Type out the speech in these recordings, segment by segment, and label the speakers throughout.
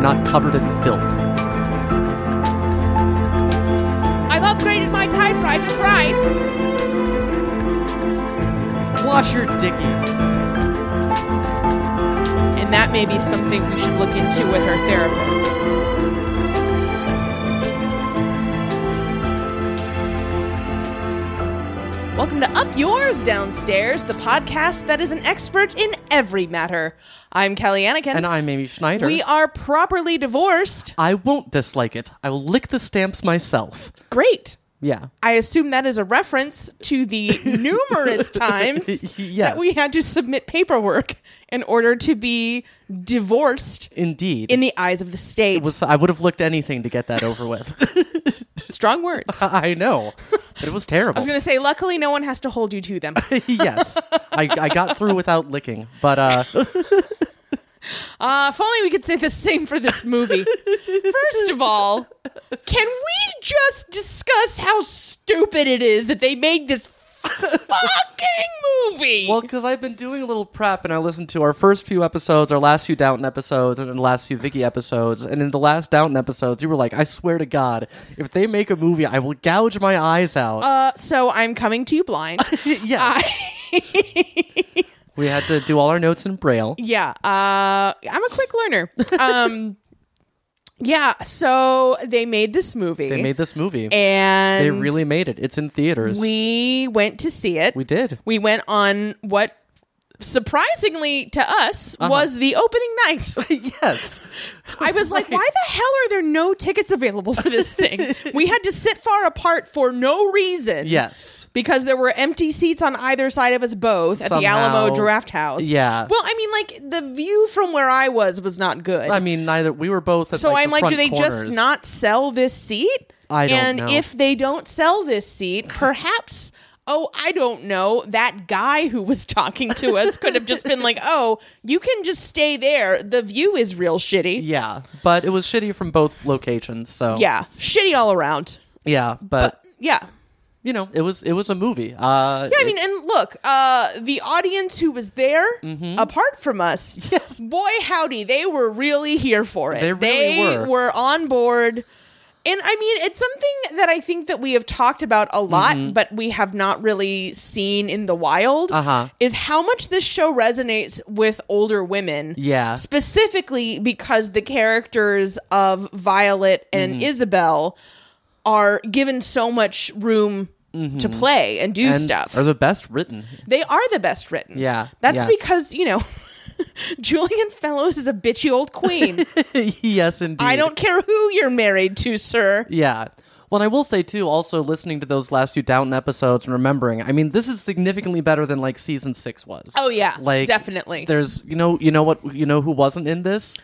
Speaker 1: not covered in filth.
Speaker 2: I've upgraded my typewriter thrice.
Speaker 1: Wash your dickie.
Speaker 2: And that may be something we should look into with our therapist. Welcome to Up Yours Downstairs, the podcast that is an expert in every matter. I'm Kelly Anakin.
Speaker 1: And I'm Amy Schneider.
Speaker 2: we are properly divorced.
Speaker 1: I won't dislike it. I will lick the stamps myself.
Speaker 2: Great.
Speaker 1: Yeah.
Speaker 2: I assume that is a reference to the numerous times
Speaker 1: Yes.
Speaker 2: that we had to submit paperwork in order to be divorced
Speaker 1: Indeed.
Speaker 2: in the eyes of the state.
Speaker 1: It was- I would have licked anything to get that over with.
Speaker 2: Strong words. I
Speaker 1: I know. But it was terrible.
Speaker 2: was going to say, luckily, no one has to hold you to them.
Speaker 1: yes. I, I got through without licking. But uh
Speaker 2: Uh, if only we could say the same for this movie. First of all, can we just discuss how stupid it is that they made this fucking movie?
Speaker 1: Well, because I've been doing a little prep and I listened to our first few episodes, our last few Downton episodes, and then the last few Vicky episodes. And in the last Downton episodes, you were like, I swear to God, if they make a movie, I will gouge my eyes out.
Speaker 2: uh, so I'm coming to you blind.
Speaker 1: yeah. we had to do all our notes in Braille.
Speaker 2: Yeah, uh, I'm a quick learner. Um, yeah, so they made this movie.
Speaker 1: They made this movie.
Speaker 2: and
Speaker 1: they really made it. It's in theaters.
Speaker 2: we went to see it.
Speaker 1: We did.
Speaker 2: We went on what surprisingly to us
Speaker 1: Uh-huh.
Speaker 2: was the opening night.
Speaker 1: yes.
Speaker 2: I was like, why the hell are there no tickets available for this thing? we had to sit far apart for no reason.
Speaker 1: Yes.
Speaker 2: Because there were empty seats on either side of us both at the
Speaker 1: Somehow.
Speaker 2: Alamo Draft House.
Speaker 1: Yeah.
Speaker 2: Well, I mean, like the view from where I was was not good.
Speaker 1: I mean, neither. We were both at
Speaker 2: so
Speaker 1: like,
Speaker 2: I'm
Speaker 1: the
Speaker 2: like,
Speaker 1: front
Speaker 2: do they
Speaker 1: corners.
Speaker 2: just not sell this seat?
Speaker 1: I don't
Speaker 2: and
Speaker 1: know.
Speaker 2: if they don't sell this seat, perhaps. Oh, I don't know. That guy who was talking to us could have just been like, "Oh, you can just stay there. The view is real shitty."
Speaker 1: Yeah. But it was shitty from both locations. So.
Speaker 2: Yeah, shitty all around.
Speaker 1: Yeah. But.
Speaker 2: But yeah,
Speaker 1: you know, it was it was a movie. Uh,
Speaker 2: Yeah, I mean, and look, uh, the audience who was there, apart from us,
Speaker 1: Mm-hmm. Yes.
Speaker 2: boy howdy, they were really here for it.
Speaker 1: They really
Speaker 2: They
Speaker 1: were.
Speaker 2: on board. And I mean, it's something that I think that we have talked about a lot,
Speaker 1: Mm-hmm.
Speaker 2: but we have not really seen in the wild.
Speaker 1: Uh-huh.
Speaker 2: Is how much this show resonates with older women.
Speaker 1: Yeah.
Speaker 2: Specifically because the characters of Violet and
Speaker 1: Mm-hmm.
Speaker 2: Isabel are given so much room to play and do
Speaker 1: Mm-hmm. and
Speaker 2: stuff.
Speaker 1: are the best written.
Speaker 2: They are the best written.
Speaker 1: Yeah,
Speaker 2: That's
Speaker 1: yeah.
Speaker 2: because, you know, Julian Fellows is a bitchy old queen.
Speaker 1: yes, indeed.
Speaker 2: I don't care who you're married to, sir.
Speaker 1: Yeah. Well, and I will say too. Also, listening to those last few Downton episodes and remembering, I mean, this is significantly better than like season six was.
Speaker 2: Oh, yeah,
Speaker 1: like
Speaker 2: definitely.
Speaker 1: There's you know you know what you know who wasn't in this,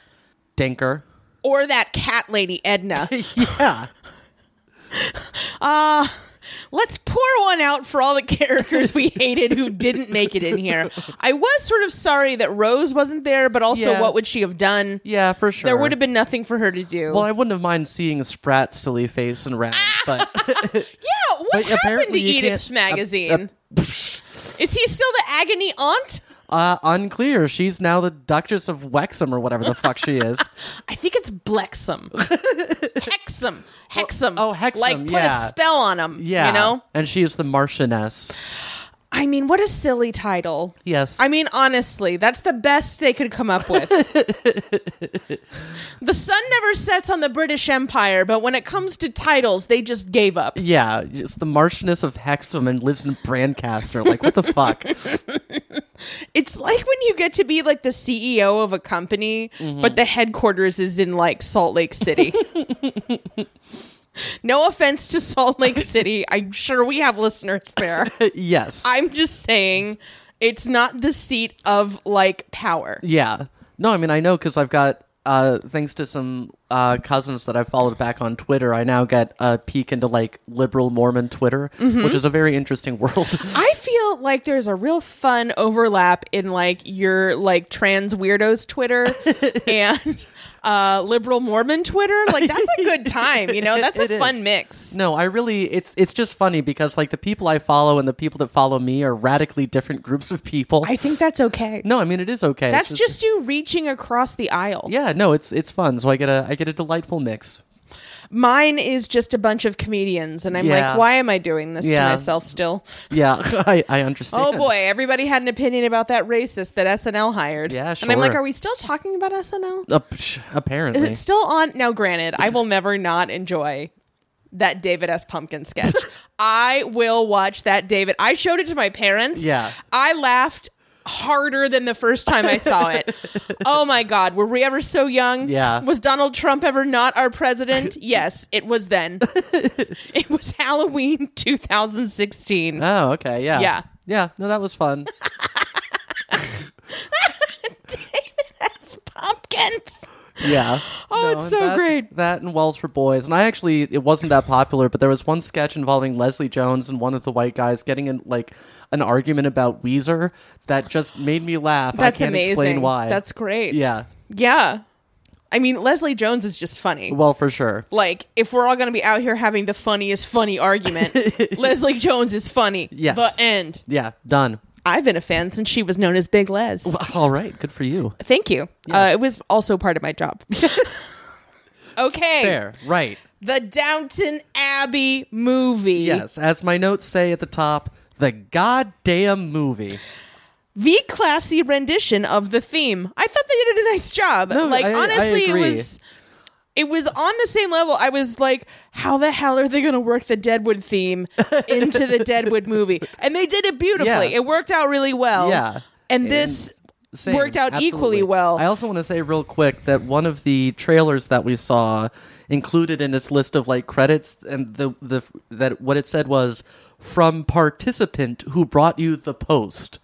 Speaker 1: Denker.
Speaker 2: Or that cat lady, Edna.
Speaker 1: Yeah.
Speaker 2: Let's pour one out for all the characters we hated who didn't make it in here. I was sort of sorry that Rose wasn't there, but also
Speaker 1: Yeah.
Speaker 2: what would she have done?
Speaker 1: yeah, for sure.
Speaker 2: There would have been nothing for her to do.
Speaker 1: Well, I wouldn't have mind seeing Sprat's silly face and round,
Speaker 2: Ah!
Speaker 1: but
Speaker 2: yeah, what
Speaker 1: but
Speaker 2: happened to
Speaker 1: apparently you can't-
Speaker 2: Edith's
Speaker 1: uh,
Speaker 2: magazine? Is he still the agony aunt?
Speaker 1: uh, unclear. She's now the Duchess of Wexham or whatever the fuck she is.
Speaker 2: I think it's Blexum. Hexum. Hexum.
Speaker 1: Oh, oh, Hexum,
Speaker 2: Like put
Speaker 1: yeah.
Speaker 2: a spell on him.
Speaker 1: Yeah,
Speaker 2: You know?
Speaker 1: and she is the Marchioness.
Speaker 2: I mean, what a silly title.
Speaker 1: Yes,
Speaker 2: I mean, honestly, that's the best they could come up with. the sun never sets on the British Empire, but when it comes to titles, they just gave up.
Speaker 1: Yeah, it's the Marchioness of Hexham and lives in Brancaster. Like, what the fuck?
Speaker 2: It's like when you get to be like the CEO of a company,
Speaker 1: Mm-hmm.
Speaker 2: but the headquarters is in like Salt Lake City. no offense to Salt Lake City. I'm sure we have listeners there.
Speaker 1: yes.
Speaker 2: I'm just saying it's not the seat of like power.
Speaker 1: yeah. No, I mean, I know because I've got, uh, thanks to some uh, cousins that I've followed back on Twitter, I now get a peek into like liberal Mormon Twitter,
Speaker 2: Mm-hmm.
Speaker 1: which is a very interesting world.
Speaker 2: I feel like there's a real fun overlap in like your like trans weirdos Twitter and uh, liberal Mormon Twitter. Like that's a good time, you know. That's
Speaker 1: It
Speaker 2: a
Speaker 1: is.
Speaker 2: fun mix.
Speaker 1: No, I really it's it's just funny because like the people I follow and the people that follow me are radically different groups of people.
Speaker 2: I think that's okay.
Speaker 1: no, I mean it is okay. It's
Speaker 2: that's just, you reaching across the aisle.
Speaker 1: yeah. No, it's it's fun. So I get a I get a delightful mix.
Speaker 2: Mine is just a bunch of comedians, and I'm
Speaker 1: Yeah.
Speaker 2: like, why am I doing this to
Speaker 1: Yeah.
Speaker 2: myself still?
Speaker 1: Yeah, I I understand.
Speaker 2: Oh boy, everybody had an opinion about that racist that SNL hired.
Speaker 1: Yeah,
Speaker 2: And I'm like,
Speaker 1: sure.
Speaker 2: are we still talking about SNL?
Speaker 1: Uh, psh, apparently,
Speaker 2: Is it still on? Now, granted, I will never not enjoy that David S. Pumpkin sketch. I will watch that David. I showed it to my parents.
Speaker 1: Yeah.
Speaker 2: I laughed harder than the first time I saw it. oh my God. Were we ever so young?
Speaker 1: Yeah.
Speaker 2: Was Donald Trump ever not our president? yes, it was then. it was Halloween 2016.
Speaker 1: Oh, okay. Yeah.
Speaker 2: Yeah.
Speaker 1: Yeah. No, that was fun.
Speaker 2: David S. Pumpkins.
Speaker 1: Yeah.
Speaker 2: Oh,
Speaker 1: No,
Speaker 2: it's
Speaker 1: and
Speaker 2: so
Speaker 1: that-
Speaker 2: great.
Speaker 1: That and Wells for Boys. And I actually, it wasn't that popular, but there was one sketch involving Leslie Jones and one of the white guys getting in like an argument about Weezer that just made me laugh.
Speaker 2: That's
Speaker 1: I can't
Speaker 2: amazing.
Speaker 1: explain why.
Speaker 2: That's great.
Speaker 1: yeah.
Speaker 2: Yeah. I mean, Leslie Jones is just funny.
Speaker 1: Well, for sure.
Speaker 2: Like, if we're all going to be out here having the funniest funny argument, Leslie Jones is funny.
Speaker 1: Yes.
Speaker 2: The end.
Speaker 1: Yeah. Done.
Speaker 2: I've been a fan since she was known as Big Les.
Speaker 1: All right. Good for you.
Speaker 2: Thank you. Uh, it was also part of my job. okay.
Speaker 1: Fair. Right.
Speaker 2: The Downton Abbey movie.
Speaker 1: Yes. As my notes say at the top, the goddamn movie.
Speaker 2: The classy rendition of the theme. I thought they did a nice job.
Speaker 1: No,
Speaker 2: like
Speaker 1: I- I
Speaker 2: honestly, it
Speaker 1: agree.
Speaker 2: was it was on the same level. I was like, how the hell are they going to work the Deadwood theme into the Deadwood movie? And they did it beautifully.
Speaker 1: Yeah.
Speaker 2: It worked out really well.
Speaker 1: Yeah.
Speaker 2: And this
Speaker 1: Same,
Speaker 2: worked out
Speaker 1: absolutely.
Speaker 2: equally well.
Speaker 1: I also want to say real quick that one of the trailers that we saw included in this list of like credits and the the that what it said was from participant who brought you the post.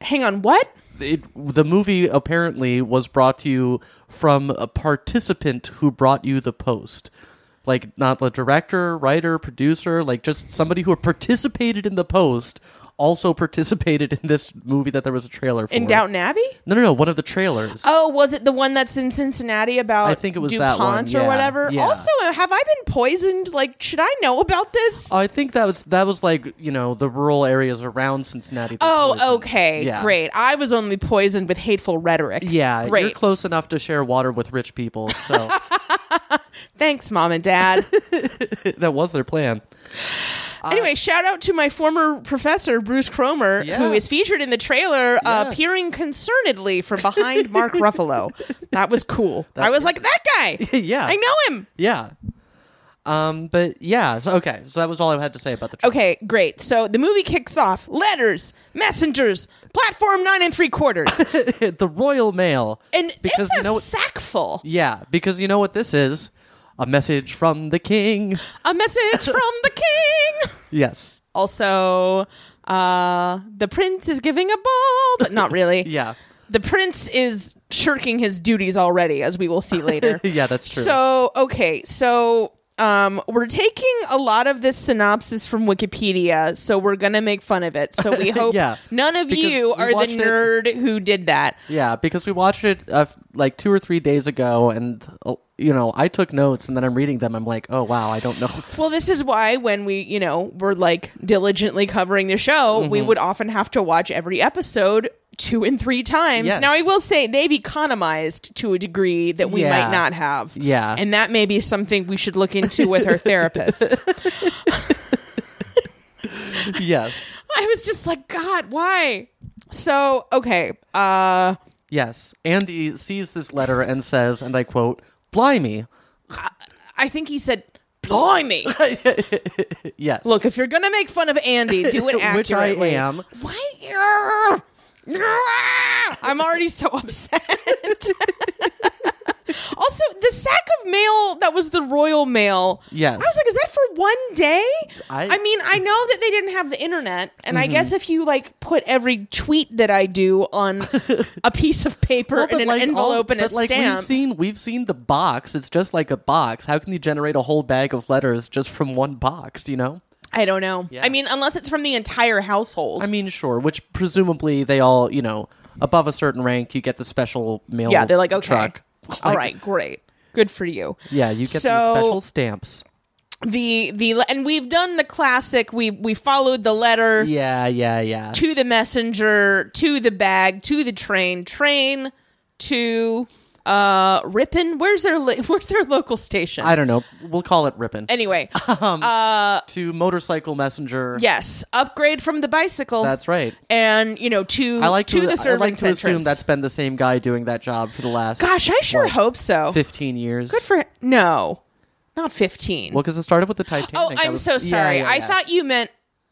Speaker 2: hang on, what?
Speaker 1: It, the movie apparently was brought to you from a participant who brought you the post. Like not the director, writer, producer, like just somebody who participated in the post also participated in this movie that there was a trailer for.
Speaker 2: In Downton Abbey?
Speaker 1: No, no, no. One of the trailers.
Speaker 2: Oh, was it the one that's in Cincinnati about
Speaker 1: I think it was that
Speaker 2: DuPont
Speaker 1: one,
Speaker 2: or
Speaker 1: yeah,
Speaker 2: whatever?
Speaker 1: yeah.
Speaker 2: Also, uh, have I been poisoned? Like, should I know about this?
Speaker 1: I think that was that was like you know the rural areas around Cincinnati. that
Speaker 2: Oh,
Speaker 1: poisoned.
Speaker 2: okay.
Speaker 1: Yeah.
Speaker 2: Great. I was only poisoned with hateful rhetoric.
Speaker 1: Yeah, you're
Speaker 2: Great.
Speaker 1: close enough to share water with rich people, so
Speaker 2: Thanks, mom and dad.
Speaker 1: Uh, that was their plan.
Speaker 2: anyway, shout out to my former professor, Bruce Cromer,
Speaker 1: Yeah.
Speaker 2: who is featured in the trailer, uh,
Speaker 1: Yeah.
Speaker 2: peering concernedly from behind Mark Ruffalo. That was cool. I was like, that guy.
Speaker 1: Yeah.
Speaker 2: I know him.
Speaker 1: Yeah. Um, but yeah, so okay, so that was all I had to say about the. Trip.
Speaker 2: Okay, great. So the movie kicks off. Letters, messengers, platform nine and three quarters.
Speaker 1: the Royal Mail,
Speaker 2: And
Speaker 1: because
Speaker 2: it's
Speaker 1: you
Speaker 2: a
Speaker 1: know what,
Speaker 2: sack full.
Speaker 1: yeah, because you know what this is, a message from the king.
Speaker 2: A message from the king.
Speaker 1: Yes.
Speaker 2: Also, uh, the prince is giving a ball, but not really.
Speaker 1: Yeah.
Speaker 2: The prince is shirking his duties already, as we will see later.
Speaker 1: Yeah, that's true.
Speaker 2: So, okay. So, um, we're taking a lot of this synopsis from Wikipedia, so we're going to make fun of it. So, we hope
Speaker 1: Yeah,
Speaker 2: none of
Speaker 1: because
Speaker 2: you
Speaker 1: we
Speaker 2: are the
Speaker 1: watched it-
Speaker 2: nerd who did that.
Speaker 1: Yeah, because we watched it uh, f- like two or three days ago, and uh, you know, I took notes, and then I'm reading them. I'm like, oh wow, I don't know.
Speaker 2: Well, this is why when we, you know, were like diligently covering the show, we
Speaker 1: Mm-hmm.
Speaker 2: would often have to watch every episode two and three times.
Speaker 1: Yes.
Speaker 2: Now, I will say they've economized to a degree that we
Speaker 1: Yeah.
Speaker 2: might not have.
Speaker 1: Yeah.
Speaker 2: And that may be something we should look into with our therapist.
Speaker 1: yes,
Speaker 2: I was just like, God, why? So, okay. Uh,
Speaker 1: yes. Andy sees this letter and says, and I quote, "Blimey,
Speaker 2: I think he said, Blimey.
Speaker 1: yes."
Speaker 2: Look, if you're going to make fun of Andy, do it accurately.
Speaker 1: Which I am.
Speaker 2: Why? I'm already so upset. also, the sack of mail that was the royal mail.
Speaker 1: Yes.
Speaker 2: I was like, is that for one day?
Speaker 1: I- Mm-hmm.
Speaker 2: I mean, I know that they didn't have the internet, and I guess if you like put every tweet that I do on a piece of paper
Speaker 1: Well,
Speaker 2: and an
Speaker 1: like, all-
Speaker 2: envelope and a
Speaker 1: but, like,
Speaker 2: stamp.
Speaker 1: We've seen, we've seen the box. It's just like a box. How can you generate a whole bag of letters just from one box? You know.
Speaker 2: I don't know.
Speaker 1: Yeah.
Speaker 2: I mean, unless it's from the entire household.
Speaker 1: I mean, sure. Which presumably they all, you know, above a certain rank, you get the special mail.
Speaker 2: yeah, they're like, okay,
Speaker 1: truck.
Speaker 2: All right, great. Good for you.
Speaker 1: Yeah, you get
Speaker 2: So-
Speaker 1: these special stamps.
Speaker 2: The the and we've done the classic. We we followed the letter
Speaker 1: Yeah, yeah, yeah.
Speaker 2: to the messenger, to the bag, to the train, train to uh Ripon. Where's their li- where's their local station?
Speaker 1: I don't know. We'll call it ripping.
Speaker 2: anyway,
Speaker 1: to motorcycle messenger.
Speaker 2: yes, upgrade from the bicycle.
Speaker 1: that's right.
Speaker 2: and you know to
Speaker 1: I like to,
Speaker 2: to, the
Speaker 1: I like
Speaker 2: servants'
Speaker 1: to assume
Speaker 2: entrance.
Speaker 1: that's been the same guy doing that job for the last
Speaker 2: Gosh, I sure
Speaker 1: Well,
Speaker 2: hope so.
Speaker 1: fifteen years.
Speaker 2: Good for no, not fifteen.
Speaker 1: well, because it started with the Titanic.
Speaker 2: oh,
Speaker 1: I
Speaker 2: I'm
Speaker 1: was-
Speaker 2: so
Speaker 1: Yeah,
Speaker 2: sorry.
Speaker 1: yeah,
Speaker 2: I
Speaker 1: yeah.
Speaker 2: thought you meant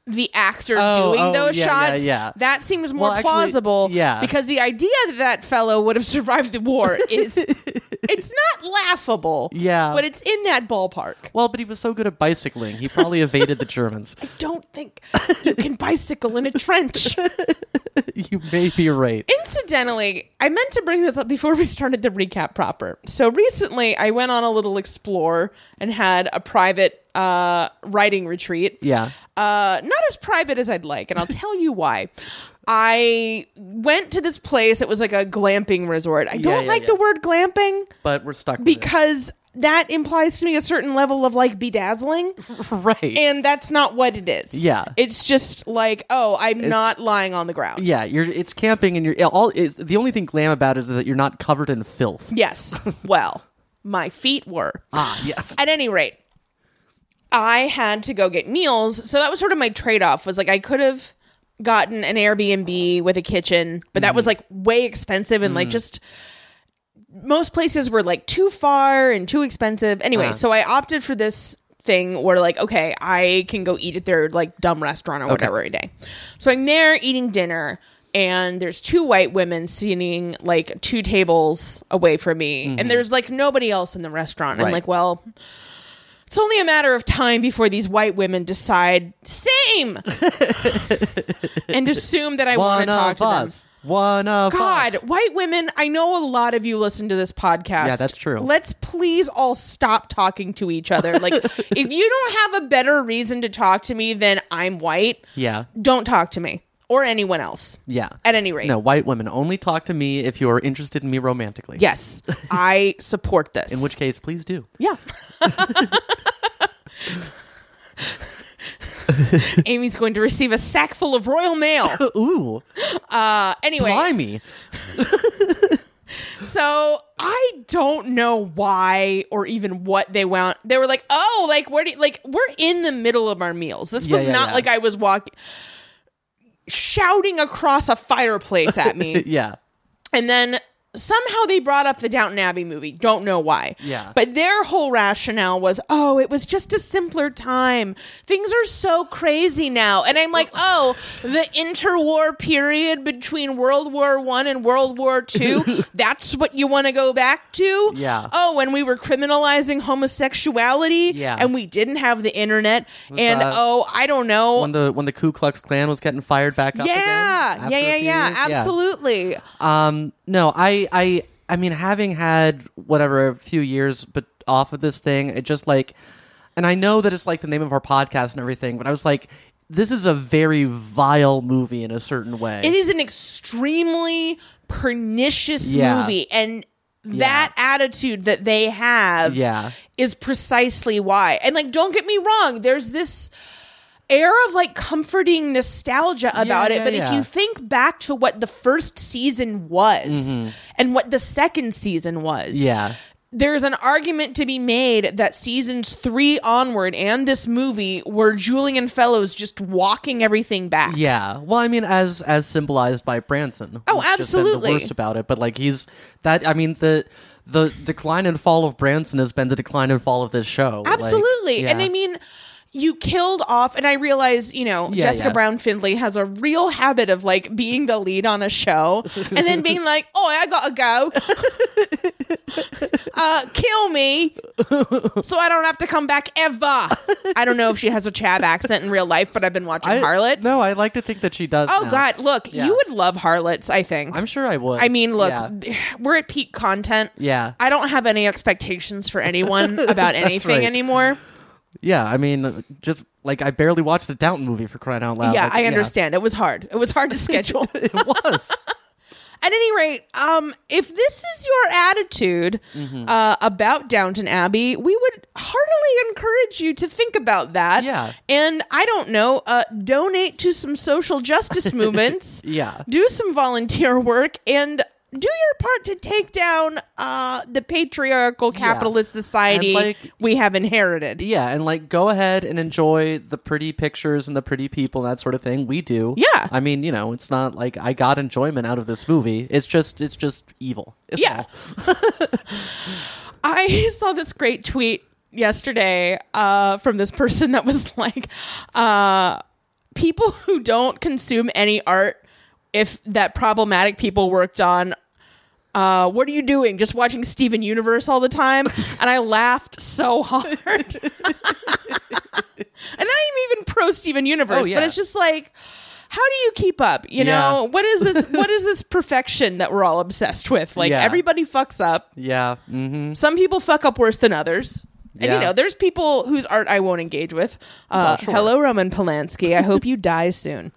Speaker 2: the actor
Speaker 1: Oh,
Speaker 2: doing
Speaker 1: oh,
Speaker 2: those
Speaker 1: yeah, yeah,
Speaker 2: shots.
Speaker 1: yeah.
Speaker 2: That seems more
Speaker 1: Well, actually,
Speaker 2: plausible.
Speaker 1: yeah.
Speaker 2: because the idea that that fellow would have survived the war is it's not laughable.
Speaker 1: Yeah.
Speaker 2: but it's in that ballpark.
Speaker 1: Well, but he was so good at bicycling, he probably evaded the Germans.
Speaker 2: Don't think you can bicycle in a trench.
Speaker 1: You may be right.
Speaker 2: Incidentally, I meant to bring this up before we started the recap proper. So recently, I went on a little explore and had a private uh, writing retreat.
Speaker 1: Yeah.
Speaker 2: Uh, not as private as I'd like, and I'll tell you why. I went to this place. It was like a glamping resort. I don't
Speaker 1: yeah,
Speaker 2: like
Speaker 1: yeah.
Speaker 2: the word glamping
Speaker 1: But we're stuck
Speaker 2: because that implies to me a certain level of like bedazzling,
Speaker 1: with it. Right.
Speaker 2: and that's not what it is.
Speaker 1: Yeah.
Speaker 2: It's just like, oh, I'm not lying on the ground.
Speaker 1: yeah, you're it's camping and you're all is the only thing glam about it is that you're not covered in filth.
Speaker 2: Yes. Well, my feet were.
Speaker 1: Ah, yes.
Speaker 2: At any rate, I had to go get meals. So that was sort of my trade off was like I could have gotten an Airbnb with a kitchen, but that was like way expensive and like just most places were like too far and too expensive. Anyway, so I opted for this thing where like okay, I can go eat at their like dumb restaurant or whatever every day. So I'm there eating dinner and there's two white women sitting like two tables away from me and there's like nobody else in the restaurant. I'm
Speaker 1: Right.
Speaker 2: like, well, it's only a matter of time before these white women decide same and assume that I
Speaker 1: One
Speaker 2: want to talk
Speaker 1: of
Speaker 2: to them.
Speaker 1: us. One of
Speaker 2: God,
Speaker 1: us.
Speaker 2: white women, I know a lot of you listen to this podcast.
Speaker 1: Yeah, that's true.
Speaker 2: Let's please all stop talking to each other. Like, if you don't have a better reason to talk to me than I'm white,
Speaker 1: Yeah.
Speaker 2: don't talk to me or anyone else.
Speaker 1: Yeah.
Speaker 2: At any rate.
Speaker 1: No, white women only talk to me if you are interested in me romantically.
Speaker 2: Yes, I support this.
Speaker 1: In which case, please do.
Speaker 2: Yeah. Amy's going to receive a sack full of royal mail.
Speaker 1: Ooh,
Speaker 2: Uh, anyway,
Speaker 1: blimey.
Speaker 2: so I don't know why or even what they want. They were like, "Oh, like where do you, like we're in the middle of our meals. This
Speaker 1: Yeah,
Speaker 2: was
Speaker 1: yeah,
Speaker 2: not
Speaker 1: yeah.
Speaker 2: like I was walking." Shouting across a fireplace at me.
Speaker 1: Yeah.
Speaker 2: And then somehow they brought up the Downton Abbey movie. Don't know why.
Speaker 1: Yeah.
Speaker 2: But their whole rationale was, oh, it was just a simpler time. Things are so crazy now. And I'm like, oh, the interwar period between World War One and World War Two. that's what you want to go back to.
Speaker 1: Yeah.
Speaker 2: Oh, when we were criminalizing homosexuality.
Speaker 1: Yeah.
Speaker 2: And we didn't have the internet. and
Speaker 1: that-
Speaker 2: oh, I don't know.
Speaker 1: When the when the Ku Klux Klan was getting fired back up
Speaker 2: yeah.
Speaker 1: again.
Speaker 2: yeah,
Speaker 1: after a
Speaker 2: yeah,
Speaker 1: few
Speaker 2: yeah,
Speaker 1: years.
Speaker 2: absolutely.
Speaker 1: Um, no, I, I, I mean, having had whatever a few years but off of this thing, it just like, and I know that it's like the name of our podcast and everything, but I was like, this is a very vile movie in a certain way.
Speaker 2: It is an extremely pernicious
Speaker 1: Yeah.
Speaker 2: movie, and that attitude that they have
Speaker 1: Yeah.
Speaker 2: is precisely why. And like, don't get me wrong, there's this air of like comforting nostalgia about it
Speaker 1: yeah,
Speaker 2: but if
Speaker 1: yeah.
Speaker 2: you think back to what the first season was and what the second season was
Speaker 1: Mm-hmm. yeah,
Speaker 2: there's an argument to be made that seasons 3 onward and this movie were Julian Fellows just walking everything back
Speaker 1: yeah. Well, I mean, as as symbolized by Branson.
Speaker 2: Oh,
Speaker 1: who's just been
Speaker 2: absolutely.
Speaker 1: the worst about it, but like he's that. I mean, the the decline and fall of Branson has been the decline and fall of this show. Like,
Speaker 2: Absolutely. And
Speaker 1: yeah.
Speaker 2: I mean, you killed off, and I realize, you know,
Speaker 1: Yeah,
Speaker 2: Jessica
Speaker 1: yeah.
Speaker 2: Brown Findlay has a real habit of like being the lead on a show and then being like, oh, I gotta go. uh, kill me so I don't have to come back ever. I don't know if she has a Chab accent in real life, but I've been watching
Speaker 1: I-
Speaker 2: Harlots.
Speaker 1: No, I like to think that she does.
Speaker 2: Oh,
Speaker 1: now.
Speaker 2: God. Look,
Speaker 1: Yeah.
Speaker 2: you would love Harlots, I think.
Speaker 1: I'm sure I would.
Speaker 2: I mean, look,
Speaker 1: Yeah.
Speaker 2: we're at peak content.
Speaker 1: Yeah.
Speaker 2: I don't have any expectations for anyone about anything
Speaker 1: right.
Speaker 2: anymore.
Speaker 1: Yeah, I mean, just like I barely watched the Downton movie for crying out loud.
Speaker 2: yeah,
Speaker 1: Like,
Speaker 2: I understand. It was hard. It was hard to schedule. At
Speaker 1: It was.
Speaker 2: any rate, uh, um, if this is your attitude
Speaker 1: Mm-hmm.
Speaker 2: uh, about Downton Abbey, we would heartily encourage you to think about that.
Speaker 1: Yeah.
Speaker 2: And I don't know, uh, donate to some social justice movements.
Speaker 1: Yeah.
Speaker 2: Do some volunteer work and do your part to take down uh, the patriarchal capitalist society
Speaker 1: like-
Speaker 2: we have inherited.
Speaker 1: Yeah, and like go ahead and enjoy the pretty pictures and the pretty people and that sort of thing. We do.
Speaker 2: Yeah.
Speaker 1: I mean, you know, it's not like I got enjoyment out of this movie. It's just it's just evil. It's
Speaker 2: Yeah.
Speaker 1: all.
Speaker 2: I saw this great tweet yesterday uh, from this person that was like, uh, people who don't consume any art, if that problematic people worked on, uh, what are you doing? Just watching Steven Universe all the time? And I laughed so hard. and I am even pro Steven Universe,
Speaker 1: Oh, yeah.
Speaker 2: but it's just like, how do you keep up?
Speaker 1: Yeah.
Speaker 2: You know, what is this? What is this perfection that we're all obsessed with? Like
Speaker 1: Yeah.
Speaker 2: everybody fucks up
Speaker 1: Yeah. Mm-hmm.
Speaker 2: some people fuck up worse than others. And
Speaker 1: Yeah.
Speaker 2: you know, there's people whose art I won't engage with. Uh,
Speaker 1: Well, sure.
Speaker 2: Hello, Roman Polanski. I hope you die soon.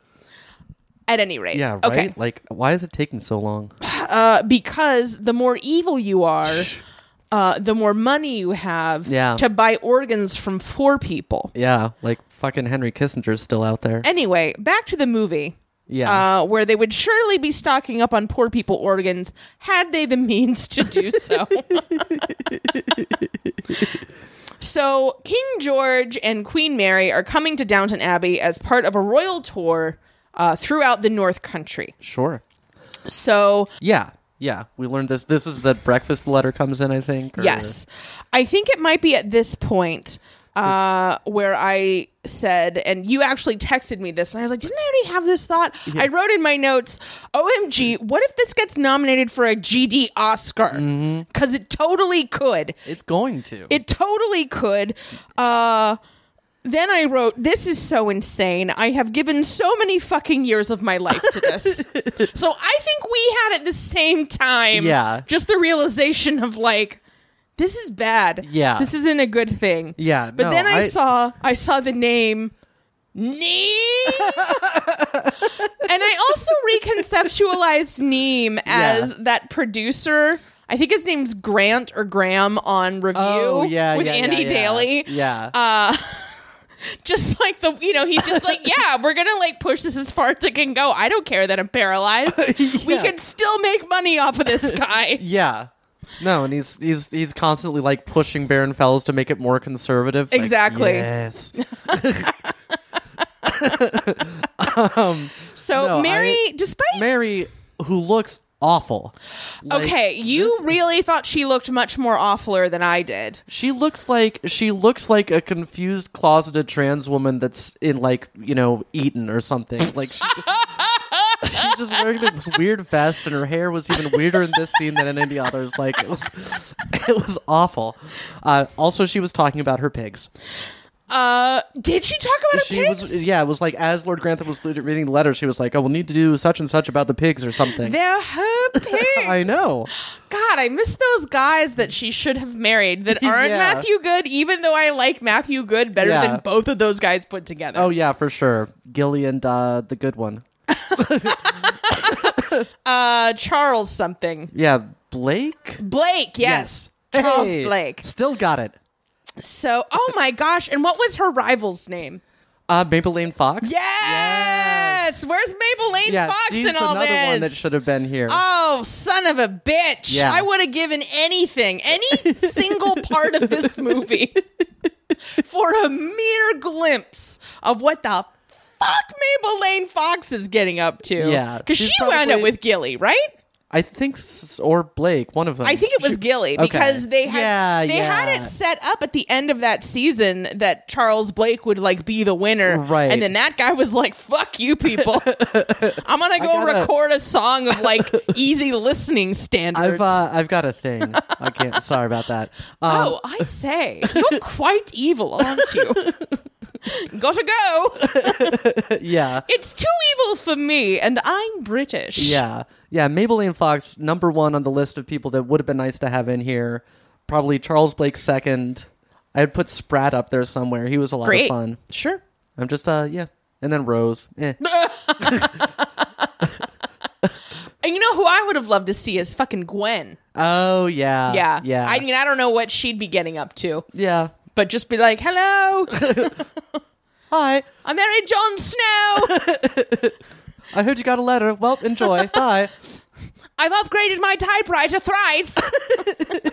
Speaker 2: At any rate,
Speaker 1: Yeah, right?
Speaker 2: Eh, Okay,
Speaker 1: Like why is it taking so long?
Speaker 2: uh, because the more evil you are, uh, the more money you have
Speaker 1: Yeah.
Speaker 2: to buy organs from poor people.
Speaker 1: Yeah, like fucking Henry Kissinger's still out there.
Speaker 2: Anyway, back to the movie.
Speaker 1: Yeah.
Speaker 2: uh, where they would surely be stocking up on poor people organs had they the means to do so. so, King George and Queen Mary are coming to Downton Abbey as part of a royal tour uh, throughout the North Country.
Speaker 1: sure.
Speaker 2: So,
Speaker 1: Yeah. Yeah. We learned this this is that breakfast letter comes in, I think. or-
Speaker 2: yes, I think it might be at this point. Uh, where I said, and you actually texted me this, and I was like, didn't I already have this thought? I wrote in my notes, OMG, what if this gets nominated for a GD Oscar? Because it totally could.
Speaker 1: It's going to.
Speaker 2: It totally could. Uh, then I wrote, This is so insane. I have given so many fucking years of my life to this. so I think we had at the same time
Speaker 1: Yeah.
Speaker 2: just the realization of like, this is bad.
Speaker 1: Yeah.
Speaker 2: This isn't a good thing.
Speaker 1: yeah.
Speaker 2: But
Speaker 1: no,
Speaker 2: then I, saw I saw the name Neem and I also reconceptualized Neem as that producer. I think his name's Grant or Graham on review
Speaker 1: Oh, yeah,
Speaker 2: with
Speaker 1: yeah, yeah,
Speaker 2: Andy
Speaker 1: yeah.
Speaker 2: Daly.
Speaker 1: Yeah.
Speaker 2: Uh, just like the you know he's just like yeah we're gonna like push this as far as it can go. I don't care that I'm paralyzed. We
Speaker 1: Yeah.
Speaker 2: can still make money off of this guy.
Speaker 1: Yeah. No, and he's he's he's constantly like pushing Baron Fells to make it more conservative. Like,
Speaker 2: Exactly.
Speaker 1: yes.
Speaker 2: So
Speaker 1: No,
Speaker 2: Mary,
Speaker 1: I-
Speaker 2: despite
Speaker 1: Mary, who looks awful. Like,
Speaker 2: okay, you really thought she looked much more awfuler than I did.
Speaker 1: She looks like she looks like a confused closeted trans woman that's in like, you know, Eton or something. Like she She's just wearing this weird vest, and her hair was even weirder in this scene than in any others. Like it was, it was awful. Uh, also, she was talking about her pigs.
Speaker 2: Uh, did she talk about her
Speaker 1: she
Speaker 2: pigs?
Speaker 1: was yeah it was like as lord grantham was reading the letter she was like oh we'll need to do such and such about the pigs or something
Speaker 2: They're her pigs.
Speaker 1: i know
Speaker 2: God, I miss those guys that she should have married that aren't
Speaker 1: Yeah.
Speaker 2: Matthew Good, even though I like Matthew Good better
Speaker 1: Yeah.
Speaker 2: than both of those guys put together.
Speaker 1: oh yeah for sure gilly and uh, the good one
Speaker 2: Uh, Charles something.
Speaker 1: yeah blake
Speaker 2: Blake, yes. Charles
Speaker 1: Hey,
Speaker 2: Blake.
Speaker 1: still got it
Speaker 2: So, oh my gosh. And what was her rival's name?
Speaker 1: uh maple lane fox
Speaker 2: Yes! Where's Maple Lane
Speaker 1: yeah
Speaker 2: Fox
Speaker 1: she's
Speaker 2: in all
Speaker 1: another
Speaker 2: this?
Speaker 1: one that should have been here
Speaker 2: Oh, son of a bitch.
Speaker 1: Yeah.
Speaker 2: I would have given anything, any single part of this movie for a mere glimpse of what the fuck Mabel Lane Fox is getting up to.
Speaker 1: Yeah,
Speaker 2: Because
Speaker 1: she's
Speaker 2: she wound up
Speaker 1: probably-
Speaker 2: with Gilly, right?
Speaker 1: i think s- or blake one of them
Speaker 2: I think it was
Speaker 1: She-
Speaker 2: Gilly because they had
Speaker 1: Yeah,
Speaker 2: they had
Speaker 1: yeah.
Speaker 2: it set up at the end of that season that Charles Blake would like be the winner,
Speaker 1: Right.
Speaker 2: And then that guy was like, "Fuck you, people! I'm gonna go
Speaker 1: gotta-
Speaker 2: record a song of like easy listening standards."
Speaker 1: I've uh, I've got a thing. I can't. Sorry about that. Um,
Speaker 2: oh, I say, you're quite evil, aren't you? Gotta go.
Speaker 1: yeah.
Speaker 2: It's too evil for me, and I'm British.
Speaker 1: Yeah. Yeah. Mabel Lane Fox, number one on the list of people that would have been nice to have in here. Probably Charles Blake second. I'd put Sprat up there somewhere. He was a lot of
Speaker 2: Great.
Speaker 1: fun.
Speaker 2: Sure.
Speaker 1: I'm just uh yeah. And then Rose. Eh.
Speaker 2: And you know who I would have loved to see is fucking Gwen.
Speaker 1: Oh yeah.
Speaker 2: yeah.
Speaker 1: Yeah.
Speaker 2: I mean, I don't know what she'd be getting up to,
Speaker 1: yeah.
Speaker 2: but just be like, hello,
Speaker 1: Hi.
Speaker 2: I married Jon Snow.
Speaker 1: I heard you got a letter. Well, enjoy. Bye.
Speaker 2: I've upgraded my typewriter thrice.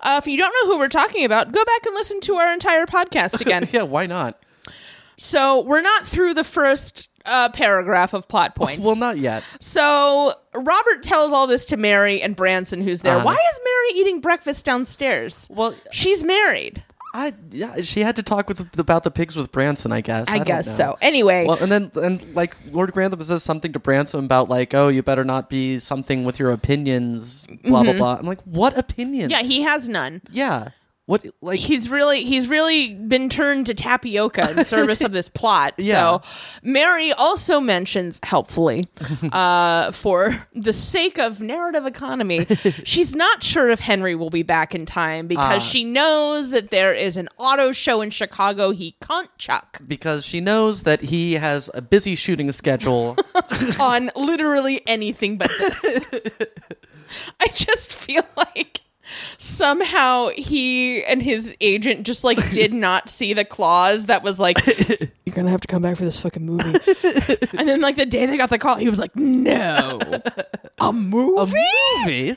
Speaker 2: Uh, if you don't know who we're talking about, go back and listen to our entire podcast again.
Speaker 1: Yeah, why not?
Speaker 2: So we're not through the first uh, paragraph of plot points.
Speaker 1: Well, not yet.
Speaker 2: So Robert tells all this to Mary and Branson, who's there.
Speaker 1: Uh-huh.
Speaker 2: Why is Mary eating breakfast downstairs?
Speaker 1: Well,
Speaker 2: She's married.
Speaker 1: I yeah, she had to talk with about the pigs with Branson, I guess.
Speaker 2: I,
Speaker 1: don't
Speaker 2: guess
Speaker 1: know.
Speaker 2: so. Anyway,
Speaker 1: Well, and then and like Lord Grantham says something to Branson about like, oh, you better not be something with your opinions, blah blah blah. I'm like, what opinions?
Speaker 2: Mm-hmm. yeah, he has none.
Speaker 1: yeah. What like
Speaker 2: He's really he's really been turned to tapioca in service of this plot.
Speaker 1: Yeah.
Speaker 2: So Mary also mentions helpfully uh, for the sake of narrative economy, she's not sure if Henry will be back in time because
Speaker 1: Ah.
Speaker 2: she knows that there is an auto show in Chicago he can't chuck
Speaker 1: because she knows that he has a busy shooting schedule.
Speaker 2: on literally anything but this. I just feel like somehow he and his agent just like did not see the clause that was like you're gonna have to come back for this fucking movie and then like the day they got the call he was like no a movie
Speaker 1: movie?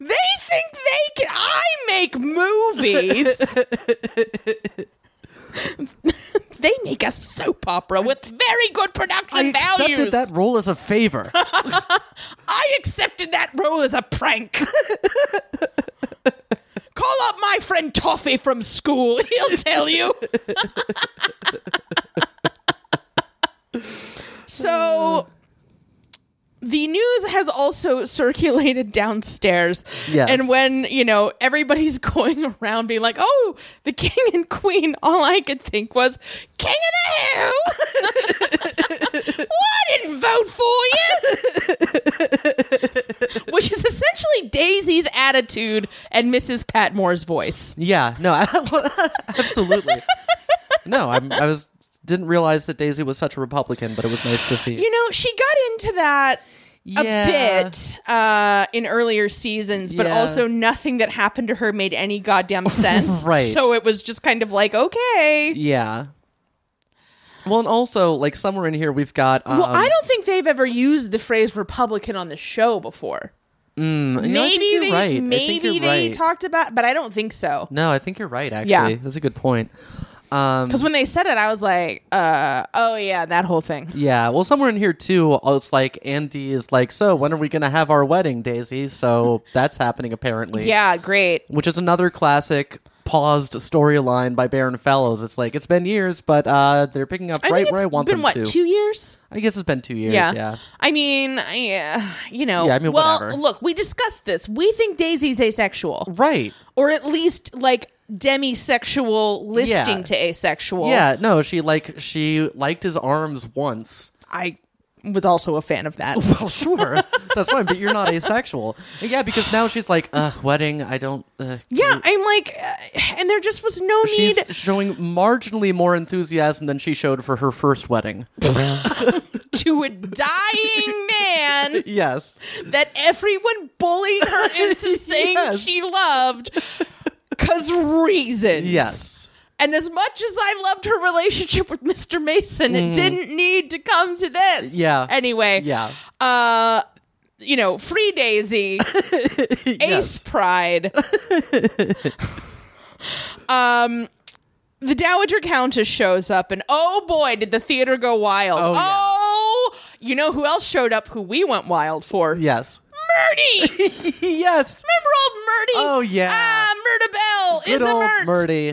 Speaker 2: they think they can i make movies they make a soap opera with very good production
Speaker 1: I accepted
Speaker 2: values
Speaker 1: that role as a favor.
Speaker 2: I accepted that role as a prank. Call up my friend Toffee from school. He'll tell you. so the news has also circulated downstairs.
Speaker 1: Yes.
Speaker 2: And when, you know, everybody's going around being like, oh, the king and queen, all I could think was, King of the Who? I didn't vote for you. Which is essentially Daisy's attitude and Mrs. Patmore's voice.
Speaker 1: Yeah, no, absolutely. no, I'm, I was didn't realize that Daisy was such a Republican, but it was nice to see.
Speaker 2: You know, she got into that a
Speaker 1: Yeah.
Speaker 2: bit uh, in earlier seasons, but
Speaker 1: Yeah.
Speaker 2: also nothing that happened to her made any goddamn sense.
Speaker 1: Right.
Speaker 2: So it was just kind of like, okay.
Speaker 1: Yeah. Well, and also like somewhere in here we've got. Um,
Speaker 2: Well, I don't think they've ever used the phrase Republican on the show before.
Speaker 1: maybe
Speaker 2: Maybe
Speaker 1: you're
Speaker 2: they,
Speaker 1: right. I think
Speaker 2: maybe
Speaker 1: you're
Speaker 2: they
Speaker 1: right.
Speaker 2: talked about, but I don't think so.
Speaker 1: No, I think you're right. Actually,
Speaker 2: Yeah.
Speaker 1: that's a good point. Um,
Speaker 2: Because when they said it, I was like, uh, oh yeah, that whole thing.
Speaker 1: yeah. Well, somewhere in here too, uh, it's like Andy is like, "So when are we gonna have our wedding, Daisy?" So that's happening apparently.
Speaker 2: Yeah, great.
Speaker 1: which is another classic paused storyline by Baron Fellows. It's like it's been years, but uh, they're picking up
Speaker 2: I
Speaker 1: right
Speaker 2: think
Speaker 1: where
Speaker 2: it's
Speaker 1: I want
Speaker 2: been
Speaker 1: them
Speaker 2: what
Speaker 1: to.
Speaker 2: two years?
Speaker 1: I guess it's been two years.
Speaker 2: Yeah.
Speaker 1: Yeah.
Speaker 2: I mean, yeah, you know.
Speaker 1: Yeah, I mean,
Speaker 2: well,
Speaker 1: whatever.
Speaker 2: look, we discussed this. We think Daisy's asexual,
Speaker 1: Right.
Speaker 2: or at least like demisexual, listing
Speaker 1: Yeah.
Speaker 2: to asexual.
Speaker 1: Yeah. No, she like she liked his arms once.
Speaker 2: I was also a fan of that.
Speaker 1: Well, sure, that's fine. But you're not asexual. And yeah, because now she's like, uh, wedding. I don't. Uh,
Speaker 2: yeah, I'm like, uh, and there just was no
Speaker 1: She's
Speaker 2: need.
Speaker 1: showing marginally more enthusiasm than she showed for her first wedding.
Speaker 2: to a dying man
Speaker 1: yes.
Speaker 2: that everyone bullied her into saying
Speaker 1: Yes.
Speaker 2: she loved because reasons.
Speaker 1: Yes.
Speaker 2: And as much as I loved her relationship with Mr. Mason, it didn't need to come to this.
Speaker 1: Mm. Yeah.
Speaker 2: Anyway.
Speaker 1: Yeah.
Speaker 2: Uh, you know, Free Daisy, Ace
Speaker 1: Yes.
Speaker 2: Pride. um, the Dowager Countess shows up, and oh boy, did the theater go wild.
Speaker 1: Oh, yeah.
Speaker 2: Oh, you know who else showed up who we went wild for?
Speaker 1: Yes.
Speaker 2: Murdy! Remember
Speaker 1: yes.
Speaker 2: old Murdy?
Speaker 1: Oh, yeah.
Speaker 2: Ah, Murda Bell
Speaker 1: Good
Speaker 2: is a
Speaker 1: old
Speaker 2: Mert.
Speaker 1: Murdy.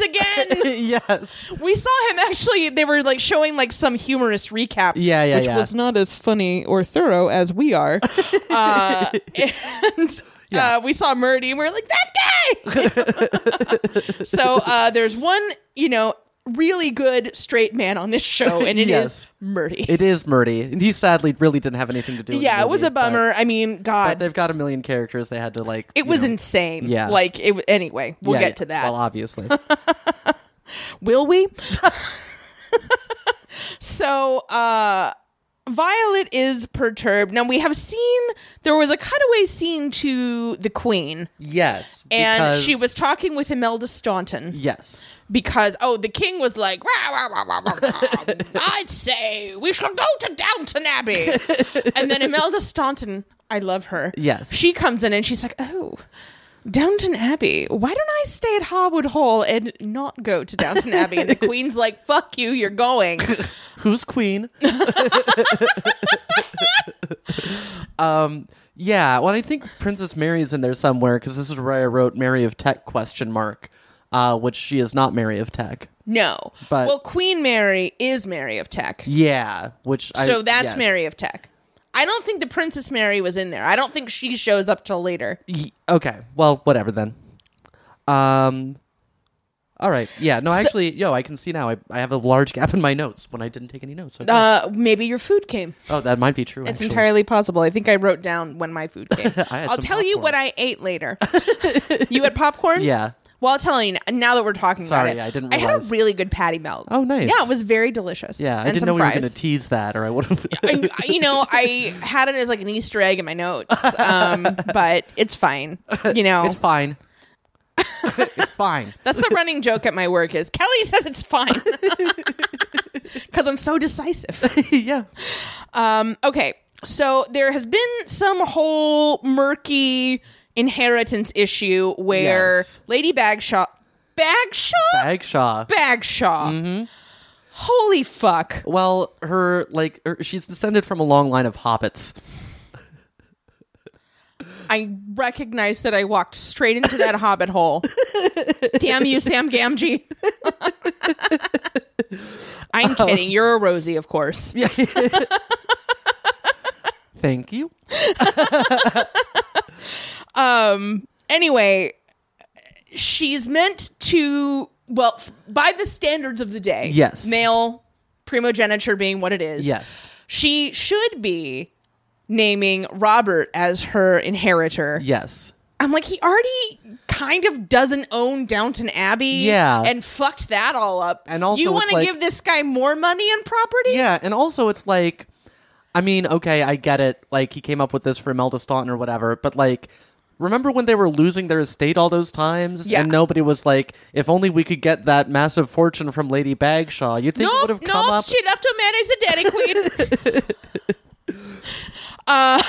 Speaker 2: again.
Speaker 1: yes.
Speaker 2: We saw him actually. They were like showing like some humorous recap.
Speaker 1: Yeah, yeah,
Speaker 2: which
Speaker 1: yeah.
Speaker 2: was not as funny or thorough as we are. uh, and
Speaker 1: Yeah.
Speaker 2: uh, we saw Murdy, and we are like that guy. so uh, there's one, you know, really good straight man on this show, and it is
Speaker 1: Yes.
Speaker 2: Murdy.
Speaker 1: It is Murdy. And He sadly really didn't have anything to do with
Speaker 2: yeah,
Speaker 1: the
Speaker 2: it was
Speaker 1: movie,
Speaker 2: a bummer. I mean,
Speaker 1: But,
Speaker 2: God,
Speaker 1: but they've got a million characters they had to like.
Speaker 2: it
Speaker 1: you
Speaker 2: was
Speaker 1: know-
Speaker 2: insane.
Speaker 1: Yeah.
Speaker 2: like it. w- Anyway, we'll
Speaker 1: Yeah,
Speaker 2: get
Speaker 1: yeah.
Speaker 2: to that.
Speaker 1: Well, obviously.
Speaker 2: will we? so uh Violet is perturbed. Now we have seen there was a cutaway scene to the Queen,
Speaker 1: Yes.
Speaker 2: and
Speaker 1: because-
Speaker 2: she was talking with Imelda Staunton
Speaker 1: Yes.
Speaker 2: because oh, the King was like, "Rah, rah, rah, rah, rah, rah. "I'd say we shall go to Downton Abbey," and then Imelda Staunton, I love her.
Speaker 1: Yes.
Speaker 2: she comes in and she's like, "Oh." Downton Abbey. Why don't I stay at Harwood Hall and not go to Downton Abbey? And the Queen's like, "Fuck you, you're going."
Speaker 1: Who's queen? um. Yeah. Well, I think Princess Mary's in there somewhere because this is where I wrote Mary of Tech question mark, uh, which she is not Mary of Tech.
Speaker 2: No.
Speaker 1: But-
Speaker 2: well, Queen Mary is Mary of Tech.
Speaker 1: Yeah. Which I-
Speaker 2: So that's
Speaker 1: yes.
Speaker 2: Mary of Tech. I don't think the Princess Mary was in there. I don't think she shows up till later.
Speaker 1: Y- okay. Well, whatever then. Um. All right. Yeah. No, actually, yo, I can see now. I, I have a large gap in my notes when I didn't take any notes. Okay.
Speaker 2: Uh, maybe your food came.
Speaker 1: oh, that might be true.
Speaker 2: It's
Speaker 1: actually.
Speaker 2: entirely possible. I think I wrote down when my food came.
Speaker 1: I had
Speaker 2: I'll
Speaker 1: some
Speaker 2: tell you
Speaker 1: popcorn.
Speaker 2: what I ate later. you had popcorn?
Speaker 1: Yeah.
Speaker 2: Well, I'll tell you now that we're talking
Speaker 1: Sorry,
Speaker 2: about it.
Speaker 1: I didn't
Speaker 2: I had a
Speaker 1: realize.
Speaker 2: really good patty melt.
Speaker 1: Oh, nice.
Speaker 2: Yeah, it was very delicious.
Speaker 1: Yeah.
Speaker 2: and
Speaker 1: I didn't
Speaker 2: some
Speaker 1: know we
Speaker 2: fries.
Speaker 1: were going to tease that, or I would have.
Speaker 2: I, you know, I had it as like an Easter egg in my notes, um, but it's fine. You know,
Speaker 1: It's fine. it's fine.
Speaker 2: That's the running joke at my work is Kelly says it's fine because I'm so decisive.
Speaker 1: yeah.
Speaker 2: Um, okay, so there has been some whole murky inheritance issue where
Speaker 1: Yes.
Speaker 2: Lady Bagshaw, Bagshaw,
Speaker 1: Bagshaw.
Speaker 2: Bagshaw, holy fuck!
Speaker 1: Well, her like her, she's descended from a long line of hobbits.
Speaker 2: I recognize that I walked straight into that hobbit hole. Damn you, Sam Gamgee. I'm kidding. You're a Rosie, of course.
Speaker 1: Thank you.
Speaker 2: anyway, she's meant to, well, f- by the standards of the day,
Speaker 1: Yes.
Speaker 2: male primogeniture being what it is,
Speaker 1: Yes.
Speaker 2: she should be naming Robert as her inheritor.
Speaker 1: Yes.
Speaker 2: I'm like, he already kind of doesn't own Downton Abbey,
Speaker 1: Yeah.
Speaker 2: and fucked that all up.
Speaker 1: And also
Speaker 2: you
Speaker 1: it's
Speaker 2: want to
Speaker 1: like-
Speaker 2: give this guy more money and property?
Speaker 1: Yeah, and also it's like I mean, okay, I get it. Like he came up with this for Imelda Staunton or whatever, but like remember when they were losing their estate all those times
Speaker 2: Yeah.
Speaker 1: and nobody was like, if only we could get that massive fortune from Lady Bagshaw. You think it would
Speaker 2: Nope,
Speaker 1: have
Speaker 2: nope.
Speaker 1: come up
Speaker 2: She left a man as a daddy queen. uh,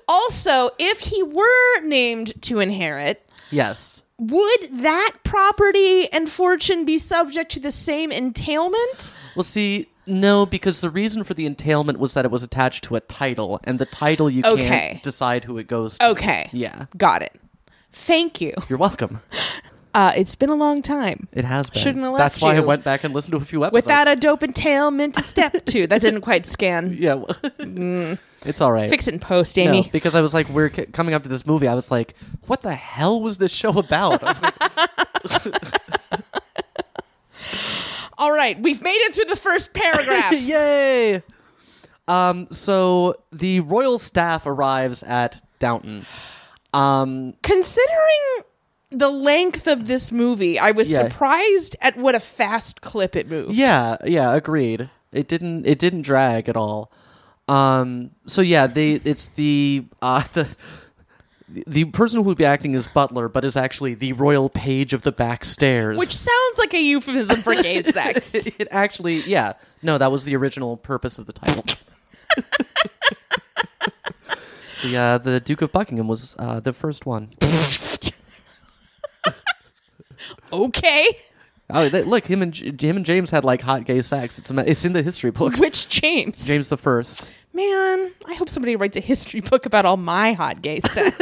Speaker 2: also, if he were named to inherit,
Speaker 1: Yes.
Speaker 2: would that property and fortune be subject to the same entailment?
Speaker 1: Well, see, no, because the reason for the entailment was that it was attached to a title, and the title you
Speaker 2: Okay.
Speaker 1: can't decide who it goes to.
Speaker 2: Okay.
Speaker 1: Yeah.
Speaker 2: Got it. Thank you.
Speaker 1: You're welcome.
Speaker 2: Uh, it's been a long time.
Speaker 1: It has been.
Speaker 2: Shouldn't have
Speaker 1: That's
Speaker 2: left
Speaker 1: why I
Speaker 2: you
Speaker 1: went back and listened to a few episodes.
Speaker 2: Without a dope entailment to step to. That didn't quite scan.
Speaker 1: yeah, well, it's all right.
Speaker 2: Mm. Fix it in post,
Speaker 1: No,
Speaker 2: Amy.
Speaker 1: because I was like, we're c- coming up to this movie. I was like, what the hell was this show about? I was like,
Speaker 2: All right. We've made it through the first paragraph.
Speaker 1: yay! Um, so the royal staff arrives at Downton. Um,
Speaker 2: considering the length of this movie, I was
Speaker 1: Yeah.
Speaker 2: surprised at what a fast clip it moved.
Speaker 1: Yeah, yeah, agreed. It didn't it didn't drag at all. Um so yeah, they it's the uh the the person who will be acting is Butler, but is actually the royal page of the back stairs.
Speaker 2: Which sounds like a euphemism for gay sex.
Speaker 1: it, it actually, yeah, no, that was the original purpose of the title. the uh, the Duke of Buckingham was uh, the first one.
Speaker 2: okay.
Speaker 1: Oh, they, look, him and J- him and James had like hot gay sex. It's ama- it's in the history books.
Speaker 2: Which James?
Speaker 1: James the First.
Speaker 2: Man, I hope somebody writes a history book about all my hot gay sex.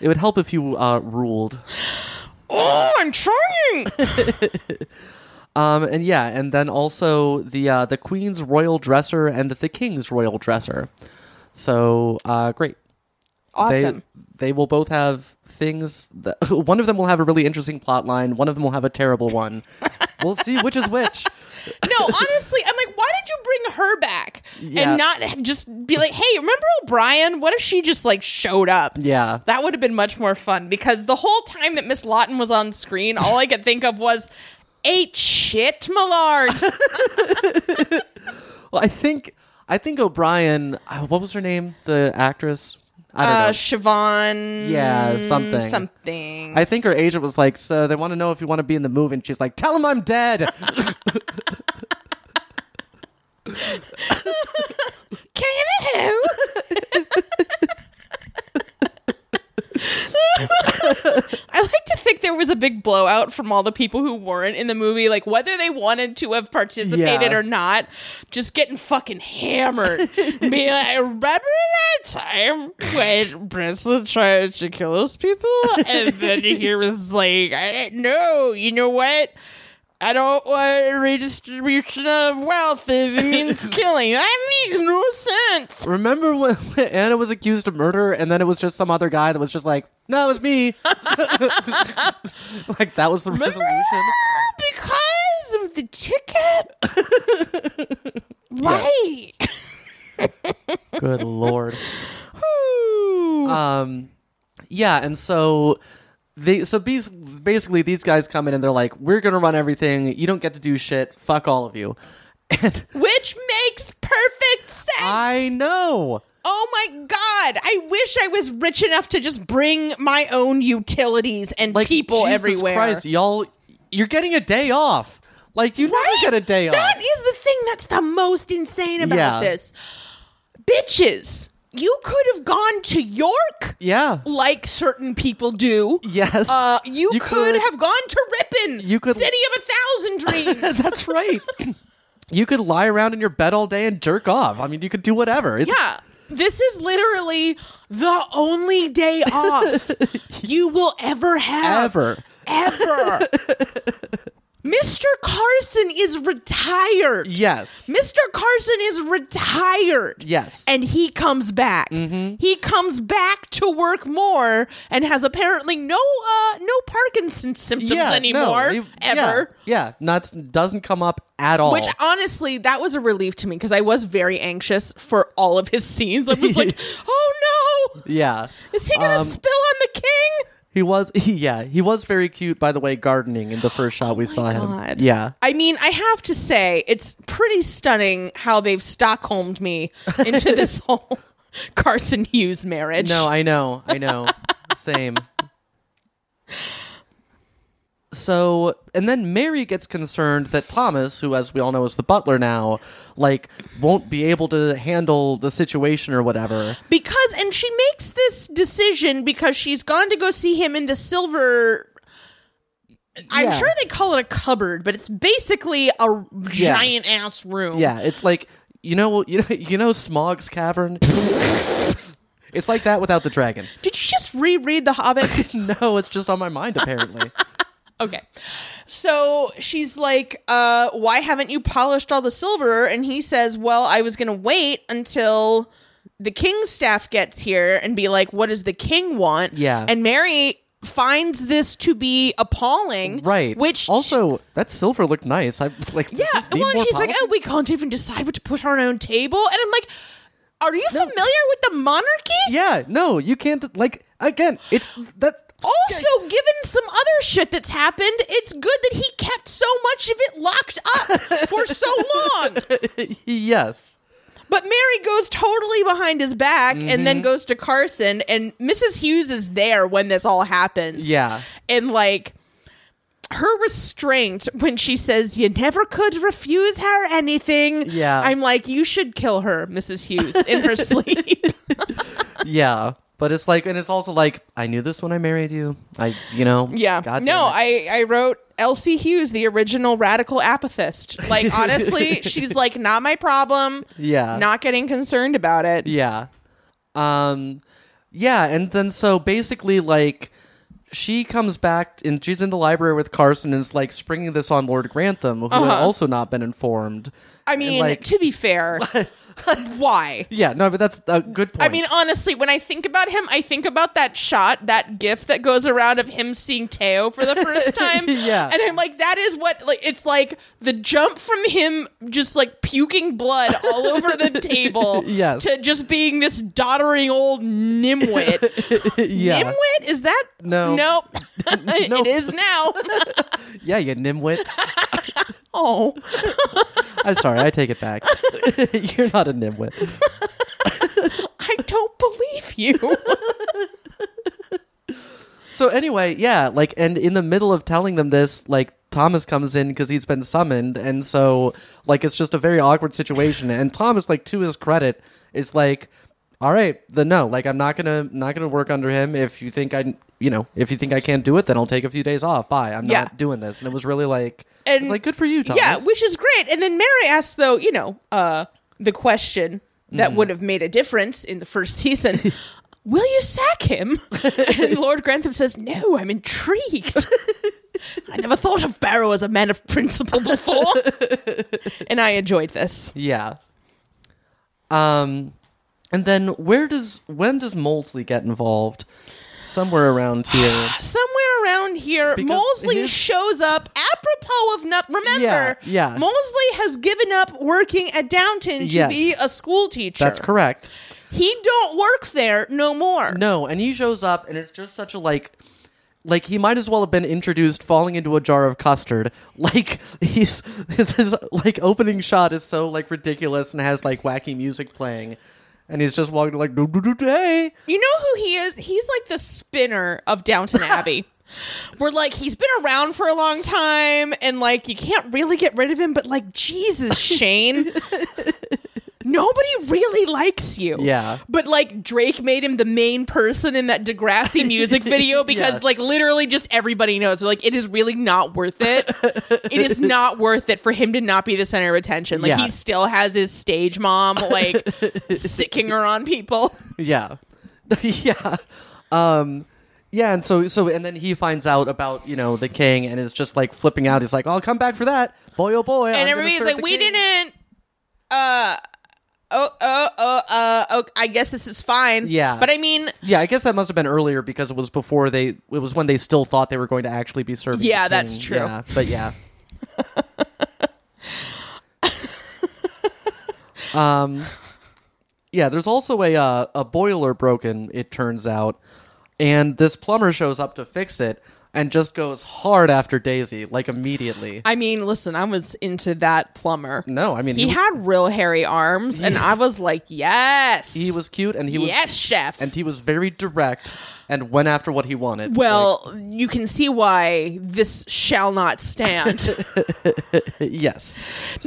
Speaker 1: It would help if you uh, ruled.
Speaker 2: oh, I'm trying.
Speaker 1: Um, and yeah, and then also the uh, the queen's royal dresser and the king's royal dresser. So uh, great.
Speaker 2: Awesome.
Speaker 1: They they will both have things. That, one of them will have a really interesting plot line. One of them will have a terrible one. we'll see which is which.
Speaker 2: no, honestly, I'm like, why did you bring her back
Speaker 1: Yeah.
Speaker 2: and not just be like, hey, remember O'Brien? What if she just like showed up?
Speaker 1: Yeah.
Speaker 2: That would have been much more fun because the whole time that Miss Lawton was on screen, all I could think of was, eight shit, Millard.
Speaker 1: Well, I think I think O'Brien. Uh, what was her name? The actress. I don't
Speaker 2: Uh,
Speaker 1: know.
Speaker 2: Siobhan.
Speaker 1: Yeah, something.
Speaker 2: Something.
Speaker 1: I think her agent was like, "So they want to know if you want to be in the movie," and she's like, "Tell him I'm dead."
Speaker 2: Can I like to think there was a big blowout from all the people who weren't in the movie, like whether they wanted to have participated
Speaker 1: Yeah.
Speaker 2: or not, just getting fucking hammered. Be like, I remember that time when Bristol tried to kill those people, and then he was like, I no, you know what? I don't want redistribution of wealth. It means killing. That makes no sense.
Speaker 1: Remember when Anna was accused of murder, and then it was just some other guy that was just like, "No, it was me." like that was the resolution.
Speaker 2: Because of the ticket? Why?
Speaker 1: Good lord. um yeah and so they so these basically these guys come in and they're like we're gonna run everything you don't get to do shit fuck all of you and
Speaker 2: Which makes perfect sense.
Speaker 1: i know
Speaker 2: oh my god. I wish I was rich enough to just bring my own utilities and
Speaker 1: like
Speaker 2: people
Speaker 1: Jesus
Speaker 2: everywhere.
Speaker 1: christ y'all you're getting a day off like you
Speaker 2: Right?
Speaker 1: never get a day
Speaker 2: That
Speaker 1: off
Speaker 2: is the thing that's the most insane about
Speaker 1: Yeah.
Speaker 2: this. Bitches, you could have gone to York
Speaker 1: yeah
Speaker 2: like certain people do.
Speaker 1: yes
Speaker 2: Uh, you,
Speaker 1: You
Speaker 2: could,
Speaker 1: could-
Speaker 2: have gone to Ripon,
Speaker 1: You could-
Speaker 2: City of a Thousand Dreams.
Speaker 1: that's right you could lie around in your bed all day and jerk off i mean you could do whatever it's,
Speaker 2: Yeah. This is literally the only day off you will ever have.
Speaker 1: ever
Speaker 2: Ever. Mr. Carson is retired.
Speaker 1: yes
Speaker 2: Mr. Carson is retired.
Speaker 1: yes Mm-hmm.
Speaker 2: And he comes back. He comes back to work more and has apparently no uh no Parkinson's symptoms
Speaker 1: no,
Speaker 2: anymore
Speaker 1: he-
Speaker 2: ever.
Speaker 1: Yeah, yeah nuts doesn't come up at all.
Speaker 2: Which honestly, that was a relief to me because I was very anxious for all of his scenes. I was like, oh no,
Speaker 1: yeah,
Speaker 2: is he gonna
Speaker 1: Um,
Speaker 2: spill on the king?
Speaker 1: he was. yeah, he was very cute. By the way, gardening in the first shot we saw him.
Speaker 2: Oh God.
Speaker 1: Yeah,
Speaker 2: I mean, I have to say, it's pretty stunning how they've Stockholmed me into this whole Carson Hughes marriage.
Speaker 1: no, I know, I know, same. So, and then Mary gets concerned that Thomas, who, as we all know, is the butler now, like, won't be able to handle the situation or whatever.
Speaker 2: because, and she makes this decision because she's gone to go see him in the silver. I'm
Speaker 1: Yeah.
Speaker 2: sure they call it a cupboard, but it's basically a
Speaker 1: Yeah.
Speaker 2: giant ass room.
Speaker 1: Yeah, it's like you know, you know, you know, Smog's cavern. it's like that without the dragon.
Speaker 2: Did you just reread The Hobbit?
Speaker 1: No, it's just on my mind apparently.
Speaker 2: Okay. So she's like, uh, why haven't you polished all the silver? And he says, well, I was going to wait until the king's staff gets here and be like, what does the king want?
Speaker 1: Yeah.
Speaker 2: And Mary finds this to be appalling.
Speaker 1: right.
Speaker 2: Which
Speaker 1: also that silver looked nice. I like
Speaker 2: yeah.
Speaker 1: Does this need
Speaker 2: Well, and
Speaker 1: more
Speaker 2: she's like,
Speaker 1: polish?
Speaker 2: oh, we can't even decide what to put on our own table. And I'm like, are you familiar with the monarchy?
Speaker 1: yeah, no, you can't like again, it's that
Speaker 2: Also, given some other shit that's happened, it's good that he kept so much of it locked up for so long.
Speaker 1: yes.
Speaker 2: But Mary goes totally behind his back and
Speaker 1: Mm-hmm.
Speaker 2: then goes to Carson, and Mrs. Hughes is there when this all happens.
Speaker 1: Yeah.
Speaker 2: And like her restraint when she says, You never could refuse her anything.
Speaker 1: Yeah.
Speaker 2: I'm like, You should kill her, Mrs. Hughes, in her sleep.
Speaker 1: Yeah. But it's like and it's also like I knew this when I married you. I you know.
Speaker 2: Yeah.
Speaker 1: God
Speaker 2: no,
Speaker 1: damn it.
Speaker 2: I I wrote Elsie Hughes, the original radical apathist. Like honestly, she's like not my problem.
Speaker 1: Yeah.
Speaker 2: Not getting concerned about it.
Speaker 1: Yeah. Um yeah, and then so basically like she comes back and she's in the library with Carson and is like springing this on Lord Grantham, who had
Speaker 2: Uh-huh.
Speaker 1: also not been informed.
Speaker 2: I
Speaker 1: And,
Speaker 2: mean,
Speaker 1: like,
Speaker 2: to be fair, why?
Speaker 1: yeah, no, but that's a good point.
Speaker 2: I mean, honestly, when I think about him, I think about that shot, that gif that goes around of him seeing Teo for the first time.
Speaker 1: Yeah.
Speaker 2: And I'm like, that is what, like, it's like the jump from him just like puking blood all over the table
Speaker 1: Yes.
Speaker 2: to just being this doddering old nimwit.
Speaker 1: yeah,
Speaker 2: Nimwit? Is that?
Speaker 1: No.
Speaker 2: Nope.
Speaker 1: Nope.
Speaker 2: It is now.
Speaker 1: yeah, you nimwit.
Speaker 2: Oh,
Speaker 1: I'm sorry, I take it back. You're not a nimwit.
Speaker 2: I don't believe you.
Speaker 1: So anyway, yeah, like, and in the middle of telling them this, like, Thomas comes in because he's been summoned, and so like it's just a very awkward situation. And Thomas, like, to his credit, is like, "All right, the no, like, I'm not gonna not gonna work under him. If you think I, you know, if you think I can't do it, then I'll take a few days off. Bye. I'm
Speaker 2: Yeah.
Speaker 1: not doing this." And it was really like,
Speaker 2: And-
Speaker 1: it's like good for you, Thomas.
Speaker 2: yeah, which is great. And then Mary asks, though, you know, uh, the question that
Speaker 1: Mm.
Speaker 2: would have made a difference in the first season. Will you sack him? and Lord Grantham says, No, I'm intrigued. I never thought of Barrow as a man of principle before. and I enjoyed this.
Speaker 1: yeah. Um, and then where does when does Moldsley get involved? Somewhere around here.
Speaker 2: Somewhere around here,
Speaker 1: Because
Speaker 2: Molesley
Speaker 1: his-
Speaker 2: shows up apropos of not. Remember,
Speaker 1: Yeah, yeah.
Speaker 2: Molesley has given up working at Downton to
Speaker 1: Yes.
Speaker 2: be a school teacher.
Speaker 1: That's correct.
Speaker 2: He don't work there no more.
Speaker 1: No, and he shows up, and it's just such a like, like he might as well have been introduced falling into a jar of custard. Like he's this like opening shot is so like ridiculous and has like wacky music playing, and he's just walking like do do do day.
Speaker 2: You know who he is? He's like the spinner of Downton Abbey. Where like he's been around for a long time and like you can't really get rid of him, but like Jesus, Shane. Nobody really likes you.
Speaker 1: Yeah.
Speaker 2: But like Drake made him the main person in that Degrassi music video because
Speaker 1: Yeah.
Speaker 2: like literally just everybody knows. Like it is really not worth it. it is not worth it for him to not be the center of attention. Like
Speaker 1: Yeah.
Speaker 2: he still has his stage mom like sicking her on people.
Speaker 1: Yeah, yeah, um, yeah. And so so and then he finds out about you know the king and is just like flipping out. He's like, I'll come back for that, boy oh boy.
Speaker 2: and everybody's like, "We didn't." Uh, oh, oh, oh, uh, oh, I guess this is fine.
Speaker 1: Yeah.
Speaker 2: but I mean,
Speaker 1: Yeah, I guess that must have been earlier because it was before they. It was when they still thought they were going to actually be serving. the
Speaker 2: Yeah, that's
Speaker 1: king.
Speaker 2: true.
Speaker 1: Yeah, but yeah. um, yeah. There's also a uh, a boiler broken. It turns out, and this plumber shows up to fix it and just goes hard after Daisy like immediately.
Speaker 2: I mean, listen, I was into that plumber.
Speaker 1: No, I mean
Speaker 2: he,
Speaker 1: he, was,
Speaker 2: had real hairy arms, and I was like, "Yes,
Speaker 1: he was cute and he was
Speaker 2: yes, chef."
Speaker 1: and he was very direct and went after what he wanted.
Speaker 2: well, you can see why this shall not stand.
Speaker 1: Like, yes.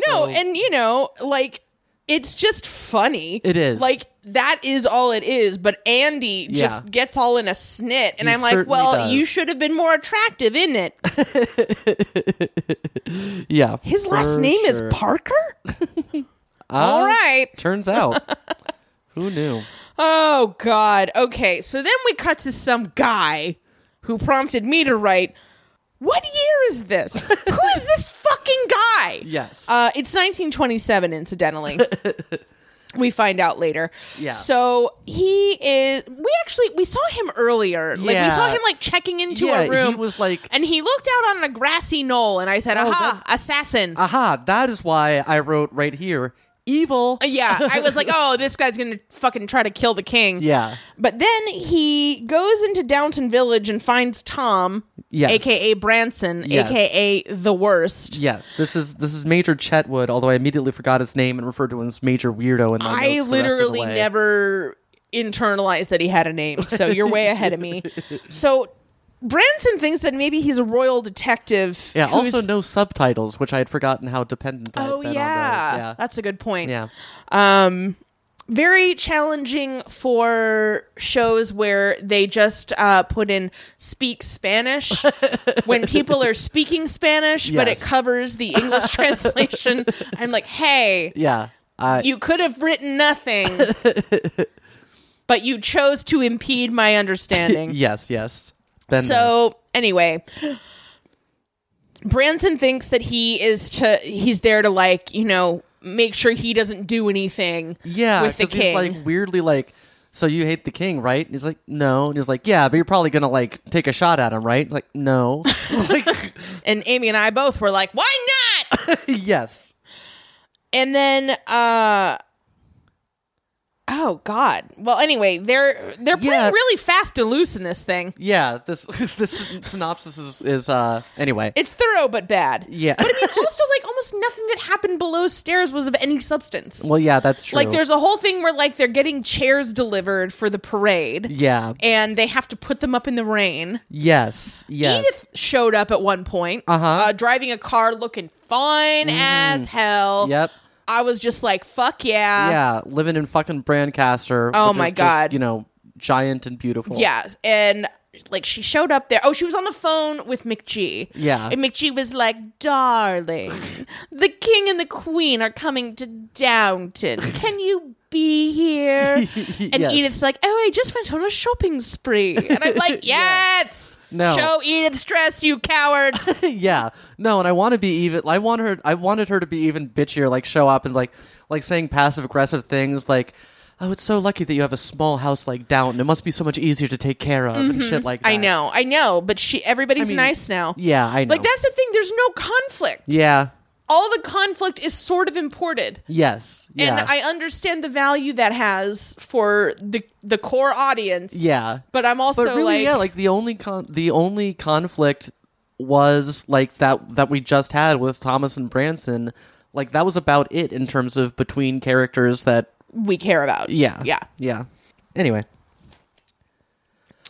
Speaker 2: No,
Speaker 1: So-
Speaker 2: and you know, like it's just funny.
Speaker 1: It is.
Speaker 2: Like that is all it is, but Andy
Speaker 1: Yeah.
Speaker 2: just gets all in a snit and
Speaker 1: He
Speaker 2: I'm like,
Speaker 1: certainly
Speaker 2: "Well,
Speaker 1: does.
Speaker 2: you should have been more attractive, isn't it?"
Speaker 1: Yeah.
Speaker 2: His last
Speaker 1: for
Speaker 2: name is
Speaker 1: sure.
Speaker 2: Parker?
Speaker 1: Ah,
Speaker 2: all right.
Speaker 1: Turns out. Who knew?
Speaker 2: Oh god. Okay. So then we cut to some guy who prompted me to write what year is this? Who is this fucking guy?
Speaker 1: Yes.
Speaker 2: Uh, it's 1927, incidentally. we find out later.
Speaker 1: Yeah.
Speaker 2: So he is. We actually we saw him earlier. Like we
Speaker 1: Yeah.
Speaker 2: saw him like checking into
Speaker 1: Yeah,
Speaker 2: a room.
Speaker 1: he was like-
Speaker 2: and he looked out on a grassy knoll, and I said,
Speaker 1: Oh,
Speaker 2: "Aha, assassin."
Speaker 1: Aha, that is why I wrote right here evil.
Speaker 2: yeah, I was like, "Oh, this guy's gonna fucking try to kill the king."
Speaker 1: Yeah.
Speaker 2: But then he goes into Downton Village and finds Tom,
Speaker 1: Yes.
Speaker 2: aka Branson,
Speaker 1: Yes.
Speaker 2: aka the worst.
Speaker 1: Yes, this is this is Major Chetwood, although I immediately forgot his name and referred to him as Major Weirdo in my
Speaker 2: I
Speaker 1: notes the rest of the
Speaker 2: literally
Speaker 1: way.
Speaker 2: never internalized that he had a name, so you're way ahead of me. So Branson thinks that maybe he's a royal detective.
Speaker 1: Yeah,
Speaker 2: who's-
Speaker 1: also no subtitles, which I had forgotten how dependent I had
Speaker 2: Oh yeah.
Speaker 1: been on those.
Speaker 2: that's a good point.
Speaker 1: Yeah.
Speaker 2: Um, very challenging for shows where they just uh, put in speak Spanish when people are speaking Spanish, but it
Speaker 1: Yes.
Speaker 2: covers the English translation. I'm like, hey,
Speaker 1: Yeah. Yeah. I,
Speaker 2: you could have written nothing, but you chose to impede my understanding.
Speaker 1: yes, yes. Then
Speaker 2: so, anyway, Branson thinks that he is to he's there to like, you know, make sure he doesn't do anything
Speaker 1: Yeah,
Speaker 2: with the
Speaker 1: 'cause he's
Speaker 2: king.
Speaker 1: like weirdly like, so you hate the king, right? And he's like, no. And he's like, yeah, but you're probably gonna like take a shot at him, right? He's like, no. like,
Speaker 2: and Amy and I both were like, "Why not?"
Speaker 1: yes.
Speaker 2: and then uh oh god. Well, anyway, they're they're playing
Speaker 1: Yeah.
Speaker 2: really fast and loose in this thing.
Speaker 1: Yeah, this this synopsis is is uh anyway.
Speaker 2: It's thorough but bad.
Speaker 1: Yeah.
Speaker 2: But I mean, also like almost nothing that happened below stairs was of any substance.
Speaker 1: well, yeah, that's true.
Speaker 2: Like there's a whole thing where like they're getting chairs delivered for the parade.
Speaker 1: yeah,
Speaker 2: And they have to put them up in the rain.
Speaker 1: yes, yes.
Speaker 2: Edith showed up at one point,
Speaker 1: Uh-huh. Mm-hmm.
Speaker 2: uh, driving a car looking fine as hell.
Speaker 1: Yep.
Speaker 2: I was just like, fuck yeah.
Speaker 1: yeah, living in fucking Brancaster.
Speaker 2: Oh
Speaker 1: which
Speaker 2: my
Speaker 1: is just,
Speaker 2: God.
Speaker 1: you know, giant and beautiful.
Speaker 2: Yeah, and like she showed up there. Oh, she was on the phone with McGee.
Speaker 1: Yeah.
Speaker 2: and McGee was like, "Darling, the king and the queen are coming to Downton. Can you be here?" And
Speaker 1: Yes.
Speaker 2: Edith's like, "Oh, I just went on a shopping spree," and I'm like, "Yes,
Speaker 1: No.
Speaker 2: show Edith's dress, you cowards."
Speaker 1: yeah. No, and I want to be even. I want her. I wanted her to be even bitchier. Like show up and like like saying passive aggressive things like. Oh, it's so lucky that you have a small house like Downton. It must be so much easier to take care of and shit like that.
Speaker 2: Mm-hmm. I know, I know, but she everybody's
Speaker 1: mean,
Speaker 2: nice now.
Speaker 1: Yeah, I know.
Speaker 2: Like that's the thing. There's no conflict.
Speaker 1: Yeah.
Speaker 2: All the conflict is sort of imported.
Speaker 1: Yes. Yeah.
Speaker 2: and I understand the value that has for the the core audience.
Speaker 1: yeah.
Speaker 2: but I'm also
Speaker 1: but really,
Speaker 2: like,
Speaker 1: yeah, like the only con- the only conflict was like that that we just had with Thomas and Branson. Like that was about it in terms of between characters that
Speaker 2: we care about.
Speaker 1: yeah
Speaker 2: yeah.
Speaker 1: yeah. Anyway,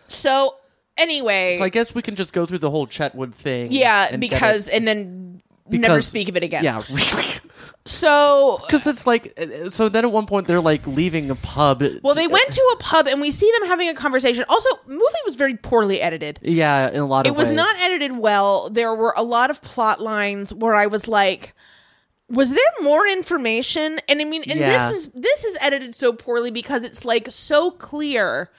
Speaker 2: So anyway,
Speaker 1: so I guess we can just go through the whole Chetwood thing.
Speaker 2: yeah,
Speaker 1: and get
Speaker 2: because
Speaker 1: it-
Speaker 2: and then never
Speaker 1: Because-
Speaker 2: speak of it again.
Speaker 1: yeah, because
Speaker 2: So
Speaker 1: it's like uh, so. Then at one point they're like leaving a pub.
Speaker 2: well, they went to a pub and we see them having a conversation. Also, movie was very poorly edited.
Speaker 1: yeah in a lot of
Speaker 2: It was
Speaker 1: ways.
Speaker 2: not edited well. There were a lot of plot lines where I was like, was there more information? And I mean, and
Speaker 1: Yeah.
Speaker 2: this is this is edited so poorly because it's like so clear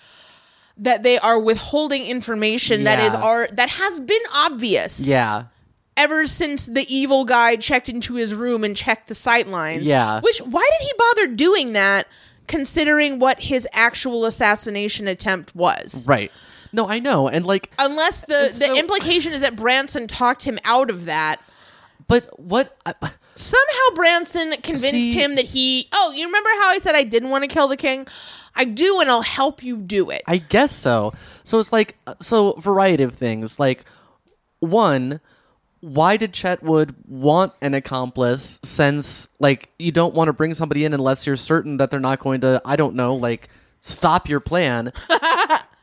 Speaker 2: that they are withholding information that is
Speaker 1: Yeah.
Speaker 2: are that has been obvious
Speaker 1: yeah
Speaker 2: ever since the evil guy checked into his room and checked the sight lines.
Speaker 1: Yeah.
Speaker 2: Which why did he bother doing that considering what his actual assassination attempt was?
Speaker 1: right. No, I know, and like
Speaker 2: Unless the, the
Speaker 1: so-
Speaker 2: implication is that Branson talked him out of that.
Speaker 1: But what? I,
Speaker 2: Somehow Branson convinced
Speaker 1: See-
Speaker 2: him that he. Oh, you remember how I said I didn't want to kill the king? I do, and I'll help you do it.
Speaker 1: I guess so. So it's like uh, so variety of things. Like one, why did Chetwood want an accomplice? Since like you don't want to bring somebody in unless you're certain that they're not going to. I don't know. Like stop your plan.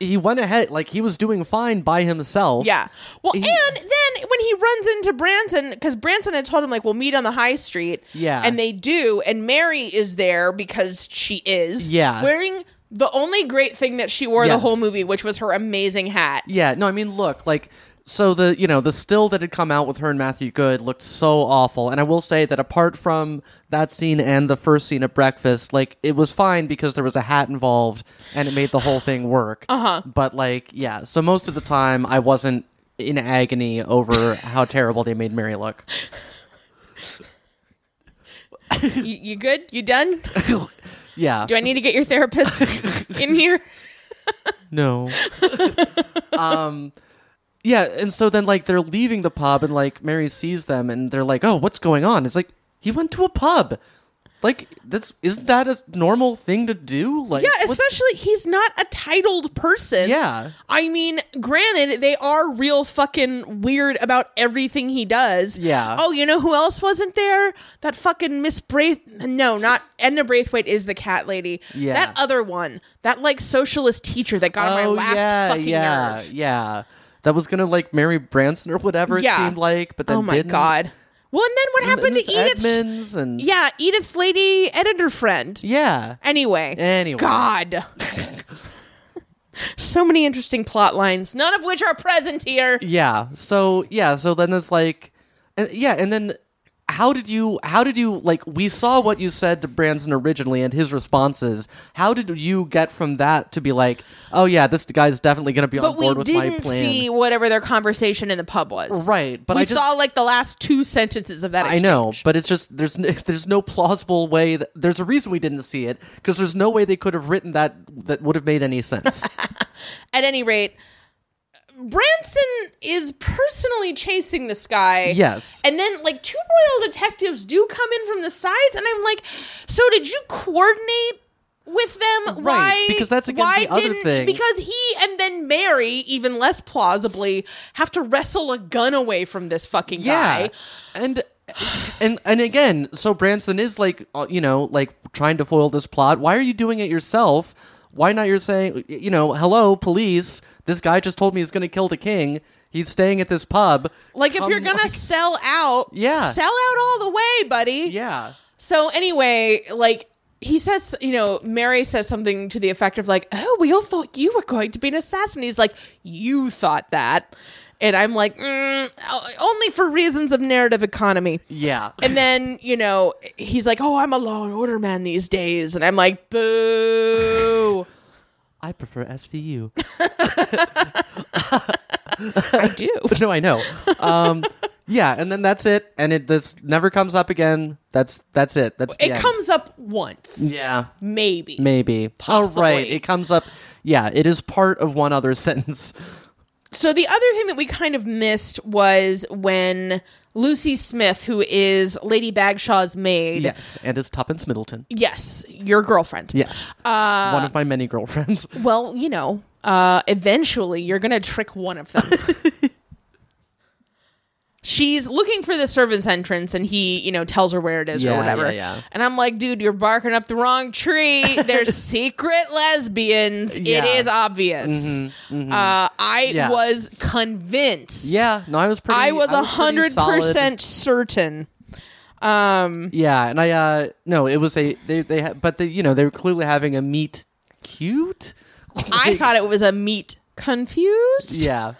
Speaker 1: he went ahead. Like he was doing fine by himself.
Speaker 2: yeah. Well,
Speaker 1: He-
Speaker 2: and then when he runs into Branson, because Branson had told him, like, we'll meet on the high street.
Speaker 1: Yeah.
Speaker 2: And they do, and Mary is there because she is.
Speaker 1: Yeah.
Speaker 2: Wearing the only great thing that she wore the
Speaker 1: Yes.
Speaker 2: whole movie, which was her amazing hat.
Speaker 1: Yeah, no, I mean, look, like, so the you know the still that had come out with her and Matthew Good looked so awful, and I will say that apart from that scene and the first scene at breakfast, like it was fine because there was a hat involved and it made the whole thing work. Uh
Speaker 2: Uh-huh.
Speaker 1: huh. But like, yeah, so most of the time I wasn't in agony over how terrible they made Mary look.
Speaker 2: you, you good? You done?
Speaker 1: Yeah.
Speaker 2: Do I need to get your therapist in here?
Speaker 1: No. um yeah, and so then like they're leaving the pub and like Mary sees them and they're like, "Oh, what's going on?" It's like he went to a pub. Like that's isn't that a normal thing to do? Like
Speaker 2: Yeah,
Speaker 1: what-
Speaker 2: especially he's not a titled person.
Speaker 1: Yeah.
Speaker 2: I mean, granted, they are real fucking weird about everything he does.
Speaker 1: Yeah.
Speaker 2: Oh, you know who else wasn't there? That fucking Miss Braith. No, not Edna Braithwaite is the cat lady.
Speaker 1: Yeah.
Speaker 2: That other one, that like socialist teacher that got on
Speaker 1: oh
Speaker 2: my last
Speaker 1: yeah,
Speaker 2: fucking
Speaker 1: yeah,
Speaker 2: nerve.
Speaker 1: yeah. That was gonna like Mary Branson or whatever
Speaker 2: Yeah.
Speaker 1: it seemed like, but then
Speaker 2: Oh my
Speaker 1: didn't.
Speaker 2: god. Well, and then what
Speaker 1: And
Speaker 2: happened
Speaker 1: Miss
Speaker 2: to Edith's?
Speaker 1: Edmonds and
Speaker 2: Yeah, Edith's lady editor friend.
Speaker 1: yeah,
Speaker 2: Anyway.
Speaker 1: Anyway.
Speaker 2: God. so many interesting plot lines, none of which are present here.
Speaker 1: yeah so yeah so then it's like and, yeah and then how did you how did you like we saw what you said to branson originally and his responses how did you get from that to be like oh yeah this guy's definitely gonna be on
Speaker 2: But we
Speaker 1: board with my
Speaker 2: didn't
Speaker 1: plan
Speaker 2: see whatever their conversation in the pub was.
Speaker 1: Right, but
Speaker 2: we
Speaker 1: I just-
Speaker 2: saw like the last two sentences of that.
Speaker 1: I know,
Speaker 2: exchange.
Speaker 1: but it's just there's n- there's no plausible way that there's a reason we didn't see it because there's no way they could have written that that would have made any sense.
Speaker 2: At any rate, Branson is personally chasing this guy.
Speaker 1: Yes.
Speaker 2: And then like two royal detectives do come in from the sides, and I'm like, so did you coordinate with
Speaker 1: Right,
Speaker 2: them. Why?
Speaker 1: because that's again
Speaker 2: why
Speaker 1: the other
Speaker 2: didn't-
Speaker 1: thing.
Speaker 2: Because he and then Mary, even less plausibly, have to wrestle a gun away from this fucking
Speaker 1: yeah
Speaker 2: guy.
Speaker 1: and and and again so branson is like uh, you know like trying to foil this plot why are you doing it yourself why not you're saying you know hello police this guy just told me he's gonna kill the king he's staying at this pub
Speaker 2: Like if
Speaker 1: Come-
Speaker 2: you're gonna sell out,
Speaker 1: Um, Yeah.
Speaker 2: sell out all the way, buddy.
Speaker 1: yeah
Speaker 2: So anyway, like he says, you know, Mary says something to the effect of like, "Oh, we all thought you were going to be an assassin." He's like, "You thought that," and I'm like, mm, o- "Only for reasons of narrative economy."
Speaker 1: yeah
Speaker 2: And then you know he's like, "Oh, I'm a law and order man these days," and I'm like, "Boo."
Speaker 1: i prefer svu
Speaker 2: I do.
Speaker 1: no i know um yeah and then that's it and it this never comes up again that's that's it that's the
Speaker 2: It
Speaker 1: end.
Speaker 2: comes up once,
Speaker 1: yeah
Speaker 2: maybe.
Speaker 1: maybe all right
Speaker 2: Possibly.
Speaker 1: it comes up yeah it is part of one other sentence
Speaker 2: So the other thing that we kind of missed was when Lucy Smith, who is Lady Bagshaw's maid,
Speaker 1: Yes, and it's Tuppence Middleton.
Speaker 2: yes, your girlfriend.
Speaker 1: Yes,
Speaker 2: Uh,
Speaker 1: one of my many girlfriends.
Speaker 2: Well, you know, uh, eventually you're gonna trick one of them. She's looking for the servants' entrance, and he, you know, tells her where it is
Speaker 1: Yeah,
Speaker 2: or whatever.
Speaker 1: yeah, yeah.
Speaker 2: And I'm like, dude, you're barking up the wrong tree. They're secret lesbians.
Speaker 1: Yeah. Mm-hmm,
Speaker 2: It is obvious. Uh, I
Speaker 1: Yeah.
Speaker 2: was convinced.
Speaker 1: yeah, no, I was pretty.
Speaker 2: I was
Speaker 1: a
Speaker 2: a hundred percent certain. Um,
Speaker 1: Yeah, and I uh no, it was a they they ha- but they you know they were clearly having a meet cute.
Speaker 2: I thought it was a meat confused.
Speaker 1: Yeah,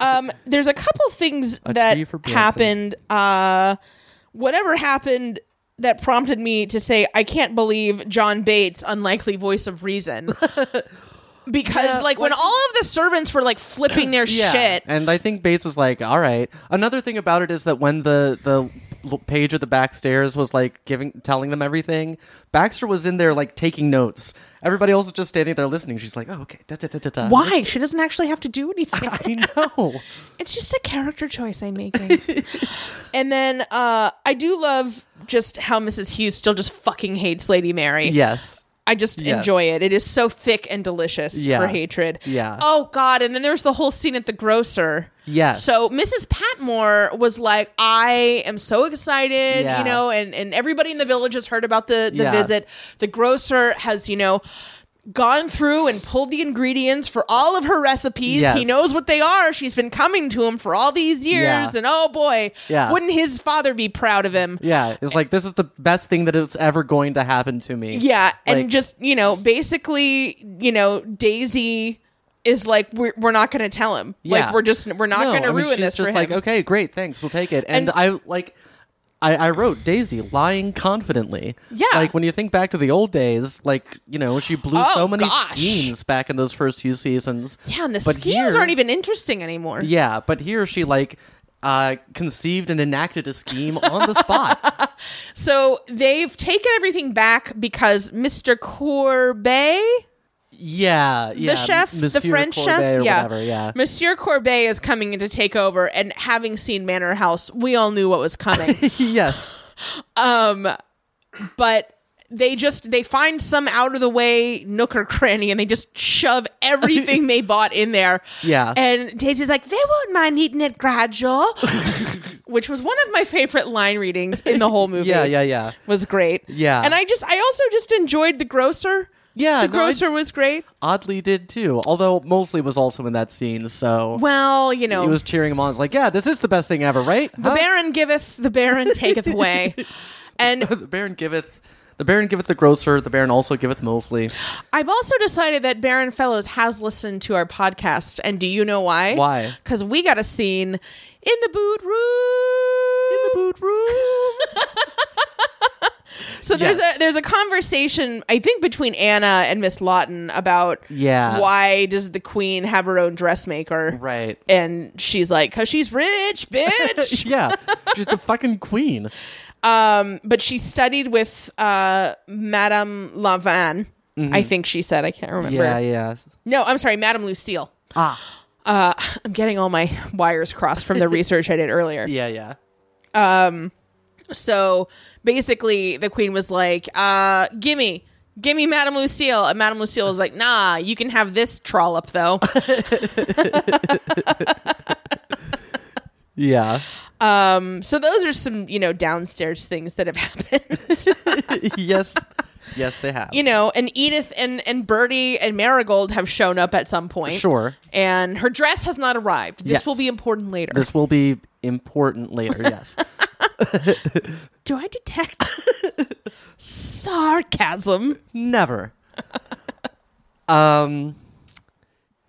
Speaker 2: Um, there's a couple things that
Speaker 1: tree for blessing.
Speaker 2: happened. Uh, whatever happened that prompted me to say I can't believe John Bates, unlikely voice of reason. Because
Speaker 1: Yeah,
Speaker 2: like when
Speaker 1: like-
Speaker 2: all of the servants were like flipping their
Speaker 1: yeah.
Speaker 2: shit,
Speaker 1: And I think Bates was like, "All right." Another thing about it is that when the the l- page at the back stairs was like giving telling them everything, Baxter was in there like taking notes. Everybody else was just standing there listening. She's like, "Oh, okay." Da, da, da, da, da.
Speaker 2: why she doesn't actually have to do anything.
Speaker 1: I know.
Speaker 2: It's just a character choice I'm making. and then uh, I do love just how Mrs. Hughes still just fucking hates Lady Mary.
Speaker 1: yes.
Speaker 2: I just
Speaker 1: Yes.
Speaker 2: enjoy it. It is so thick and delicious
Speaker 1: Yeah.
Speaker 2: for hatred.
Speaker 1: Yeah.
Speaker 2: Oh God! And then there's the whole scene at the grocer.
Speaker 1: Yes.
Speaker 2: So Mrs. Patmore was like, "I am so excited,"
Speaker 1: Yeah.
Speaker 2: you know, and and everybody in the village has heard about the the
Speaker 1: Yeah.
Speaker 2: visit. The grocer has, you know. Gone through and pulled the ingredients for all of her recipes.
Speaker 1: Yes.
Speaker 2: He knows what they are. She's been coming to him for all these years,
Speaker 1: Yeah.
Speaker 2: and oh boy,
Speaker 1: Yeah.
Speaker 2: wouldn't his father be proud of him?
Speaker 1: Yeah, it's like this is the best thing that is ever going to happen to me.
Speaker 2: Yeah, and
Speaker 1: Like-
Speaker 2: just you know, basically, you know, Daisy is like, we're we're not going to tell him.
Speaker 1: Yeah.
Speaker 2: Like, we're just we're not
Speaker 1: No,
Speaker 2: going
Speaker 1: I
Speaker 2: to
Speaker 1: mean,
Speaker 2: ruin
Speaker 1: she's
Speaker 2: this
Speaker 1: Just
Speaker 2: for him.
Speaker 1: like, okay, great, thanks, we'll take it. And,
Speaker 2: And-
Speaker 1: I like, I, I wrote Daisy lying confidently.
Speaker 2: Yeah.
Speaker 1: like when you think back to the old days, like you know, she blew
Speaker 2: Oh,
Speaker 1: so many
Speaker 2: gosh.
Speaker 1: schemes back in those first few seasons.
Speaker 2: Yeah, and the
Speaker 1: But
Speaker 2: schemes
Speaker 1: here-
Speaker 2: aren't even interesting anymore.
Speaker 1: Yeah, but here she like uh conceived and enacted a scheme on the spot.
Speaker 2: So they've taken everything back because Mr. Corbet,
Speaker 1: Yeah, yeah,
Speaker 2: the chef,
Speaker 1: Monsieur
Speaker 2: the French
Speaker 1: Courbet
Speaker 2: chef,
Speaker 1: or
Speaker 2: yeah.
Speaker 1: whatever. Yeah,
Speaker 2: Monsieur Corbet is coming in to take over, and having seen Manor House, we all knew what was coming.
Speaker 1: yes,
Speaker 2: but they just they find some out of the way nook or cranny and they just shove everything they bought in there.
Speaker 1: Yeah.
Speaker 2: And Daisy's like, they won't mind eating it gradual which was one of my favorite line readings in the whole movie.
Speaker 1: yeah, yeah, yeah,
Speaker 2: Was great.
Speaker 1: Yeah.
Speaker 2: And I just I also just enjoyed the grocer.
Speaker 1: yeah.
Speaker 2: The
Speaker 1: no, I-
Speaker 2: grocer was great.
Speaker 1: oddly did too. Although Mosley was also in that scene, so
Speaker 2: Well, you know
Speaker 1: he was cheering him on. It's like, yeah, this is the best thing ever, right?
Speaker 2: the
Speaker 1: Huh?
Speaker 2: Baron giveth, the Baron taketh away. And
Speaker 1: the Baron giveth. The Baron giveth the grocer. The Baron also giveth Mosley.
Speaker 2: I've also decided that Baron Fellows has listened to our podcast, and do you know why?
Speaker 1: Why?
Speaker 2: Because we got a scene in the boot room.
Speaker 1: In the boot room.
Speaker 2: So
Speaker 1: Yes.
Speaker 2: there's a there's a conversation I think between Anna and Miss Lawton about
Speaker 1: Yeah.
Speaker 2: why does the Queen have her own dressmaker?
Speaker 1: right.
Speaker 2: And she's like, "Cause she's rich, bitch."
Speaker 1: Yeah, she's the fucking queen.
Speaker 2: Um, but she studied with uh, Madame Lavan. I think she said. I can't remember.
Speaker 1: Mm-hmm. Yeah, yeah.
Speaker 2: No, I'm sorry, Madame Lucille.
Speaker 1: Ah,
Speaker 2: Uh, I'm getting all my wires crossed from the research I did earlier.
Speaker 1: yeah, yeah.
Speaker 2: So basically, the queen was like, uh, "Gimme, give me Madame Lucille. And Madame Lucille was like, nah, you can have this trollop though.
Speaker 1: Yeah.
Speaker 2: um, so those are some, you know, downstairs things that have happened.
Speaker 1: yes. Yes, they have.
Speaker 2: you know, and Edith and, and Bertie and Marigold have shown up at some point.
Speaker 1: Sure.
Speaker 2: And her dress has not arrived. This
Speaker 1: Yes.
Speaker 2: will be important later.
Speaker 1: This will be important later. Yes.
Speaker 2: Do I detect sarcasm?
Speaker 1: Never. um.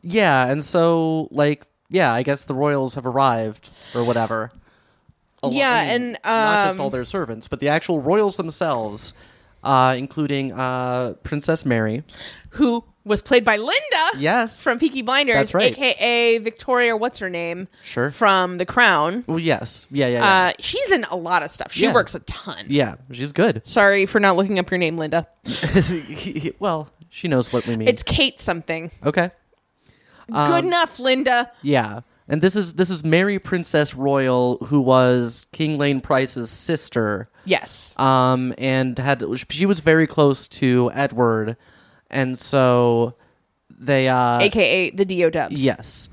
Speaker 1: Yeah, and so like yeah, I guess the royals have arrived or whatever. A lo-
Speaker 2: Yeah,
Speaker 1: I mean,
Speaker 2: and,
Speaker 1: not just
Speaker 2: um,
Speaker 1: all their servants, but the actual royals themselves, uh, including uh, Princess Mary.
Speaker 2: Who was played by Linda?
Speaker 1: Yes.
Speaker 2: from Peaky Blinders,
Speaker 1: That's right.
Speaker 2: aka Victoria, what's her name?
Speaker 1: Sure.
Speaker 2: From The Crown.
Speaker 1: Well, yes. Yeah. Yeah. Yeah.
Speaker 2: Uh, she's in a lot of stuff. She
Speaker 1: Yeah.
Speaker 2: works a ton.
Speaker 1: yeah. Mm. She's good.
Speaker 2: Sorry for not looking up your name, Linda.
Speaker 1: well, she knows what we mean.
Speaker 2: It's Kate something.
Speaker 1: okay. Um,
Speaker 2: Good enough, Linda.
Speaker 1: Yeah. And this is this is Mary Princess Royal, who was King Lane Price's sister,
Speaker 2: Yes.
Speaker 1: um, and had she was very close to Edward, and so they uh,
Speaker 2: aka the Do Dubs.
Speaker 1: yes,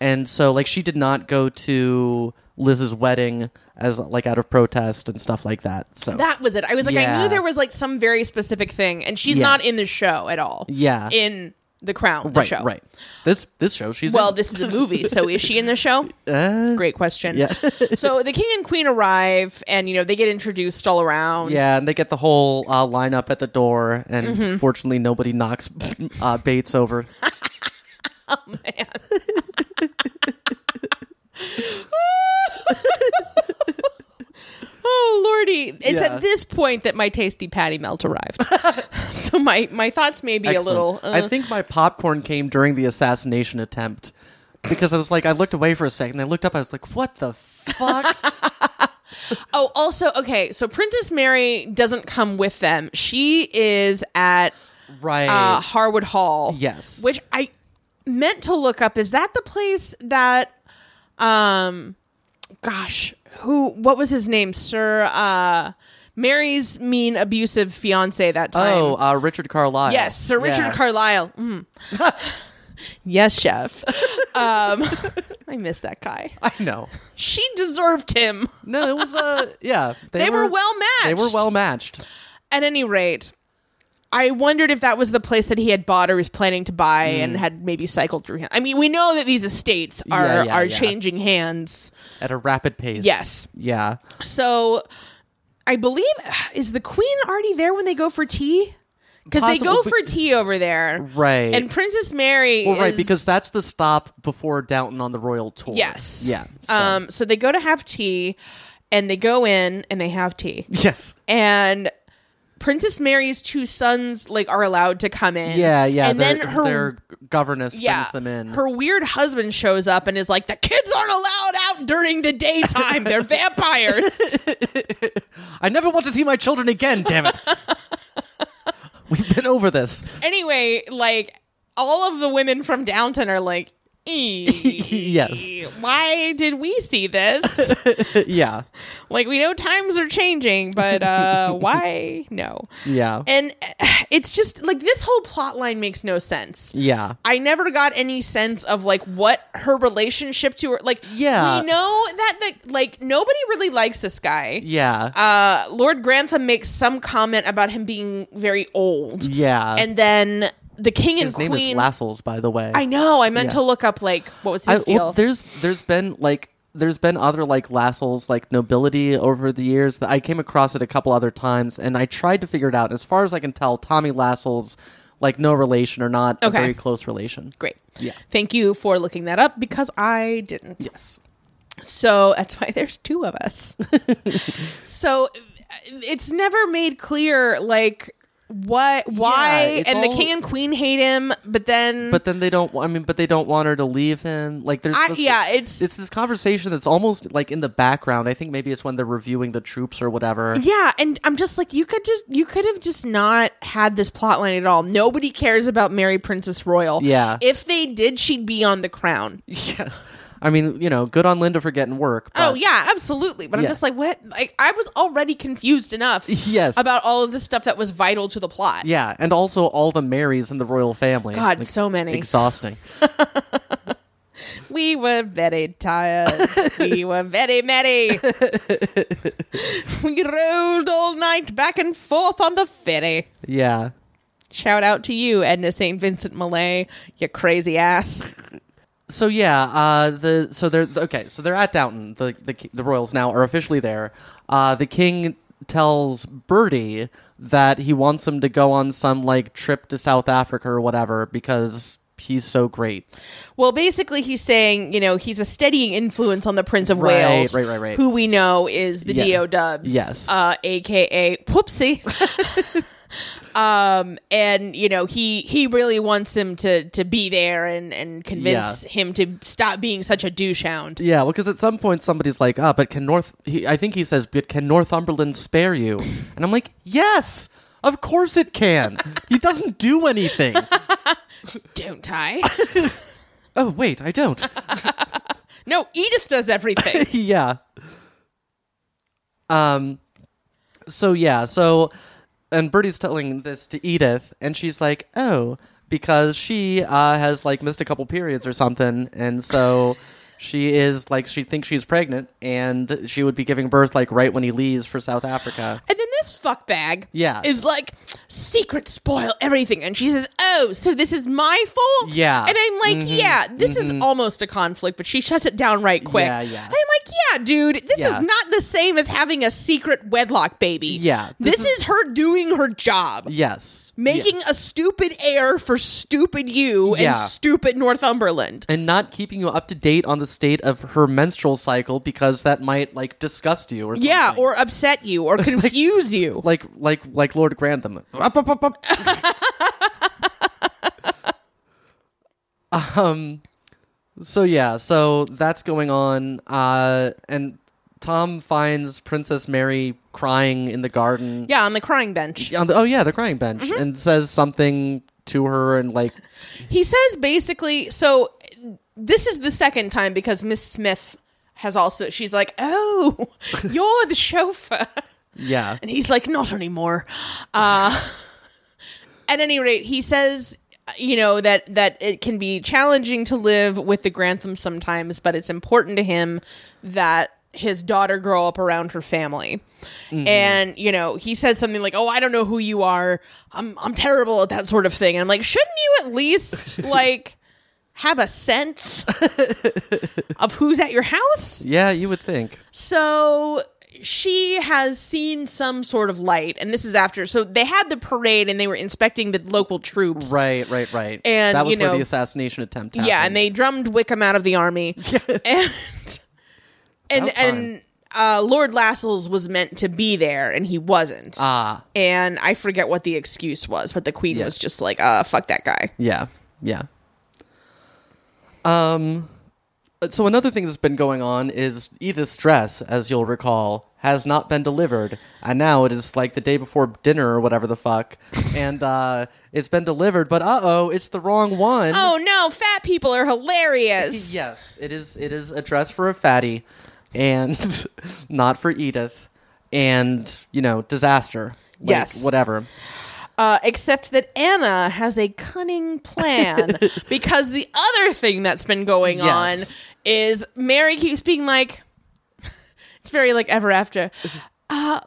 Speaker 1: and so like she did not go to Liz's wedding as like out of protest and stuff like that. So
Speaker 2: That was it. I was like, I
Speaker 1: Yeah.
Speaker 2: knew there was like some very specific thing, and she's
Speaker 1: Yeah.
Speaker 2: not in the show at all.
Speaker 1: Yeah.
Speaker 2: In The Crown, the
Speaker 1: right,
Speaker 2: show.
Speaker 1: right. This this show she's
Speaker 2: Well,
Speaker 1: in.
Speaker 2: this is a movie, so is she in the show? Great question.
Speaker 1: yeah.
Speaker 2: so the king and queen arrive, and you know they get introduced all around.
Speaker 1: Yeah, and they get the whole uh, lineup at the door, and
Speaker 2: Mm-hmm.
Speaker 1: fortunately, nobody knocks uh, Bates over.
Speaker 2: Oh lordy! It's
Speaker 1: Yeah.
Speaker 2: at this point that my tasty patty melt arrived. so my my thoughts may be a little.
Speaker 1: Excellent.
Speaker 2: Uh,
Speaker 1: I think my popcorn came during the assassination attempt because I was like, I looked away for a second, I looked up, I was like, what the fuck?
Speaker 2: oh, also okay. So Princess Mary doesn't come with them. She is at
Speaker 1: right.
Speaker 2: uh, Harwood Hall.
Speaker 1: Yes.
Speaker 2: which I meant to look up. Is that the place that, um, gosh, who? What was his name, Sir? Uh, Mary's mean abusive fiance that time.
Speaker 1: oh, uh, Richard Carlisle.
Speaker 2: Yes, Sir Richard
Speaker 1: Yeah.
Speaker 2: Carlisle. Mm. yes, chef. Um, I miss that guy.
Speaker 1: I know.
Speaker 2: She deserved him.
Speaker 1: No, it was uh, yeah.
Speaker 2: They, were, well matched.
Speaker 1: They were well matched.
Speaker 2: At any rate, I wondered if that was the place that he had bought or was planning to buy and had maybe cycled through. Him. I mean, we know that these estates are
Speaker 1: Mm. Yeah, yeah,
Speaker 2: are
Speaker 1: yeah.
Speaker 2: changing hands.
Speaker 1: At a rapid pace.
Speaker 2: Yes.
Speaker 1: Yeah.
Speaker 2: So, I believe is the queen already there when they go for tea? Because they go
Speaker 1: Possibly-
Speaker 2: for tea over there,
Speaker 1: Right.
Speaker 2: And Princess Mary,
Speaker 1: Well, right,
Speaker 2: is-
Speaker 1: because that's the stop before Downton on the Royal Tour.
Speaker 2: Yes.
Speaker 1: Yeah. so-
Speaker 2: Um, so they go to have tea and they go in and they have tea.
Speaker 1: yes.
Speaker 2: And Princess Mary's two sons like are allowed to come in.
Speaker 1: Yeah, yeah.
Speaker 2: And
Speaker 1: their,
Speaker 2: then her
Speaker 1: their governess
Speaker 2: yeah,
Speaker 1: brings them in.
Speaker 2: Her weird husband shows up and is like, The kids aren't allowed out during the daytime. They're vampires.
Speaker 1: I never want to see my children again, damn it. We've been over this.
Speaker 2: anyway, like all of the women from downtown are like, "Ee,
Speaker 1: Yes.
Speaker 2: Why did we see this?
Speaker 1: yeah.
Speaker 2: like we know times are changing, but uh why no.
Speaker 1: Yeah.
Speaker 2: And uh, it's just like this whole plot line makes no sense.
Speaker 1: yeah.
Speaker 2: I never got any sense of like what her relationship to her like
Speaker 1: Yeah.
Speaker 2: we know that the like nobody really likes this guy.
Speaker 1: Yeah.
Speaker 2: Uh Lord Grantham makes some comment about him being very old.
Speaker 1: yeah.
Speaker 2: And then the king and
Speaker 1: his
Speaker 2: queen
Speaker 1: name is Lassels, by the way.
Speaker 2: I know, I meant
Speaker 1: Yeah.
Speaker 2: to look up like what was
Speaker 1: I-
Speaker 2: his deal.
Speaker 1: well, there's there's been like there's been other like Lassels like nobility over the years that I came across it a couple other times and I tried to figure it out. As far as I can tell, Tommy Lassels like no relation or not
Speaker 2: Okay.
Speaker 1: a very close relation.
Speaker 2: Great.
Speaker 1: Yeah.
Speaker 2: Thank you for looking that up because I didn't.
Speaker 1: Yes.
Speaker 2: So that's why there's two of us. so it's never made clear like what why
Speaker 1: it's
Speaker 2: and the
Speaker 1: all-
Speaker 2: king and queen hate him, but then
Speaker 1: But then they don't. I mean, but they don't want her to leave him. Like there's,
Speaker 2: I-
Speaker 1: this,
Speaker 2: yeah, it's-
Speaker 1: it's this conversation that's almost like in the background. I think maybe it's when they're reviewing the troops or whatever.
Speaker 2: yeah, and I'm just like you could just you could have just not had this plot line at all. Nobody cares about Mary Princess Royal.
Speaker 1: Yeah.
Speaker 2: If they did, she'd be on the crown.
Speaker 1: Yeah. I mean, you know, good on Linda for getting work.
Speaker 2: Oh
Speaker 1: but-
Speaker 2: yeah, absolutely. But
Speaker 1: Yeah.
Speaker 2: I'm just like, what? Like, I was already confused enough,
Speaker 1: Yes.
Speaker 2: about all of the stuff that was vital to the plot.
Speaker 1: Yeah, and also all the Marys in the royal family.
Speaker 2: God,
Speaker 1: Like,
Speaker 2: so
Speaker 1: it's
Speaker 2: many.
Speaker 1: Exhausting.
Speaker 2: We were very tired. we were very merry. we rolled all night back and forth on the ferry.
Speaker 1: Yeah.
Speaker 2: Shout out to you, Edna St. Vincent Millay, you crazy ass.
Speaker 1: So yeah, uh, the so they're okay. So they're at Downton. The the ki- the royals now are officially there. Uh, the king tells Bertie that he wants him to go on some like trip to South Africa or whatever because he's so great.
Speaker 2: Well, basically, he's saying, you know, he's a steadying influence on the Prince of
Speaker 1: Right,
Speaker 2: Wales,
Speaker 1: right, right, right.
Speaker 2: who we know is the
Speaker 1: Yeah.
Speaker 2: D.O. Dubs,
Speaker 1: Yes.
Speaker 2: uh, aka Whoopsie. um, and you know, he he really wants him to to be there and and convince him to stop being such a douchehound.
Speaker 1: Yeah, well, because at some point somebody's like, "Ah, but can North?" He, I think he says, "But can Northumberland spare you?" And I'm like, "Yes, of course it can. he doesn't do anything."
Speaker 2: Don't I?
Speaker 1: oh wait, I don't.
Speaker 2: no, Edith does everything.
Speaker 1: yeah. Um. So yeah. So, and Bertie's telling this to Edith, and she's like, "Oh, because she uh, has like missed a couple periods or something, and so." She is like she thinks she's pregnant, and she would be giving birth like right when he leaves for South Africa.
Speaker 2: And then this fuckbag
Speaker 1: Yeah.
Speaker 2: is like, secrets spoil everything. And she says, oh, so this is my fault?
Speaker 1: Yeah. Mm-hmm.
Speaker 2: And I'm like, yeah, this is almost a conflict, but she shuts it down right quick.
Speaker 1: Yeah, yeah.
Speaker 2: And I'm like, yeah, dude, this
Speaker 1: Yeah.
Speaker 2: is not the same as having a secret wedlock baby.
Speaker 1: Yeah,
Speaker 2: This,
Speaker 1: this
Speaker 2: is, her doing her job.
Speaker 1: Yes.
Speaker 2: Making a stupid heir for stupid you
Speaker 1: Yeah.
Speaker 2: and stupid Northumberland.
Speaker 1: and not keeping you up to date on the state of her menstrual cycle because that might like disgust you or something.
Speaker 2: Yeah, or upset you or confuse you.
Speaker 1: like like like Lord Grantham. Up, up, up, up. um so yeah, so that's going on uh and Tom finds Princess Mary crying in the garden.
Speaker 2: Yeah, on the crying bench.
Speaker 1: On the, oh yeah, the crying bench and says something to her and like
Speaker 2: He says basically, so this is the second time because Miss Smith has also, she's like, oh, you're the chauffeur.
Speaker 1: yeah.
Speaker 2: And he's like, not anymore. Uh, at any rate, he says, you know, that, that it can be challenging to live with the Granthams sometimes, but it's important to him that his daughter grow up around her family. And, you know, he says something like, oh, I don't know who you are. I'm, I'm terrible at that sort of thing. And I'm like, shouldn't you at least, like, have a sense of who's at your house?
Speaker 1: Yeah, you would think.
Speaker 2: So she has seen some sort of light, and this is after. So they had the parade, and they were inspecting the local troops.
Speaker 1: Right, right, right.
Speaker 2: And,
Speaker 1: that was
Speaker 2: you know-
Speaker 1: where the assassination attempt happened.
Speaker 2: Yeah, and they drummed Wickham out of the army, and and
Speaker 1: About time.
Speaker 2: and uh, Lord Lascelles was meant to be there, and he wasn't.
Speaker 1: ah,
Speaker 2: and I forget what the excuse was, but the Queen
Speaker 1: Yeah.
Speaker 2: was just like, "Uh, fuck that guy."
Speaker 1: yeah, yeah. Um, so another thing that's been going on is Edith's dress, as you'll recall, has not been delivered, and now it is like the day before dinner or whatever the fuck, and uh, it's been delivered, but uh oh, it's the wrong one.
Speaker 2: Oh no, fat people are hilarious.
Speaker 1: Yes, it is. It is a dress for a fatty, and not for Edith, and you know, disaster. Like,
Speaker 2: Yes.
Speaker 1: whatever.
Speaker 2: Uh, except that Anna has a cunning plan because the other thing that's been going
Speaker 1: Yes.
Speaker 2: on is Mary keeps being like, it's very like ever after. Uh,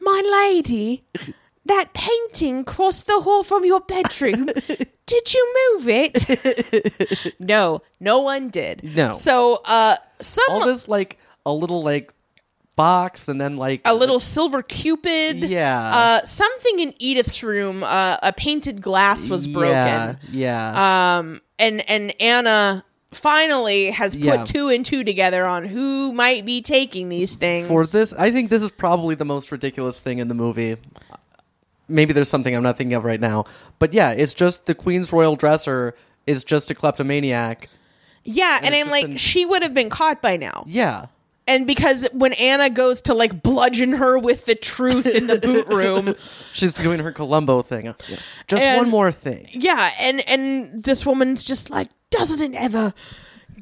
Speaker 2: my lady, that painting crossed the hall from your bedroom. Did you move it? no, no one did.
Speaker 1: No.
Speaker 2: So, uh,
Speaker 1: all
Speaker 2: some
Speaker 1: this like a little like box and then like
Speaker 2: a little silver cupid.
Speaker 1: Yeah.
Speaker 2: Uh, something in Edith's room, uh, a painted glass was broken.
Speaker 1: yeah, yeah
Speaker 2: um and and anna finally has put
Speaker 1: Yeah.
Speaker 2: two and two together on who might be taking these things
Speaker 1: for this i think this is probably the most ridiculous thing in the movie maybe there's something i'm not thinking of right now but yeah it's just the queen's royal dresser is just a kleptomaniac
Speaker 2: yeah
Speaker 1: it's
Speaker 2: and, i'm
Speaker 1: just
Speaker 2: like
Speaker 1: been-
Speaker 2: she would have been caught by now
Speaker 1: yeah
Speaker 2: and because when anna goes to like bludgeon her with the truth in the boot room
Speaker 1: she's doing her columbo thing just
Speaker 2: And-
Speaker 1: one more thing
Speaker 2: yeah and and this woman's just like doesn't it ever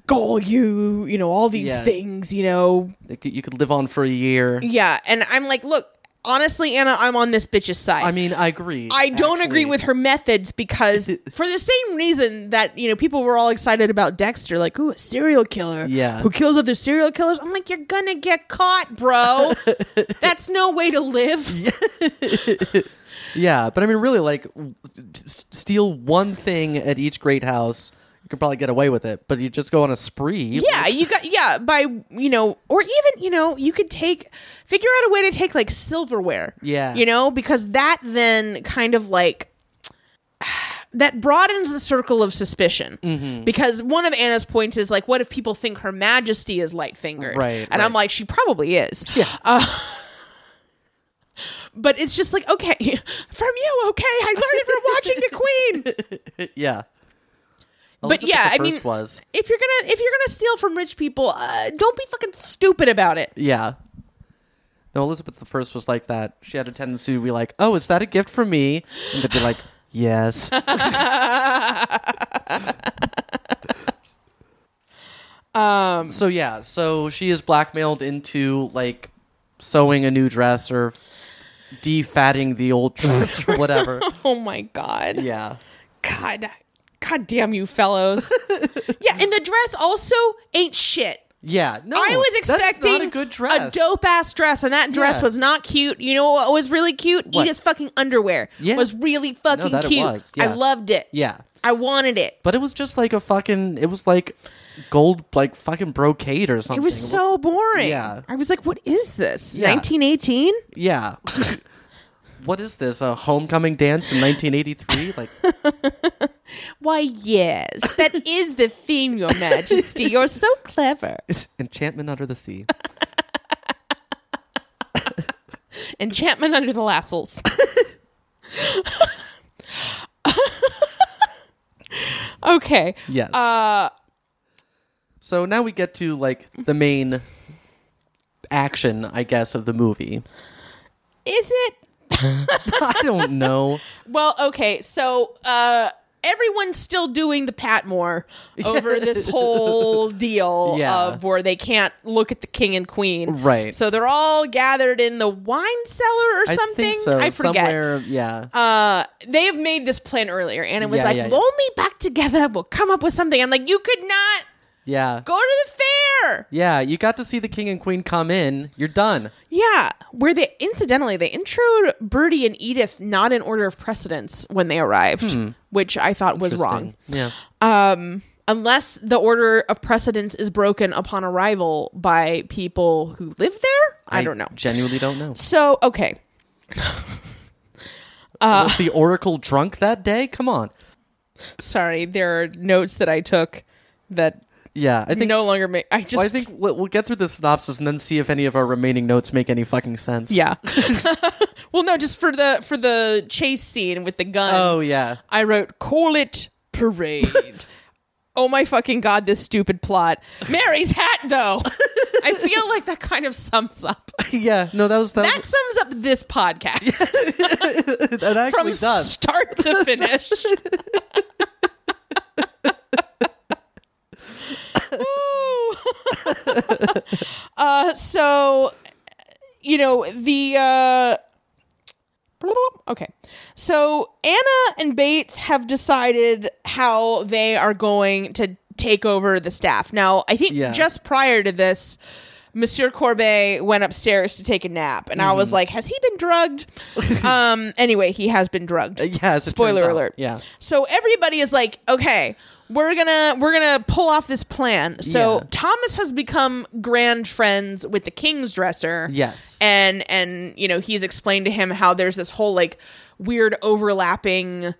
Speaker 2: gall you, you know, all these
Speaker 1: Yeah.
Speaker 2: things, you know.
Speaker 1: They could- You could live on for a year.
Speaker 2: Yeah. And I'm like, look, honestly, Anna, I'm on this bitch's side.
Speaker 1: I mean, I agree.
Speaker 2: I don't agree
Speaker 1: actually.
Speaker 2: with her methods because for the same reason that, you know, people were all excited about Dexter, like, ooh, a serial killer.
Speaker 1: Yeah.
Speaker 2: Who kills other serial killers. I'm like, you're gonna get caught, bro. That's no way to live.
Speaker 1: Yeah, but I mean, really, like, w- s- steal one thing at each great house. You can probably get away with it, but you just go on a spree.
Speaker 2: Yeah, you got yeah, by you know, or even, you know, you could take figure out a way to take like silverware.
Speaker 1: Yeah.
Speaker 2: You know, because that then kind of like that broadens the circle of suspicion
Speaker 1: Mm-hmm.
Speaker 2: because one of Anna's points is like, what if people think Her Majesty is light fingered?
Speaker 1: Right,
Speaker 2: and I'm
Speaker 1: right.
Speaker 2: like, she probably is.
Speaker 1: Yeah.
Speaker 2: But it's just like, okay, from you, okay, I learned it from watching the Queen.
Speaker 1: yeah.
Speaker 2: But yeah,
Speaker 1: the
Speaker 2: I mean-
Speaker 1: first was
Speaker 2: If you're gonna if you're gonna steal from rich people, uh, don't be fucking stupid about it.
Speaker 1: yeah. No, Elizabeth the first was like that. She had a tendency to be like, "Oh, is that a gift for me?" And they'd be like, "Yes."
Speaker 2: Um,
Speaker 1: so yeah, so she is blackmailed into like sewing a new dress or defatting the old dress or whatever.
Speaker 2: Oh my god.
Speaker 1: yeah.
Speaker 2: God. God damn you fellows. yeah, and the dress also ain't shit.
Speaker 1: Yeah. No.
Speaker 2: I was expecting
Speaker 1: that's not a good dress.
Speaker 2: dope ass dress, and that dress
Speaker 1: Yeah.
Speaker 2: was not cute. You know what was really cute?
Speaker 1: What?
Speaker 2: Edith's fucking underwear
Speaker 1: Yeah.
Speaker 2: was really fucking
Speaker 1: that it
Speaker 2: cute.
Speaker 1: was, yeah.
Speaker 2: I loved it.
Speaker 1: yeah.
Speaker 2: I wanted it.
Speaker 1: But it was just like a fucking. It was like gold, like fucking brocade or
Speaker 2: It
Speaker 1: something.
Speaker 2: was so boring.
Speaker 1: Yeah.
Speaker 2: I was like, what is this?
Speaker 1: Yeah.
Speaker 2: 1918?
Speaker 1: Yeah. what is this? A homecoming dance in 1983? Like,
Speaker 2: Why, yes. That is the theme, Your Majesty. You're so clever.
Speaker 1: it's Enchantment Under the Sea.
Speaker 2: Enchantment under the Lassels. okay.
Speaker 1: Yes.
Speaker 2: Uh
Speaker 1: so now we get to like the main action, I guess, of the movie.
Speaker 2: is it
Speaker 1: I don't know.
Speaker 2: well, okay, so uh everyone's still doing the Patmore over this whole deal
Speaker 1: Yeah.
Speaker 2: of where they can't look at the king and queen.
Speaker 1: Right.
Speaker 2: So they're all gathered in the wine cellar or
Speaker 1: I
Speaker 2: something.
Speaker 1: think so.
Speaker 2: I forget.
Speaker 1: Somewhere, yeah.
Speaker 2: uh, they have made this plan earlier, and it was
Speaker 1: Yeah,
Speaker 2: like,
Speaker 1: yeah, yeah.
Speaker 2: "Roll me back together. We'll come up with something." I'm like, "You could not
Speaker 1: yeah.
Speaker 2: go to the fair."
Speaker 1: yeah, you got to see the king and queen come in. You're done.
Speaker 2: Yeah, where they incidentally they introed Birdie and Edith not in order of precedence when they arrived, which I thought was wrong.
Speaker 1: Hmm. Interesting. Yeah.
Speaker 2: Um, unless the order of precedence is broken upon arrival by people who live there, I, don't know.
Speaker 1: Genuinely don't know.
Speaker 2: So okay, Uh,
Speaker 1: was the oracle drunk that day? Come on.
Speaker 2: sorry, there are notes that I took that
Speaker 1: Yeah, I think.
Speaker 2: no longer make. I just
Speaker 1: well, I think we'll, we'll get through the synopsis and then see if any of our remaining notes make any fucking sense.
Speaker 2: yeah. well, no, just for the for the chase scene with the gun.
Speaker 1: Oh yeah.
Speaker 2: I wrote, call it parade. oh my fucking god, this stupid plot. Mary's hat, though. I feel like that kind of sums up.
Speaker 1: Yeah. No, that was that.
Speaker 2: That sums up this podcast
Speaker 1: that
Speaker 2: from
Speaker 1: actually does.
Speaker 2: start to finish. Ooh. uh, so, you know, the. Uh, Okay. So Anna and Bates have decided how they are going to take over the staff. Now, I think
Speaker 1: Yeah.
Speaker 2: just prior to this, Monsieur Corbet went upstairs to take a nap, and I
Speaker 1: Mm-hmm.
Speaker 2: was like, "Has he been drugged?" um. Anyway, he has been drugged.
Speaker 1: yeah. as it
Speaker 2: Spoiler
Speaker 1: turns out.
Speaker 2: alert.
Speaker 1: Yeah.
Speaker 2: So everybody is like, "Okay, we're gonna we're gonna pull off this plan." So
Speaker 1: Yeah.
Speaker 2: Thomas has become grand friends with the king's dresser
Speaker 1: Yes.
Speaker 2: and and you know he's explained to him how there's this whole like weird overlapping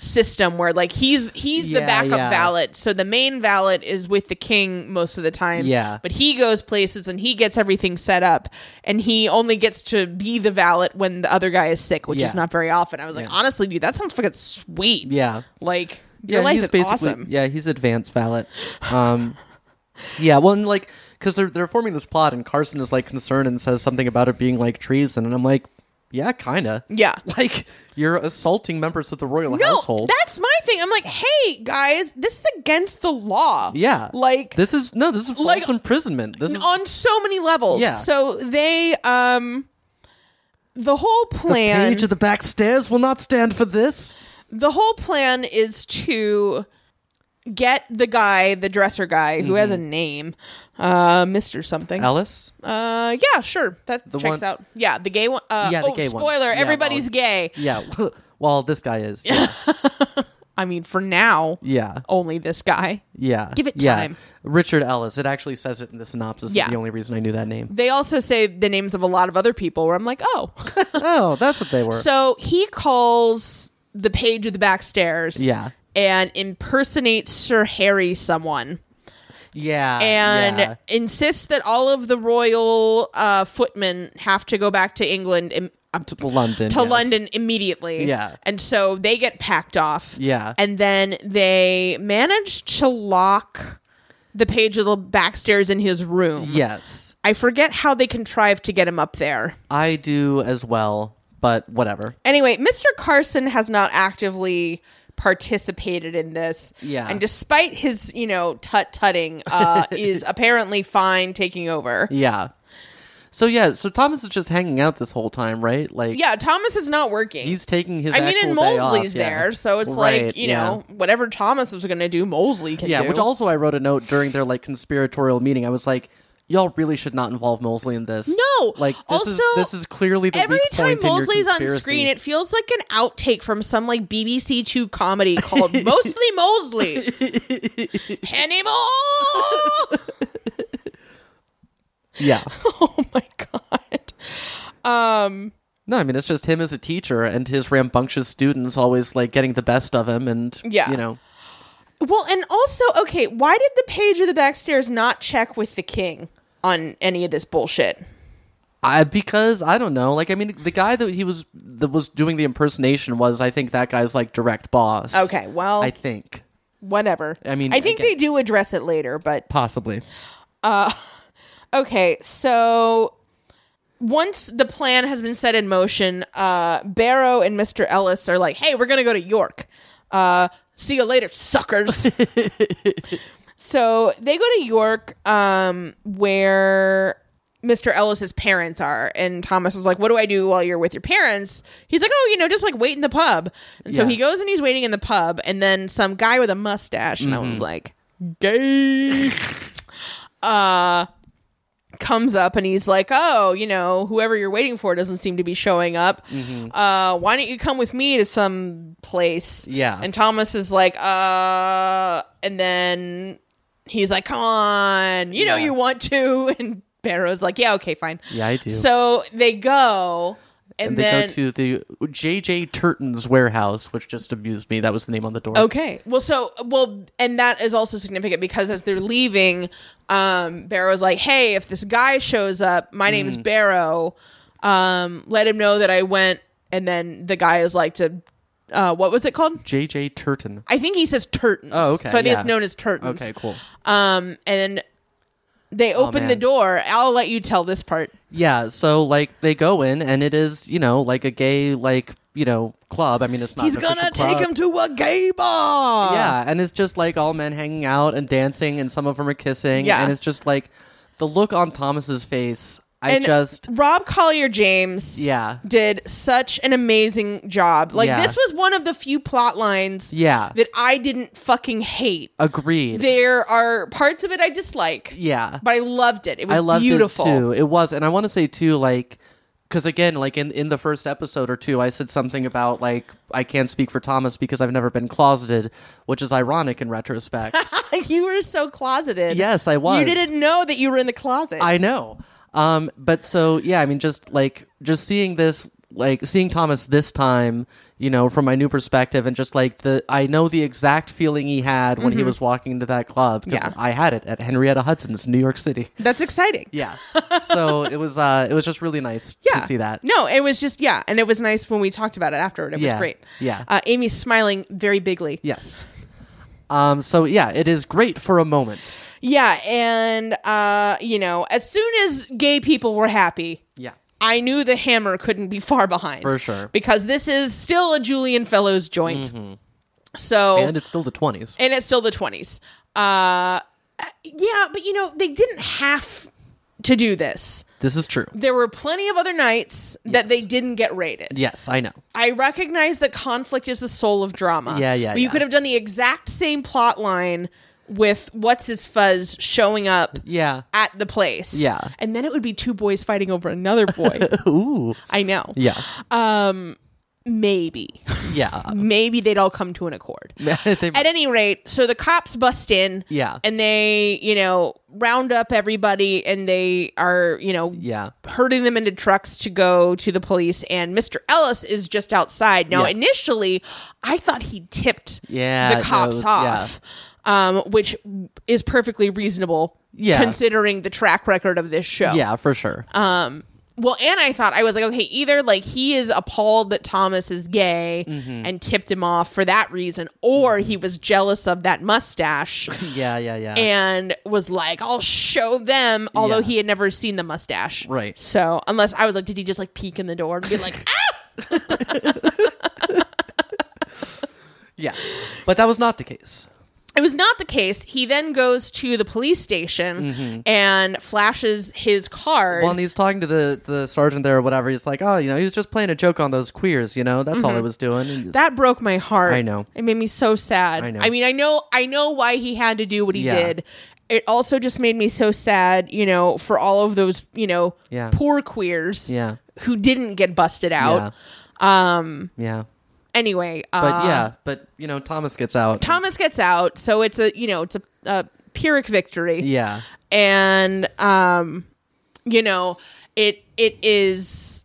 Speaker 2: system where like he's he's the
Speaker 1: Yeah,
Speaker 2: backup
Speaker 1: yeah.
Speaker 2: valet so the main valet is with the king most of the time
Speaker 1: Yeah.
Speaker 2: but he goes places and he gets everything set up and he only gets to be the valet when the other guy is sick which
Speaker 1: Yeah.
Speaker 2: is not very often i was like honestly dude that sounds fucking sweet
Speaker 1: yeah.
Speaker 2: like
Speaker 1: Yeah.
Speaker 2: your life
Speaker 1: he's
Speaker 2: is
Speaker 1: basically.
Speaker 2: awesome
Speaker 1: Yeah, he's advanced valet. Um. yeah. Well, and like, because they're they're forming this plot, and Carson is like concerned and says something about it being like treason, and I'm like, yeah, kind of.
Speaker 2: Yeah.
Speaker 1: Like you're assaulting members of the royal
Speaker 2: No,
Speaker 1: household.
Speaker 2: that's my thing. I'm like, hey guys, this is against the law.
Speaker 1: yeah.
Speaker 2: Like
Speaker 1: this is no, this is false
Speaker 2: Like-
Speaker 1: imprisonment. This is
Speaker 2: on so many levels.
Speaker 1: Yeah.
Speaker 2: So they um the whole plan
Speaker 1: page of the back stairs will not stand for this.
Speaker 2: the whole plan is to get the guy, the dresser guy, who has a
Speaker 1: Mm-hmm.
Speaker 2: name, uh, Mister something.
Speaker 1: Alice,
Speaker 2: uh, yeah, sure, that
Speaker 1: The
Speaker 2: checks
Speaker 1: one-
Speaker 2: out. Yeah, the gay one. Uh,
Speaker 1: Yeah, the
Speaker 2: oh,
Speaker 1: gay one.
Speaker 2: spoiler:
Speaker 1: Yeah,
Speaker 2: everybody's
Speaker 1: well-
Speaker 2: gay.
Speaker 1: yeah. Well, this guy is.
Speaker 2: I mean, for now,
Speaker 1: Yeah,
Speaker 2: only this guy.
Speaker 1: yeah.
Speaker 2: Give it
Speaker 1: yeah.
Speaker 2: time.
Speaker 1: Richard Ellis. It actually says it in the synopsis. is
Speaker 2: Yeah.
Speaker 1: The only reason I knew that name.
Speaker 2: They also say the names of a lot of other people. Where I'm like, oh,
Speaker 1: oh, that's what they were.
Speaker 2: so he calls the page of the back stairs.
Speaker 1: Yeah.
Speaker 2: And impersonates Sir Harry someone.
Speaker 1: yeah.
Speaker 2: and
Speaker 1: Uh, yeah.
Speaker 2: insists that all of the royal uh, footmen have to go back to England Im- up to,
Speaker 1: to London.
Speaker 2: to
Speaker 1: yes.
Speaker 2: London immediately.
Speaker 1: Yeah.
Speaker 2: and so they get packed off.
Speaker 1: Yeah.
Speaker 2: and then they manage to lock the page of the back stairs in his room.
Speaker 1: Yes,
Speaker 2: I forget how they contrived to get him up there.
Speaker 1: I do as well. But whatever.
Speaker 2: Anyway, Mr. Carson has not actively participated in this.
Speaker 1: Yeah.
Speaker 2: And despite his, you know, tut tutting, uh, is apparently fine taking over.
Speaker 1: Yeah. So yeah, so Thomas is just hanging out this whole time, right? Like
Speaker 2: Yeah, Thomas is not working.
Speaker 1: he's taking his.
Speaker 2: I mean,
Speaker 1: actual
Speaker 2: and
Speaker 1: day off,
Speaker 2: Molesley's
Speaker 1: yeah.
Speaker 2: there, so it's
Speaker 1: Right,
Speaker 2: like you
Speaker 1: yeah.
Speaker 2: know, whatever Thomas was going to do, Molesley can
Speaker 1: Yeah,
Speaker 2: do.
Speaker 1: which also I wrote a note during their like conspiratorial meeting. I was like, y'all really should not involve Mosley in this.
Speaker 2: No!
Speaker 1: like this is
Speaker 2: Also,
Speaker 1: this is clearly the
Speaker 2: Every
Speaker 1: weak
Speaker 2: time
Speaker 1: point in your
Speaker 2: Molesley's on
Speaker 1: conspiracy.
Speaker 2: screen, it feels like an outtake from some like BBC Two comedy called Mostly Mosley. Penny Mole.
Speaker 1: yeah.
Speaker 2: Oh my god.
Speaker 1: No, I mean it's just him as a teacher and his rambunctious students always like getting the best of him, and
Speaker 2: Yeah.
Speaker 1: you know,
Speaker 2: Well, and also, okay, why did the page of the back stairs not check with the king on any of this bullshit?
Speaker 1: I because I don't know. Like I mean, the guy that he was that was doing the impersonation was I think that guy's like direct boss.
Speaker 2: Okay, well,
Speaker 1: I think
Speaker 2: whatever.
Speaker 1: I mean,
Speaker 2: I think
Speaker 1: again-
Speaker 2: they do address it later, but
Speaker 1: possibly.
Speaker 2: okay, so once the plan has been set in motion, uh, Barrow and Mr. Ellis are like, hey, we're going to go to York. Uh, see you later, suckers. so they go to York, um, where Mr. Ellis's parents are. And Thomas was like, what do I do while you're with your parents? He's like, oh, you know, just like wait in the pub. And so
Speaker 1: Yeah.
Speaker 2: he goes and he's waiting in the pub. And then some guy with a mustache, and I was like, gay. comes up and he's like, "Oh, you know, whoever you're waiting for doesn't seem to be showing up.
Speaker 1: Mm-hmm.
Speaker 2: Uh, why don't you come with me to some place?"
Speaker 1: Yeah.
Speaker 2: And Thomas is like, "Uh," and then he's like, "Come on, you know
Speaker 1: Yeah.
Speaker 2: you want to." And Barrow's like, "Yeah, okay, fine."
Speaker 1: Yeah, I do.
Speaker 2: So they go, and,
Speaker 1: And they
Speaker 2: then
Speaker 1: go to the JJ Turton's warehouse, which just amused me. That was the name on the door.
Speaker 2: Okay. Well, so well, and that is also significant because as they're leaving, um, Barrow's like, "Hey, if this guy shows up, my name's
Speaker 1: Mm.
Speaker 2: Barrow. Um, let him know that I went." And then the guy is like, "To uh, what was it called?"
Speaker 1: JJ Turton.
Speaker 2: I think he says Turtons.
Speaker 1: Oh, okay,
Speaker 2: So I think
Speaker 1: yeah.
Speaker 2: it's known as Turtons.
Speaker 1: Okay, cool. Oh,
Speaker 2: Um, and they open the
Speaker 1: man.
Speaker 2: door. I'll let you tell this part.
Speaker 1: Yeah, so like they go in and it is, you know, like a gay like, you know, club. I mean, it's not an official club.
Speaker 2: to a gay bar.
Speaker 1: Yeah, and it's just like all men hanging out and dancing and some of them are kissing
Speaker 2: Yeah.
Speaker 1: and it's just like the look on Thomas's face. I
Speaker 2: and
Speaker 1: just
Speaker 2: Rob Collier James
Speaker 1: Yeah.
Speaker 2: did such an amazing job. Like
Speaker 1: Yeah.
Speaker 2: this was one of the few plot lines
Speaker 1: Yeah.
Speaker 2: that I didn't fucking hate.
Speaker 1: Agreed.
Speaker 2: There are parts of it I dislike.
Speaker 1: yeah.
Speaker 2: But I loved it. It was
Speaker 1: I loved
Speaker 2: beautiful.
Speaker 1: it too. It was, and I want to say too, like, because again, like in in the first episode or two, I said something about like I can't speak for Thomas because I've never been closeted, which is ironic in retrospect.
Speaker 2: you were so closeted.
Speaker 1: Yes, I
Speaker 2: You
Speaker 1: was.
Speaker 2: didn't know that you were in the closet.
Speaker 1: I know. Um, but so yeah, I mean, just like just seeing this, like seeing Thomas this time, you know, from my new perspective, and just like the I know the exact feeling he had when he was walking into that club because
Speaker 2: Mm-hmm. Yeah.
Speaker 1: I had it at Henrietta Hudson's, New York City.
Speaker 2: That's exciting.
Speaker 1: Yeah, so it was uh, it was just really nice
Speaker 2: Yeah.
Speaker 1: to see that.
Speaker 2: No, it was just yeah, and it was nice when we talked about it afterward. It was
Speaker 1: Yeah.
Speaker 2: great.
Speaker 1: Yeah.
Speaker 2: Uh, Amy's smiling very bigly.
Speaker 1: Yes. Um, so yeah, it is great for a moment.
Speaker 2: Yeah, and uh, you know, as soon as gay people were happy,
Speaker 1: Yeah.
Speaker 2: I knew the hammer couldn't be far behind.
Speaker 1: For sure. Mm-hmm.
Speaker 2: Because this is still a Julian Fellows joint. So
Speaker 1: and it's still the 20s.
Speaker 2: and it's still the 20s. Uh yeah, but you know, they didn't have to do this.
Speaker 1: This is true.
Speaker 2: There were plenty of other nights that they didn't get rated.
Speaker 1: Yes, I know.
Speaker 2: I recognize that conflict is the soul of drama.
Speaker 1: Yeah, yeah,
Speaker 2: But you
Speaker 1: yeah.
Speaker 2: could have done the exact same plot line with what's his fuzz showing up
Speaker 1: Yeah.
Speaker 2: at the place.
Speaker 1: Yeah.
Speaker 2: And then it would be two boys fighting over another boy.
Speaker 1: Ooh.
Speaker 2: I know.
Speaker 1: Yeah.
Speaker 2: Maybe.
Speaker 1: Yeah.
Speaker 2: Maybe they'd all come to an accord.
Speaker 1: They-
Speaker 2: At any rate, so the cops bust in.
Speaker 1: Yeah.
Speaker 2: And they, you know, round up everybody and they are, you know,
Speaker 1: yeah.
Speaker 2: herding them into trucks to go to the police and Mr. Ellis is just outside. Now
Speaker 1: Yeah.
Speaker 2: initially I thought he tipped
Speaker 1: Yeah,
Speaker 2: the
Speaker 1: no,
Speaker 2: cops
Speaker 1: yeah.
Speaker 2: off. Um, which is perfectly reasonable
Speaker 1: Yeah.
Speaker 2: considering the track record of this show.
Speaker 1: Yeah, for sure.
Speaker 2: Well, and I thought I was like, okay, either like he is appalled that Thomas is gay
Speaker 1: Mm-hmm.
Speaker 2: and tipped him off for that reason, or he was jealous of that mustache
Speaker 1: yeah, yeah, yeah.
Speaker 2: and was like, I'll show them, although
Speaker 1: Yeah.
Speaker 2: he had never seen the mustache.
Speaker 1: Right.
Speaker 2: So, unless I was like, did he just like peek in the door and be like, ah!
Speaker 1: yeah. But that was not the case.
Speaker 2: It was not the case. He then goes to the police station
Speaker 1: Mm-hmm.
Speaker 2: and flashes his card.
Speaker 1: Well, and he's talking to the, the sergeant there or whatever. He's like, oh, you know, he was just playing a joke on those queers, you know? That's all I
Speaker 2: Mm-hmm.
Speaker 1: was doing. And-
Speaker 2: that broke my heart.
Speaker 1: I know.
Speaker 2: It made me so sad.
Speaker 1: I know.
Speaker 2: I mean, I know I know why he had to do what he
Speaker 1: Yeah.
Speaker 2: did. It also just made me so sad, you know, for all of those, you know,
Speaker 1: Yeah.
Speaker 2: poor queers
Speaker 1: yeah.
Speaker 2: who didn't get busted out. Um
Speaker 1: Yeah.
Speaker 2: anyway,
Speaker 1: But
Speaker 2: uh,
Speaker 1: yeah, but, you know, Thomas gets out.
Speaker 2: Thomas gets out, so it's a, you know, it's a, a pyrrhic victory.
Speaker 1: Yeah.
Speaker 2: And um you know, it it is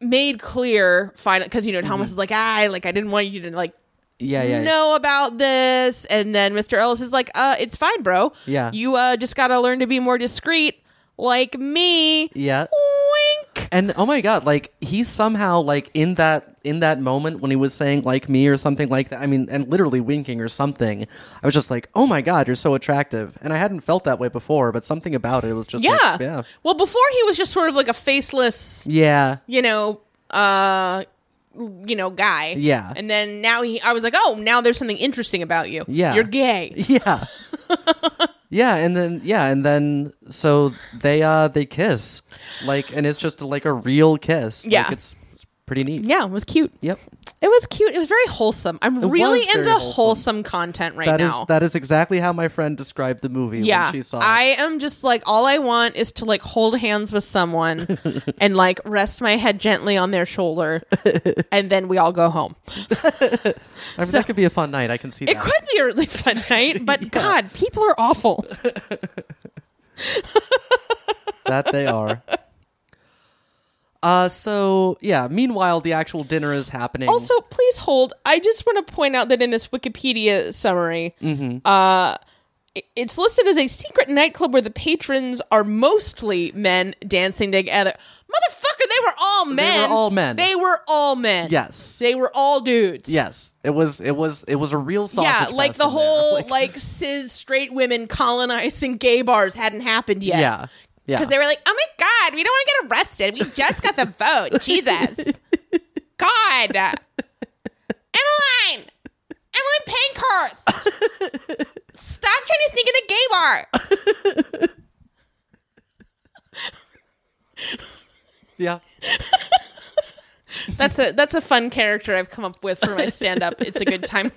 Speaker 2: made clear finally because you know
Speaker 1: Mm-hmm.
Speaker 2: Thomas is like, "Ah, "I like I didn't want you to like
Speaker 1: Yeah, yeah.
Speaker 2: know about this and then mr ellis is like uh it's fine bro
Speaker 1: Yeah.
Speaker 2: you uh just gotta learn to be more discreet like me
Speaker 1: Yeah.
Speaker 2: wink
Speaker 1: And oh my god, like he somehow like in that in that moment when he was saying like me or something like that. I mean, and literally winking or something. I was just like, "Oh my god, you're so attractive." And I hadn't felt that way before, but something about it, it was just
Speaker 2: yeah.
Speaker 1: like, yeah.
Speaker 2: well before he was just sort of like a faceless
Speaker 1: Yeah.
Speaker 2: you know uh you know guy
Speaker 1: Yeah.
Speaker 2: and then now he i was like oh now there's something interesting about you
Speaker 1: Yeah.
Speaker 2: you're gay
Speaker 1: Yeah. yeah, and then yeah, and then so they uh they kiss. Like and it's just like a real kiss. Like,
Speaker 2: Yeah.
Speaker 1: it's, it's pretty neat.
Speaker 2: yeah it was cute
Speaker 1: Yep.
Speaker 2: it was cute it was very wholesome i'm
Speaker 1: It
Speaker 2: really
Speaker 1: was very
Speaker 2: into
Speaker 1: wholesome.
Speaker 2: wholesome. content right
Speaker 1: That is
Speaker 2: now
Speaker 1: that is exactly how my friend described the movie
Speaker 2: yeah
Speaker 1: when she saw it.
Speaker 2: i am just like all i want is to like hold hands with someone and like rest my head gently on their shoulder and then we all go home
Speaker 1: I mean, that could be a fun night. I can see
Speaker 2: it
Speaker 1: that.
Speaker 2: could be a really fun night but god people are awful
Speaker 1: that they are. Uh, so yeah. Meanwhile, the actual dinner is happening.
Speaker 2: also please hold i just want to point out that in this wikipedia summary
Speaker 1: Mm-hmm.
Speaker 2: uh i- it's listed as a secret nightclub where the patrons are mostly men dancing together. Motherfucker, they were all men.
Speaker 1: all men.
Speaker 2: They were all men.
Speaker 1: yes,
Speaker 2: They were all dudes.
Speaker 1: yes, it was, it was, it was a real sausage.
Speaker 2: Yeah, like
Speaker 1: fest
Speaker 2: the
Speaker 1: in there.
Speaker 2: whole
Speaker 1: Like-
Speaker 2: like, cis straight women colonizing gay bars hadn't happened yet.
Speaker 1: yeah, yeah.
Speaker 2: Because they were like, oh my God, we don't want to get arrested. We just got the vote. Jesus. God. Emmeline. Emmeline Pankhurst. Stop trying to sneak in the gay bar.
Speaker 1: yeah,
Speaker 2: That's a that's a fun character I've come up with for my stand up. It's a good time.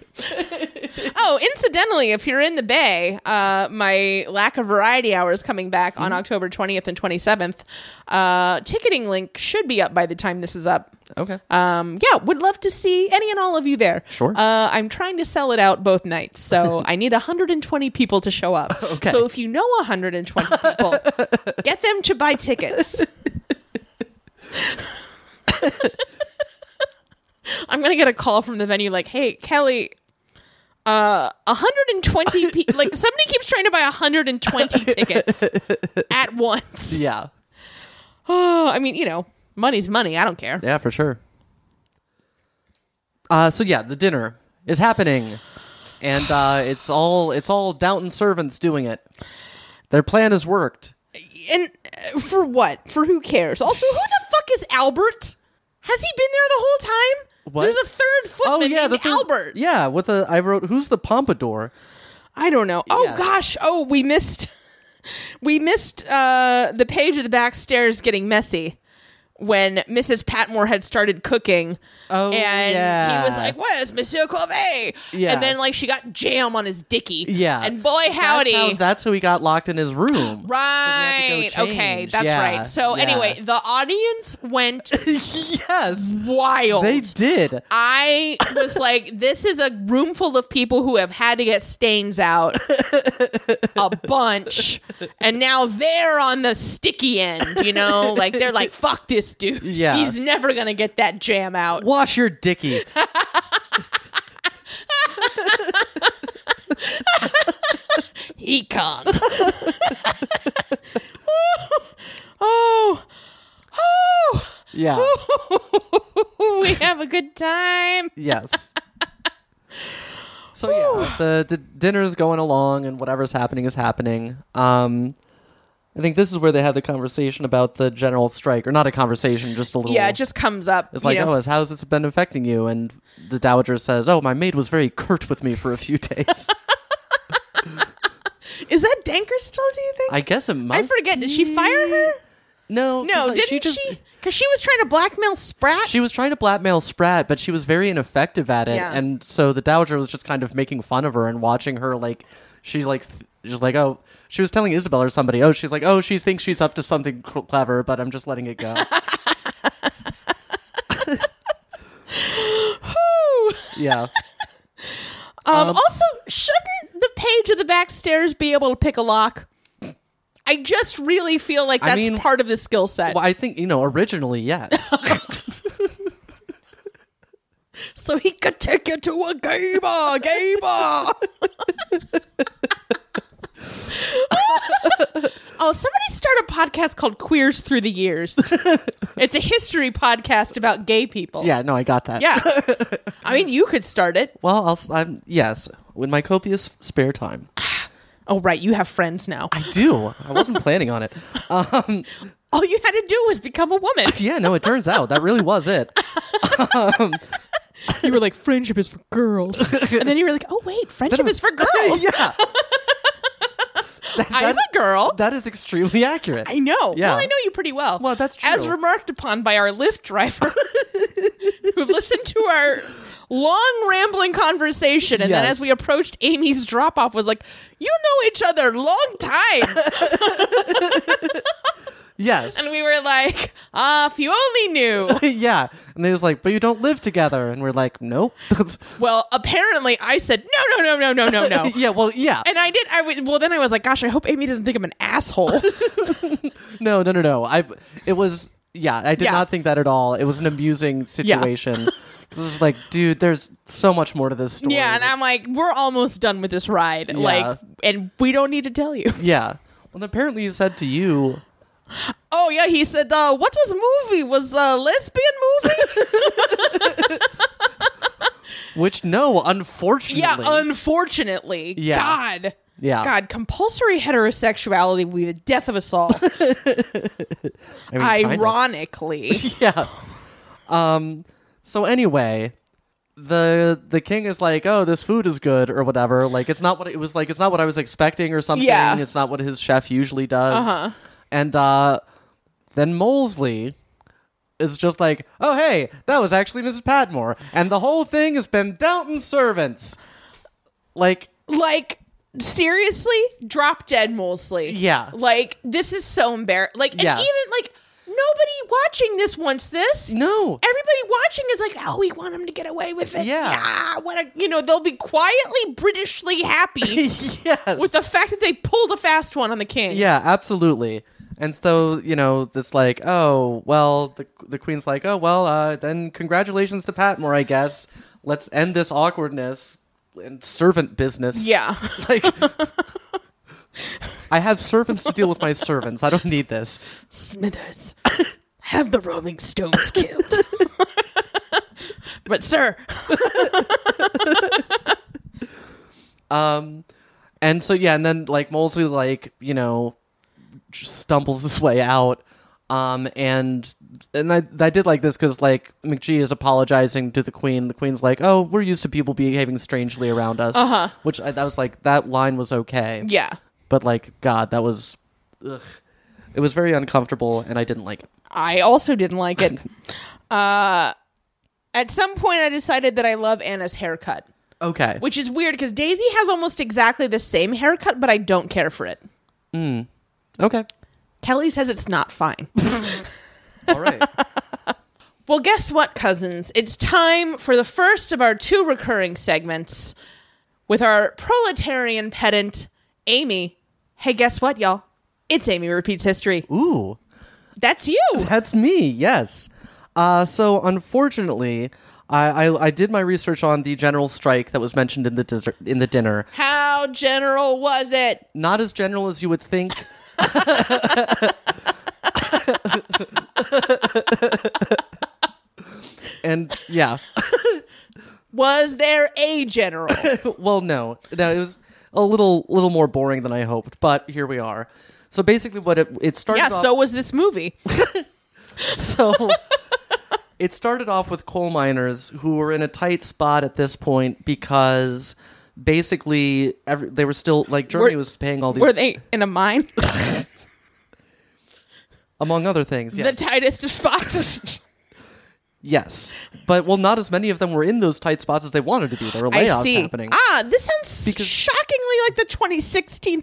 Speaker 2: oh, incidentally, if you're in the Bay, uh, my lack of variety hour is coming back on October 20th and 27th. Uh, ticketing link should be up by the time this is up.
Speaker 1: okay.
Speaker 2: Um, yeah, would love to see any and all of you there.
Speaker 1: Sure.
Speaker 2: Uh, I'm trying to sell it out both nights, so I need 120 people to show up.
Speaker 1: Okay.
Speaker 2: So if you know 120 people, get them to buy tickets. I'm gonna get a call from the venue like, "Hey, Kelly." Uh, 120 people. Like somebody keeps trying to buy 120 tickets at once.
Speaker 1: yeah,
Speaker 2: Oh, I mean, you know, money's money. I don't care.
Speaker 1: yeah, for sure. Uh, so yeah, the dinner is happening, and uh, it's all it's all Downton servants doing it. Their plan has worked.
Speaker 2: and uh, for what? For who cares? Also, who the fuck is Albert? Has he been there the whole time?
Speaker 1: What?
Speaker 2: There's a third footman
Speaker 1: Oh yeah,
Speaker 2: named
Speaker 1: the thing-
Speaker 2: Albert.
Speaker 1: Yeah, with the I wrote who's the pompadour?
Speaker 2: I don't know. Oh
Speaker 1: Yeah.
Speaker 2: gosh. Oh, we missed we missed uh the page of the back stairs getting messy when Mrs. Patmore had started cooking.
Speaker 1: Oh,
Speaker 2: and
Speaker 1: yeah.
Speaker 2: he was like, Where's Monsieur Corvée?
Speaker 1: Yeah.
Speaker 2: And then like she got jam on his dicky.
Speaker 1: Yeah.
Speaker 2: And boy howdy.
Speaker 1: That's how, that's who he got locked in his room. he
Speaker 2: Right.
Speaker 1: had to go
Speaker 2: Okay,
Speaker 1: change.
Speaker 2: that's
Speaker 1: Yeah,
Speaker 2: right. So
Speaker 1: yeah.
Speaker 2: anyway, the audience went
Speaker 1: yes.
Speaker 2: wild.
Speaker 1: They did.
Speaker 2: I was like, this is a room full of people who have had to get stains out a bunch. And now they're on the sticky end, you know? Like, they're like, fuck this dude.
Speaker 1: Yeah.
Speaker 2: He's never going to get that jam out.
Speaker 1: Wash your dicky.
Speaker 2: He can't. oh. Oh.
Speaker 1: Yeah.
Speaker 2: we have a good time.
Speaker 1: yes. So yeah, the, the dinner's going along and whatever's happening is happening. Um I think this is where they had the conversation about the general strike, or not a conversation, just a little.
Speaker 2: Yeah, it just comes up.
Speaker 1: It's
Speaker 2: you
Speaker 1: like,
Speaker 2: know?
Speaker 1: oh, it's- how's this been affecting you? And the dowager says, oh, my maid was very curt with me for a few days.
Speaker 2: is that Danker still, do you think?
Speaker 1: I guess it might.
Speaker 2: I forget. Did she fire her?
Speaker 1: No, 'cause,
Speaker 2: No,
Speaker 1: like,
Speaker 2: didn't she?
Speaker 1: she? Just,
Speaker 2: Because she was trying to blackmail Sprat.
Speaker 1: she was trying to blackmail Sprat, but she was very ineffective at it,
Speaker 2: Yeah.
Speaker 1: and so the dowager was just kind of making fun of her and watching her like she like th- she's like oh she was telling Isabel or somebody oh she's like oh she thinks she's up to something cl- clever, but I'm just letting it go. yeah,
Speaker 2: um, also, shouldn't the page of the back stairs be able to pick a lock? I just really feel like
Speaker 1: I
Speaker 2: that's
Speaker 1: mean-
Speaker 2: part of the skill set.
Speaker 1: well I think you know originally yes,
Speaker 2: So he could take you to a gay bar, gay bar. oh, somebody start a podcast called Queers Through the Years. it's a history podcast about gay people.
Speaker 1: yeah no I got that
Speaker 2: Yeah. I mean, you could start it.
Speaker 1: Well, I'll, s- I'm yes, with my copious spare time.
Speaker 2: Oh, right. You have friends now.
Speaker 1: I do. I wasn't planning on it. Um,
Speaker 2: All you had to do was become a woman.
Speaker 1: yeah, no, it turns out that really was it.
Speaker 2: you were like, friendship is for girls. And then you were like, oh, wait, friendship is for girls.
Speaker 1: yeah. That-
Speaker 2: I'm
Speaker 1: that-
Speaker 2: a girl.
Speaker 1: That is extremely accurate.
Speaker 2: I know.
Speaker 1: Yeah.
Speaker 2: Well, I know you pretty well.
Speaker 1: Well, that's
Speaker 2: As
Speaker 1: true.
Speaker 2: remarked upon by our Lyft driver, who listened to our long rambling conversation, and then
Speaker 1: Yes.
Speaker 2: as we approached Amy's drop off, was like, "You know each other long time,"
Speaker 1: Yes.
Speaker 2: and we were like, "Ah, if you only knew."
Speaker 1: yeah. And they was like, but you don't live together. And we're like, nope.
Speaker 2: Well, apparently, I said, "No, no, no, no, no, no, no."
Speaker 1: yeah, well, yeah.
Speaker 2: And I did. I w- well, then I was like, "Gosh, I hope Amy doesn't think I'm an asshole."
Speaker 1: No, no, no, no. I, it was, yeah, I did
Speaker 2: Yeah.
Speaker 1: not think that at all. It was an amusing situation. This is like, dude, there's so much more to this story.
Speaker 2: yeah, and I'm like, "We're almost done with this ride, like, and we don't need to tell you."
Speaker 1: Yeah. Well, apparently he said to you,
Speaker 2: Oh yeah, he said. Uh, what was movie? Was a lesbian movie?
Speaker 1: which no, unfortunately.
Speaker 2: yeah, unfortunately.
Speaker 1: Yeah. Uh,
Speaker 2: God.
Speaker 1: Yeah.
Speaker 2: God, compulsory heterosexuality would be the death of us all.
Speaker 1: I mean, kinda.
Speaker 2: Ironically,
Speaker 1: yeah. Um. So anyway, the the king is like, "Oh, this food is good," or whatever. Like, it's not what it was like. It's not what I was expecting, or something.
Speaker 2: Yeah.
Speaker 1: It's not what his chef usually does.
Speaker 2: Uh-huh.
Speaker 1: And uh, then Molesley is just like, "Oh, hey, that was actually Mrs. Padmore, and the whole thing has been Downton's servants." Like,
Speaker 2: like seriously, drop dead, Molesley.
Speaker 1: Yeah.
Speaker 2: Like this is so embarrassing. Like, and
Speaker 1: Yeah.
Speaker 2: even like nobody watching this wants this.
Speaker 1: no.
Speaker 2: Everybody watching is like, oh, we want him to get away with it.
Speaker 1: Yeah.
Speaker 2: what a, you know, they'll be quietly Britishly happy
Speaker 1: yes.
Speaker 2: with the fact that they pulled a fast one on the king.
Speaker 1: Yeah, absolutely. And so, you know, it's like, oh, well, the, the queen's like, oh, well, uh, then congratulations to Patmore, I guess. Let's end this awkwardness and servant business.
Speaker 2: Yeah.
Speaker 1: Like, I have servants to deal with my servants. I don't need this.
Speaker 2: Smithers, have the Rolling Stones killed. but, sir,
Speaker 1: Um, and so, yeah, and then, like, Molesley, like, you know, just stumbles his way out. Um, and and I, I did like this because like McGee is apologizing to the Queen. The Queen's like, "Oh, we're used to people behaving strangely around us," uh-huh. which I, that was like that line was okay.
Speaker 2: Yeah.
Speaker 1: But like, God, that was, ugh. it was very uncomfortable, and I didn't like it.
Speaker 2: I also didn't like it. uh, at some point, I decided that I love Anna's haircut,
Speaker 1: Okay.
Speaker 2: which is weird because Daisy has almost exactly the same haircut, but I don't care for it.
Speaker 1: okay.
Speaker 2: Kelly says it's not fine.
Speaker 1: All right.
Speaker 2: well, guess what, cousins? It's time for the first of our two recurring segments with our proletarian pedant, Amy. Hey, guess what, y'all? It's Amy Repeats History.
Speaker 1: Ooh.
Speaker 2: That's you.
Speaker 1: That's me. Yes. Uh, so unfortunately, I, I I did my research on the general strike that was mentioned in the dessert, in the dinner.
Speaker 2: How general was it?
Speaker 1: Not as general as you would think. and yeah,
Speaker 2: Was there a general?
Speaker 1: well, no, no, it was a little little more boring than I hoped, but here we are. So basically, what it it started.
Speaker 2: yeah,
Speaker 1: off-
Speaker 2: so was this movie.
Speaker 1: So it started off with coal miners who were in a tight spot at this point because basically every, they were still like Germany
Speaker 2: Were-
Speaker 1: was paying all these
Speaker 2: Were they in a mine?
Speaker 1: among other things.
Speaker 2: The
Speaker 1: Yes.
Speaker 2: tightest of spots.
Speaker 1: yes. But well not as many of them were in those tight spots as they wanted to be. There were
Speaker 2: I
Speaker 1: layoffs
Speaker 2: see.
Speaker 1: happening.
Speaker 2: Ah, this sounds
Speaker 1: Because-
Speaker 2: shockingly like the 2016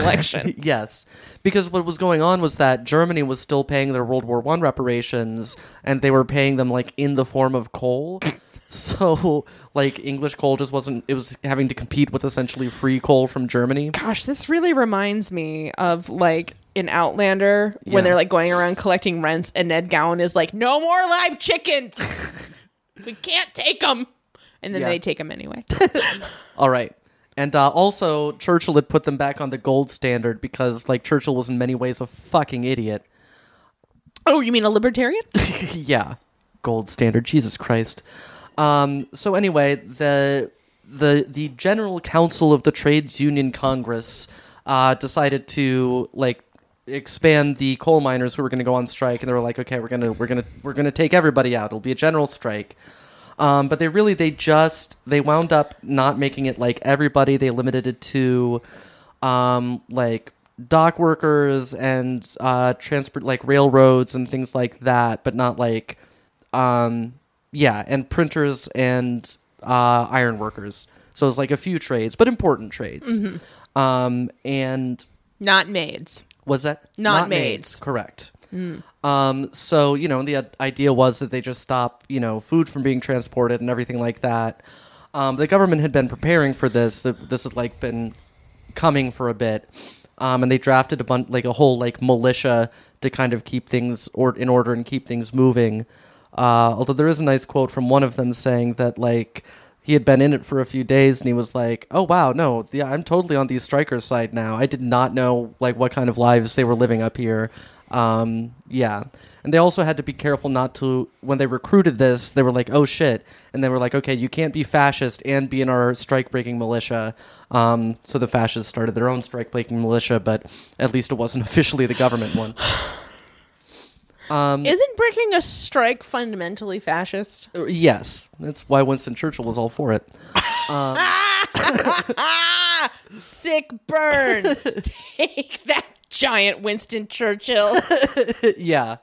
Speaker 2: election.
Speaker 1: Yes, because what was going on was that Germany was still paying their World War One reparations, and they were paying them like in the form of coal. so, like English coal just wasn't; it was having to compete with essentially free coal from Germany.
Speaker 2: Gosh, this really reminds me of like in Outlander
Speaker 1: Yeah.
Speaker 2: when they're like going around collecting rents, and Ned Gowan is like, "No more live chickens. we can't take them." And then
Speaker 1: Yeah.
Speaker 2: they take them anyway.
Speaker 1: All right. And uh, also, Churchill had put them back on the gold standard because, like, Churchill was in many ways a fucking idiot.
Speaker 2: oh, you mean a libertarian?
Speaker 1: yeah, gold standard. Jesus Christ. Um, so anyway, the the the General Council of the Trades Union Congress uh, decided to like expand the coal miners who were going to go on strike, and they were like, okay, we're gonna we're gonna we're gonna take everybody out. It'll be a general strike. Um, but they really they just they wound up not making it like everybody. They limited it to um, like dock workers and uh, transport like railroads and things like that, but not like um, yeah, and printers and uh, iron workers. So it's like a few trades, but important trades. Um, and
Speaker 2: Not maids.
Speaker 1: was that
Speaker 2: Not maids.
Speaker 1: Correct. Um, so you know the i- idea was that they just stop you know food from being transported and everything like that. Um, the government had been preparing for this. Th- This had like been coming for a bit, um, and they drafted a bunch like a whole like militia to kind of keep things or in order and keep things moving. Uh, although there is a nice quote from one of them saying that like he had been in it for a few days and he was like, "Oh wow, no, yeah, I'm totally on these strikers' side now. I did not know like what kind of lives they were living up here." Um, yeah, and they also had to be careful not to when they recruited this. They were like, "Oh shit," and they were like, "Okay, you can't be fascist and be in our strike-breaking militia." Um, so the fascists started their own strike-breaking militia, but at least it wasn't officially the government one. Um,
Speaker 2: Isn't breaking a strike fundamentally fascist?
Speaker 1: Uh, Yes, that's why Winston Churchill was all for it.
Speaker 2: Ah, sick burn. Take that, giant Winston Churchill.
Speaker 1: yeah.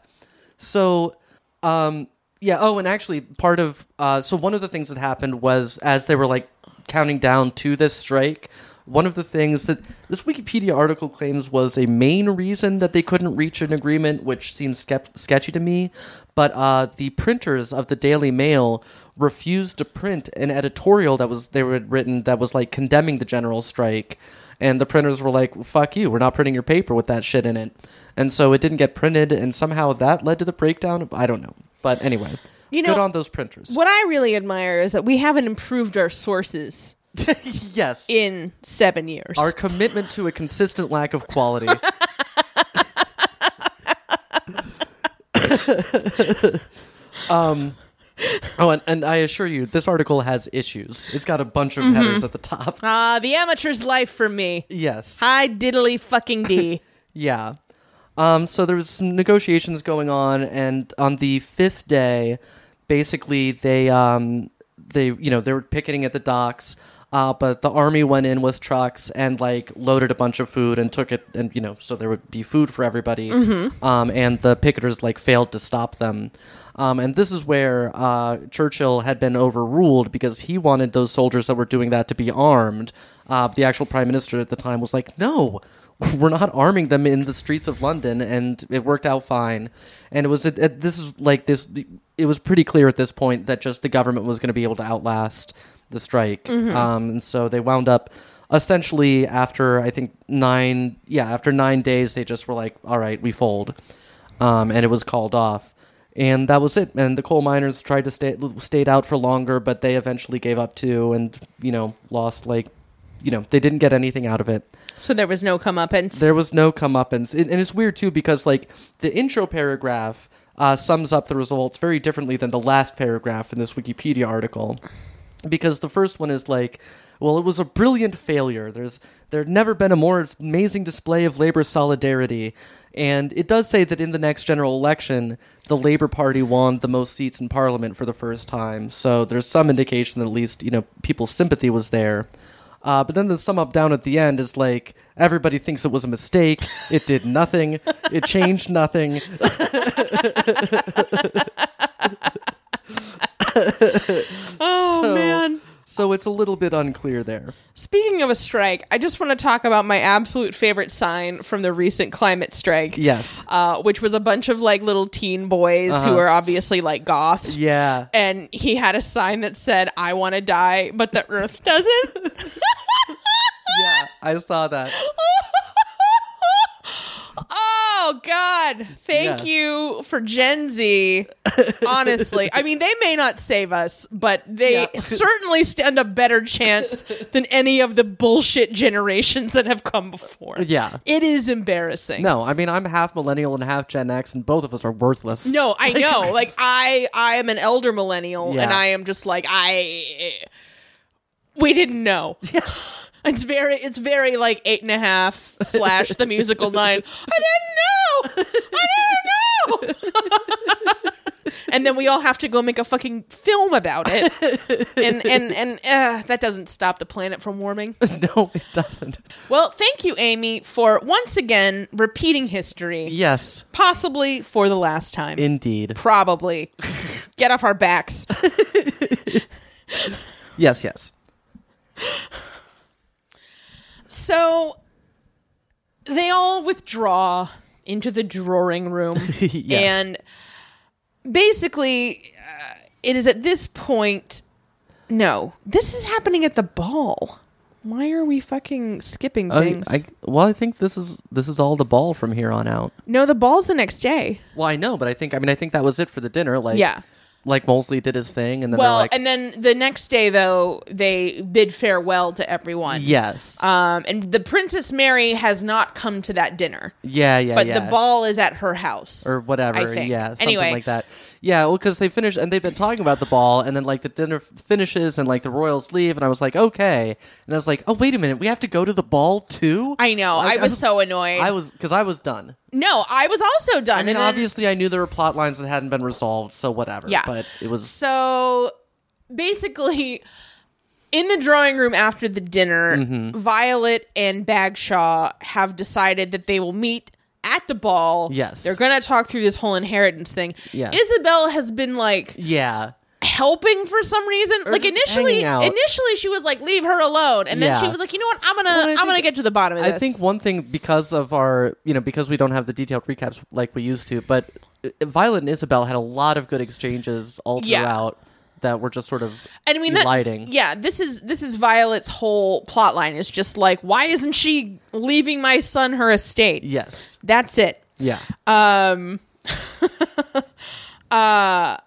Speaker 1: So, um, yeah. Oh, and actually, part of uh, so one of the things that happened was as they were like counting down to this strike, one of the things that this Wikipedia article claims was a main reason that they couldn't reach an agreement, which seems skep- sketchy to me. But uh, the printers of the Daily Mail refused to print an editorial that was they had written that was like condemning the general strike and the printers were like, "Fuck you, we're not printing your paper with that shit in it," and so it didn't get printed, and somehow that led to the breakdown. Of, I don't know, but anyway,
Speaker 2: You
Speaker 1: good
Speaker 2: know-
Speaker 1: on those printers.
Speaker 2: What I really admire is that we haven't improved our sources
Speaker 1: yes,
Speaker 2: in seven years.
Speaker 1: our commitment to a consistent lack of quality. um. Oh, and, and I assure you, this article has issues. It's got a bunch
Speaker 2: Mm-hmm.
Speaker 1: of headers at the top.
Speaker 2: Ah, the amateur's life for me.
Speaker 1: Yes.
Speaker 2: Hi, diddly fucking D.
Speaker 1: Yeah. Um, so there was some negotiations going on, and on the fifth day, basically they um, they you know they were picketing at the docks, uh, but the army went in with trucks and like loaded a bunch of food and took it, and you know so there would be food for everybody. Um, and the picketers like failed to stop them. Um, and this is where uh, Churchill had been overruled because he wanted those soldiers that were doing that to be armed. Uh, the actual prime minister at the time was like, no, we're not arming them in the streets of London, and it worked out fine. And it was it, it- this is like this. It was pretty clear at this point that just the government was going to be able to outlast the strike, um, and so they wound up essentially after I think nine, yeah, after nine days, they just were like, "All right, we fold," um, and it was called off. And that was it. And the coal miners tried to stay stayed out for longer, but they eventually gave up too, and you know lost like, you know they didn't get anything out of it.
Speaker 2: So there was no comeuppance.
Speaker 1: There was no comeuppance, and, and it's weird too because like the intro paragraph uh, sums up the results very differently than the last paragraph in this Wikipedia article, because the first one is like, well, it was a brilliant failure. There's there had never been a more amazing display of labor solidarity, and it does say that in the next general election, the Labor Party won the most seats in Parliament for the first time. So there's some indication that at least you know people's sympathy was there. Uh, but then the sum up down at the end is like everybody thinks it was a mistake. It did nothing. it changed nothing.
Speaker 2: oh
Speaker 1: So-
Speaker 2: man.
Speaker 1: So it's a little bit unclear there.
Speaker 2: Speaking of a strike, I just want to talk about my absolute favorite sign from the recent climate strike.
Speaker 1: Yes.
Speaker 2: Uh, which was a bunch of like little teen boys who are obviously like goths.
Speaker 1: Yeah.
Speaker 2: And he had a sign that said, I want to die, but the earth doesn't.
Speaker 1: Yeah. I saw that.
Speaker 2: Oh God! Thank
Speaker 1: Yeah.
Speaker 2: you for Gen Z. Honestly, I mean they may not save us, but they
Speaker 1: Yeah.
Speaker 2: certainly stand a better chance than any of the bullshit generations that have come before.
Speaker 1: Yeah.
Speaker 2: it is embarrassing.
Speaker 1: No, I mean I'm half millennial and half Gen X, and both of us are worthless.
Speaker 2: No, I know. like I, I am an elder millennial,
Speaker 1: Yeah.
Speaker 2: and I am just like I. We didn't know. It's very, it's very like eight and a half slash the musical nine. I didn't know. I didn't know. and then we all have to go make a fucking film about it, and and and uh, that doesn't stop the planet from warming.
Speaker 1: no, it doesn't.
Speaker 2: Well, thank you, Amy, for once again repeating history,
Speaker 1: Yes,
Speaker 2: possibly for the last time.
Speaker 1: indeed.
Speaker 2: Probably. Get off our backs.
Speaker 1: Yes, yes.
Speaker 2: So they all withdraw into the drawing room.
Speaker 1: yes.
Speaker 2: And basically, uh, it is at this point. No, this is happening at the ball. Why are we fucking skipping
Speaker 1: I,
Speaker 2: things?
Speaker 1: I, well, I think this is this is all the ball from here on out.
Speaker 2: no, the ball's the next day.
Speaker 1: Well, I know, but I think I mean I think that was it for the dinner. Like
Speaker 2: Yeah.
Speaker 1: like Mosley did his thing, and then
Speaker 2: Well,
Speaker 1: they're like,
Speaker 2: and then the next day, though, they bid farewell to everyone.
Speaker 1: yes,
Speaker 2: Um, and the Princess Mary has not come to that dinner.
Speaker 1: yeah, yeah,
Speaker 2: but
Speaker 1: yeah.
Speaker 2: the ball is at her house
Speaker 1: or whatever.
Speaker 2: I think.
Speaker 1: Yeah, something
Speaker 2: anyway,
Speaker 1: like that. Yeah, well, because they finished and they've been talking about the ball, and then like the dinner f- finishes, and like the Royals leave, and I was like, okay, and I was like, oh wait a minute, we have to go to the ball too.
Speaker 2: I know. I, was so annoyed.
Speaker 1: I was because I was done.
Speaker 2: no, I was also done.
Speaker 1: I mean,
Speaker 2: and then-
Speaker 1: obviously, I knew there were plot lines that hadn't been resolved, so whatever.
Speaker 2: Yeah.
Speaker 1: but it was
Speaker 2: So basically, in the drawing room after the dinner,
Speaker 1: Mm-hmm.
Speaker 2: Violet and Bagshaw have decided that they will meet at the ball.
Speaker 1: Yes.
Speaker 2: They're going to talk through this whole inheritance thing.
Speaker 1: Yeah.
Speaker 2: Isabel has been like
Speaker 1: yeah,
Speaker 2: helping for some reason. like
Speaker 1: just
Speaker 2: initially
Speaker 1: hanging out.
Speaker 2: initially she was like leave her alone and then
Speaker 1: Yeah.
Speaker 2: she was like you know what I'm going to
Speaker 1: I
Speaker 2: I'm going to
Speaker 1: think-
Speaker 2: get to the bottom of this.
Speaker 1: I think one thing because of our, you know, because we don't have the detailed recaps like we used to, but uh, Violet and Isabel had a lot of good exchanges all
Speaker 2: Yeah.
Speaker 1: throughout that were just sort of
Speaker 2: And I mean,
Speaker 1: lighting.
Speaker 2: That, yeah, this is this is Violet's whole plot line. Is just like, why isn't she leaving my son her estate?
Speaker 1: yes,
Speaker 2: That's it.
Speaker 1: yeah,
Speaker 2: Uh,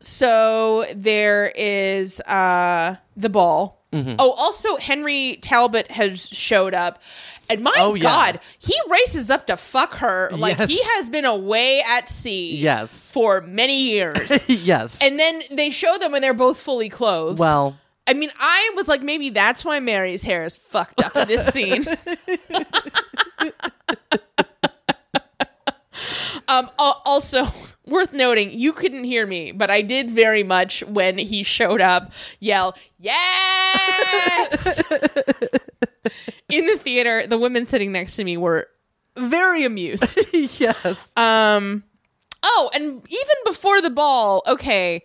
Speaker 2: So there is uh the ball.
Speaker 1: Mm-hmm.
Speaker 2: Oh, also Henry Talbot has showed up. And my
Speaker 1: Oh, yeah.
Speaker 2: God, he races up to fuck her like
Speaker 1: Yes.
Speaker 2: he has been away at sea
Speaker 1: Yes.
Speaker 2: for many years.
Speaker 1: yes.
Speaker 2: and then they show them when they're both fully clothed.
Speaker 1: well,
Speaker 2: I mean, I was like, maybe that's why Mary's hair is fucked up in this scene. Um, al- also, worth noting, you couldn't hear me, but I did very much when he showed up yell, Yes! In the theater, the women sitting next to me were very amused.
Speaker 1: yes.
Speaker 2: Um, Oh, and even before the ball, okay,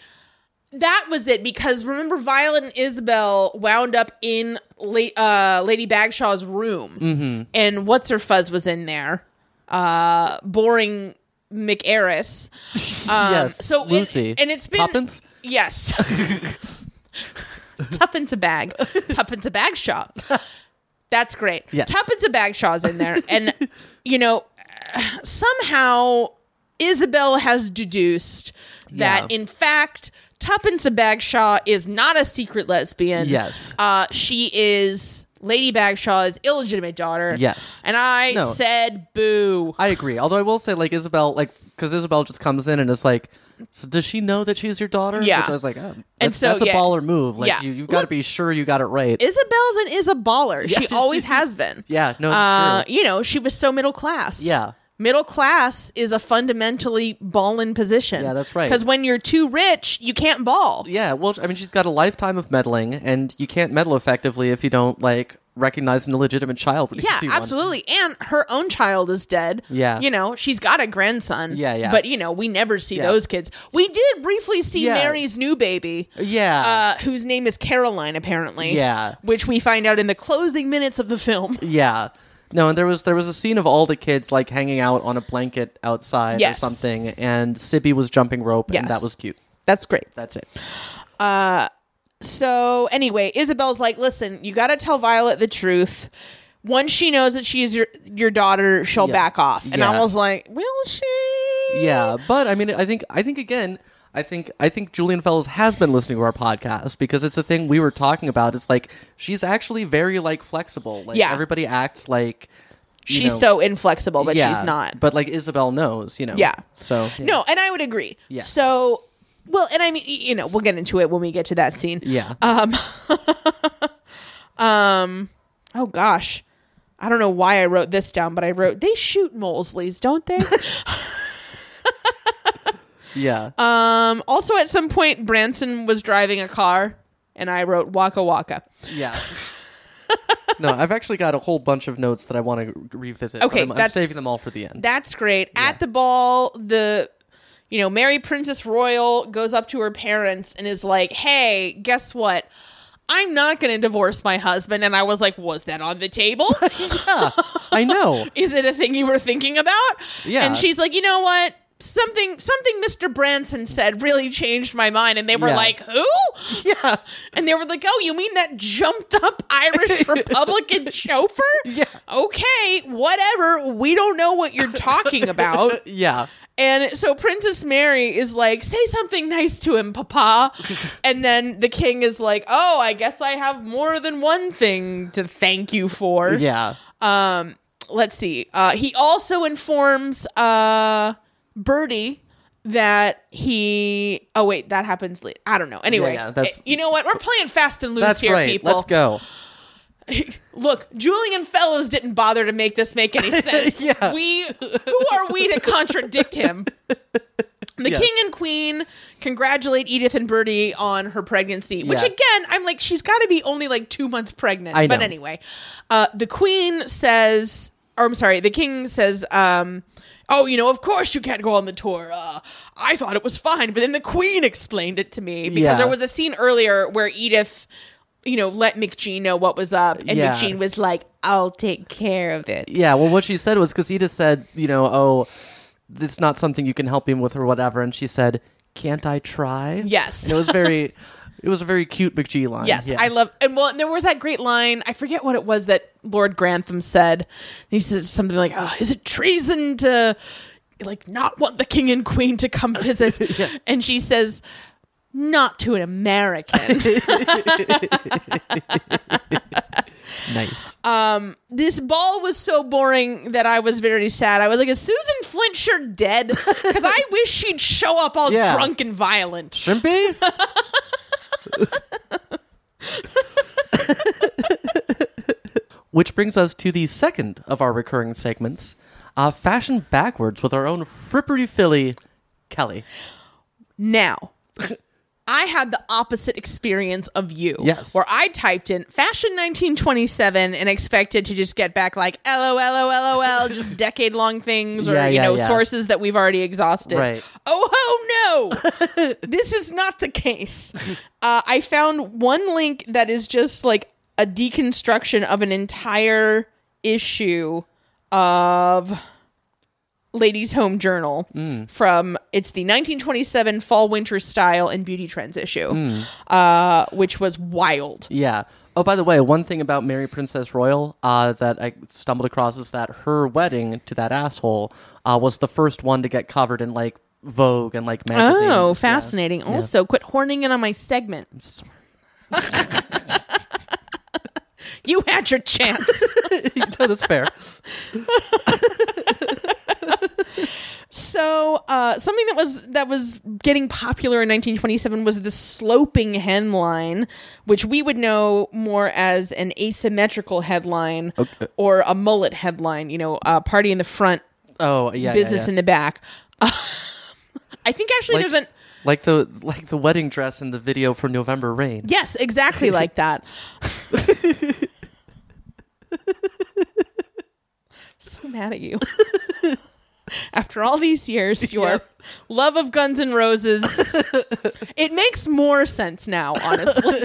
Speaker 2: that was it because remember Violet and Isabel wound up in La- uh, Lady Bagshaw's room, and what's her fuzz was in there, uh, boring McAris.
Speaker 1: yes.
Speaker 2: so it-
Speaker 1: Lucy.
Speaker 2: and it's been-
Speaker 1: Poppins?
Speaker 2: Yes. Tuppence a bag. Tuppence a bag shop. That's great.
Speaker 1: Yeah.
Speaker 2: Tuppence a bag shaw's in there. And, you know, somehow Isabel has deduced that,
Speaker 1: Yeah.
Speaker 2: in fact, Tuppence a Bagshaw is not a secret lesbian.
Speaker 1: Yes.
Speaker 2: Uh, she is Lady Bagshaw's illegitimate daughter.
Speaker 1: Yes.
Speaker 2: And I
Speaker 1: No.
Speaker 2: said boo.
Speaker 1: I agree. Although I will say, like Isabel, like because Isabel just comes in and is like, "So does she know that she's your daughter?"
Speaker 2: Yeah.
Speaker 1: Which I was like, oh, that's,
Speaker 2: so,
Speaker 1: that's a
Speaker 2: yeah.
Speaker 1: baller move. Like
Speaker 2: Yeah.
Speaker 1: you, you've got to
Speaker 2: Look-
Speaker 1: be sure you got it right.
Speaker 2: Isabel's and is a baller. She always has been.
Speaker 1: yeah. No. It's
Speaker 2: uh,
Speaker 1: true.
Speaker 2: you know, she was so middle class.
Speaker 1: Yeah.
Speaker 2: Middle class is a fundamentally ballin' position.
Speaker 1: Yeah, that's right.
Speaker 2: Because when you're too rich, you can't ball.
Speaker 1: Yeah. Well, I mean, she's got a lifetime of meddling, and you can't meddle effectively if you don't like recognize an illegitimate child. When you
Speaker 2: Yeah,
Speaker 1: see one.
Speaker 2: absolutely. And her own child is dead.
Speaker 1: Yeah.
Speaker 2: You know, she's got a grandson.
Speaker 1: Yeah, yeah.
Speaker 2: But, you know, we never see
Speaker 1: Yeah.
Speaker 2: those kids. We did briefly see
Speaker 1: Yeah.
Speaker 2: Mary's new baby.
Speaker 1: Yeah.
Speaker 2: Uh, whose name is Caroline, apparently.
Speaker 1: Yeah.
Speaker 2: Which we find out in the closing minutes of the film.
Speaker 1: yeah. No, and there was there was a scene of all the kids like hanging out on a blanket outside
Speaker 2: Yes.
Speaker 1: or something, and Sibby was jumping rope,
Speaker 2: Yes.
Speaker 1: and that was cute.
Speaker 2: That's great.
Speaker 1: That's it.
Speaker 2: So anyway, Isabel's like, listen, you got to tell Violet the truth. Once she knows that she's your your daughter, she'll
Speaker 1: Yeah.
Speaker 2: back off. And
Speaker 1: Yeah.
Speaker 2: I was like, will she?
Speaker 1: Yeah, but I mean, I think I think again, I think I think Julian Fellows has been listening to our podcast because it's the thing we were talking about. It's like she's actually very like flexible. Like
Speaker 2: Yeah.
Speaker 1: everybody acts like you
Speaker 2: She's
Speaker 1: know-
Speaker 2: so inflexible, but
Speaker 1: yeah,
Speaker 2: she's not.
Speaker 1: But like Isabel knows, you know.
Speaker 2: Yeah.
Speaker 1: So yeah.
Speaker 2: No, and I would agree.
Speaker 1: Yeah.
Speaker 2: So, well, and I mean, y- you know, we'll get into it when we get to that scene.
Speaker 1: Yeah.
Speaker 2: Oh gosh, I don't know why I wrote this down, but I wrote they shoot Molesley's, don't they?
Speaker 1: yeah.
Speaker 2: um. Also, at some point, Branson was driving a car, and I wrote Waka Waka.
Speaker 1: yeah. no, I've actually got a whole bunch of notes that I want to revisit. but
Speaker 2: Okay,
Speaker 1: I'm, I'm
Speaker 2: that's-
Speaker 1: saving them all for the end.
Speaker 2: That's great. At the ball, the you know, Mary Princess Royal goes up to her parents and is like, "Hey, guess what? I'm not going to divorce my husband." And I was like, "Was that on the table?
Speaker 1: yeah, Ah, I know.
Speaker 2: is it a thing you were thinking about?"
Speaker 1: Yeah.
Speaker 2: And she's like, "You know what? Something something Mr. Branson said really changed my mind." And they were
Speaker 1: Yeah.
Speaker 2: like, "Who?"
Speaker 1: Yeah,
Speaker 2: And they were like, "Oh, you mean that jumped up Irish Republican chauffeur?"
Speaker 1: Yeah.
Speaker 2: Okay, whatever. We don't know what you're talking about.
Speaker 1: Oh, yeah,
Speaker 2: And so Princess Mary is like, say something nice to him, Papa. and then the king is like, oh, I guess I have more than one thing to thank you for.
Speaker 1: yeah.
Speaker 2: Um, let's see. Uh, he also informs uh, Birdie that he. Oh wait, that happens late. I don't know. Anyway,
Speaker 1: yeah, that's-
Speaker 2: eh, you know what? We're playing fast and loose
Speaker 1: That's
Speaker 2: here,
Speaker 1: right.
Speaker 2: people.
Speaker 1: Let's go.
Speaker 2: Look, Julian Fellows didn't bother to make this make any sense.
Speaker 1: Yeah.
Speaker 2: We who are we to contradict him? The
Speaker 1: Yeah.
Speaker 2: king and queen congratulate Edith and Bertie on her pregnancy, which
Speaker 1: Yeah.
Speaker 2: again, I'm like, she's got to be only like two months pregnant.
Speaker 1: I
Speaker 2: But
Speaker 1: know.
Speaker 2: anyway, uh, the queen says, or I'm sorry, the king says, um, oh, you know, of course you can't go on the tour. Uh, I thought it was fine, but then the queen explained it to me because
Speaker 1: Yeah.
Speaker 2: there was a scene earlier where Edith, you know, let McGee know what was up, and
Speaker 1: Yeah.
Speaker 2: McGee was like, I'll take care of it.
Speaker 1: Yeah, well, what she said was because Edith said, you know, oh, it's not something you can help him with or whatever, and she said, "Can't I try?"
Speaker 2: Yes.
Speaker 1: And it was very, it was a very cute McGee line.
Speaker 2: Yes,
Speaker 1: yeah.
Speaker 2: I love and well, and there was that great line. I forget what it was that Lord Grantham said. He said something like, oh, "Is it treason to like not want the king and queen to come visit?" And she says, "Not to an American."
Speaker 1: nice.
Speaker 2: Uh, this ball was so boring that I was very sad. I was like, "Is Susan Flint sure dead?" Because I wish she'd show up all
Speaker 1: Yeah.
Speaker 2: drunk and violent.
Speaker 1: Shrimpy. Which brings us to the second of our recurring segments. uh, fashioned backwards with our own frippery filly, Kelly.
Speaker 2: Now, I had the opposite experience of you.
Speaker 1: Yes.
Speaker 2: Where I typed in fashion 1927 and expected to just get back like LOL, LOL, just decade long things or,
Speaker 1: Yeah,
Speaker 2: you
Speaker 1: yeah,
Speaker 2: know,
Speaker 1: yeah.
Speaker 2: sources that we've already exhausted.
Speaker 1: Right.
Speaker 2: Oh, ho, no. this is not the case. Uh, I found one link that is just like a deconstruction of an entire issue of Ladies Home Journal from it's the 1927 Fall Winter Style and Beauty Trends issue, uh, which was wild.
Speaker 1: Yeah. Oh, by the way, one thing about Mary Princess Royal uh, that I stumbled across is that her wedding to that asshole uh, was the first one to get covered in like Vogue and like magazines.
Speaker 2: Oh,
Speaker 1: Yeah.
Speaker 2: fascinating! Also, quit horning in on my segment. you had your chance.
Speaker 1: no, that's fair.
Speaker 2: so, uh, something that was that was getting popular in 1927 was the sloping hemline, which we would know more as an asymmetrical headline or a mullet headline. You know, uh, party in the front,
Speaker 1: Oh, yeah. yeah,
Speaker 2: business
Speaker 1: yeah.
Speaker 2: in the back. I think actually
Speaker 1: Like-
Speaker 2: there's an
Speaker 1: like the like the wedding dress in the video for November Rain.
Speaker 2: yes, exactly like that. so mad at you. After all these years, your
Speaker 1: Yeah.
Speaker 2: love of Guns N' Roses. it makes more sense now, honestly.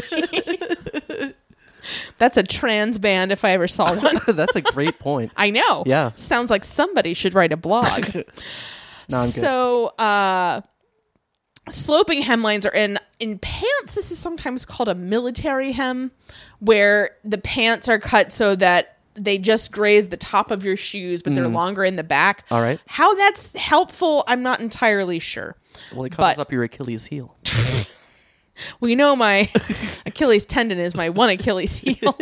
Speaker 2: That's a trans band if I ever saw one.
Speaker 1: that's a great point.
Speaker 2: I know.
Speaker 1: Yeah.
Speaker 2: Sounds like somebody should write a blog.
Speaker 1: No, I'm good.
Speaker 2: so uh sloping hemlines are in in pants this is sometimes called a military hem where the pants are cut so that they just graze the top of your shoes but they're longer in the back
Speaker 1: Mm. All right.
Speaker 2: how that's helpful i'm not entirely sure
Speaker 1: Well, it covers
Speaker 2: but-
Speaker 1: up your Achilles heel.
Speaker 2: we know my Achilles tendon is my one Achilles heel.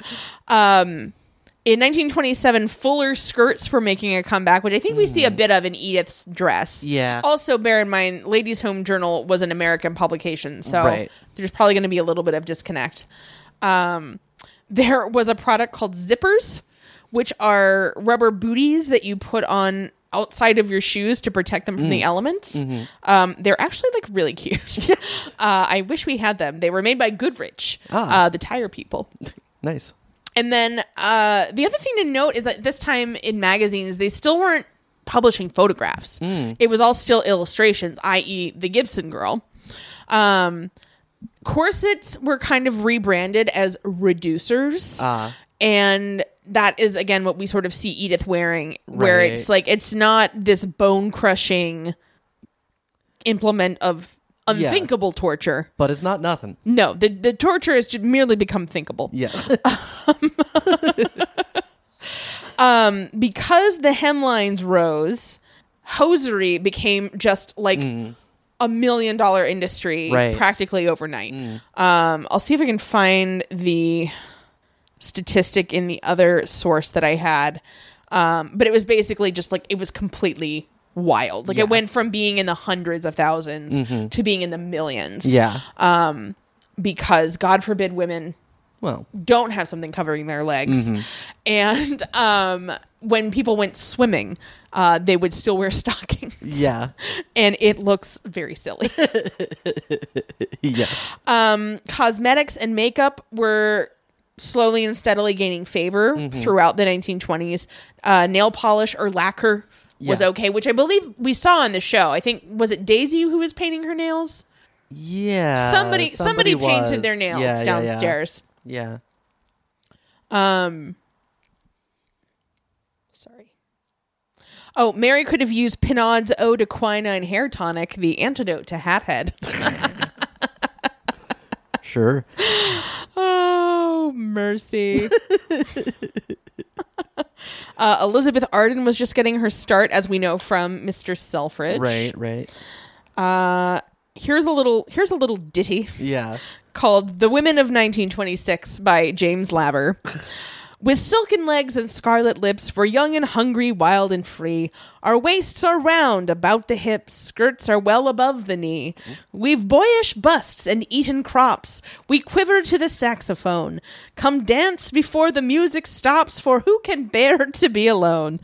Speaker 2: um, in 1927, fuller skirts were making a comeback, which I think we see
Speaker 1: Mm.
Speaker 2: a bit of in Edith's dress.
Speaker 1: Yeah.
Speaker 2: Also, bear in mind, Ladies' Home Journal was an American publication, so
Speaker 1: Right.
Speaker 2: there's probably going to be a little bit of disconnect. Um, there was a product called zippers, which are rubber booties that you put on outside of your shoes to protect them from the
Speaker 1: Mm.
Speaker 2: elements.
Speaker 1: Mm-hmm.
Speaker 2: Um, they're actually like really cute. uh, I wish we had them. They were made by Goodrich,
Speaker 1: Ah.
Speaker 2: uh, the tire people.
Speaker 1: Nice.
Speaker 2: And then uh, the other thing to note is that this time in magazines, they still weren't publishing photographs.
Speaker 1: Mm.
Speaker 2: It was all still illustrations, i.e., the Gibson girl. Um, corsets were kind of rebranded as reducers.
Speaker 1: Ah.
Speaker 2: and that is, again, what we sort of see Edith wearing, where
Speaker 1: Right.
Speaker 2: it's like, it's not this bone crushing implement of unthinkable torture.
Speaker 1: But it's not nothing.
Speaker 2: No, the, the torture has ju- merely become thinkable.
Speaker 1: Yeah.
Speaker 2: because the hemlines rose, hosiery became just like a million dollar industry
Speaker 1: Mm. Right. Mm.
Speaker 2: practically overnight. Um, I'll see if I can find the statistic in the other source that I had. Um, but it was basically just like it was completely wild. Like
Speaker 1: Yeah. Mm-hmm.
Speaker 2: it went from being in the hundreds of 1000s to being in the millions.
Speaker 1: yeah.
Speaker 2: Because God forbid women
Speaker 1: well,
Speaker 2: don't have something covering their legs.
Speaker 1: Mm-hmm.
Speaker 2: And um, when people went swimming, uh, they would still wear stockings.
Speaker 1: yeah.
Speaker 2: And it looks very silly.
Speaker 1: yes.
Speaker 2: Cosmetics and makeup were slowly and steadily gaining favor
Speaker 1: Mm-hmm.
Speaker 2: throughout the 1920s. Uh, nail polish or lacquer was
Speaker 1: Yeah.
Speaker 2: okay, which I believe we saw on the show. I think, was it Daisy who was painting her nails?
Speaker 1: Yeah.
Speaker 2: somebody somebody, painted
Speaker 1: Uh, was.
Speaker 2: their nails
Speaker 1: Yeah, yeah, yeah.
Speaker 2: downstairs.
Speaker 1: Yeah.
Speaker 2: Sorry. Oh, Mary could have used Pinaud's Ode to Quinine Hair Tonic, the antidote to Hathead.
Speaker 1: Sure.
Speaker 2: oh, mercy. uh, Elizabeth Arden was just getting her start, as we know from Mr. Selfridge.
Speaker 1: Right, right.
Speaker 2: Uh, here's a little here's a little ditty
Speaker 1: Yeah.
Speaker 2: called "The Women of 1926" by James Laver. With silken legs and scarlet lips, we're young and hungry, wild and free. Our waists are round about the hips, skirts are well above the knee. We've boyish busts and eaten crops. We quiver to the saxophone. Come dance before the music stops, for who can bear to be alone?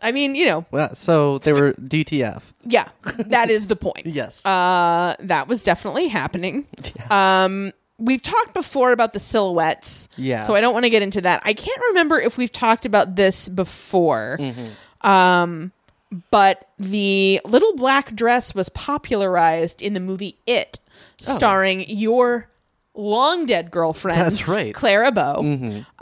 Speaker 2: I mean, you know,
Speaker 1: Yeah, so they were DTF.
Speaker 2: yeah, that is the point.
Speaker 1: Yes.
Speaker 2: Uh, that was definitely happening. Um, we've talked before about the silhouettes.
Speaker 1: Yeah.
Speaker 2: So I don't want to get into that. I can't remember if we've talked about this before.
Speaker 1: Mm-hmm.
Speaker 2: Um, but the little black dress was popularized in the movie It,
Speaker 1: Oh.
Speaker 2: starring your long dead girlfriend.
Speaker 1: That's right. Mm-hmm.
Speaker 2: Clara Bow.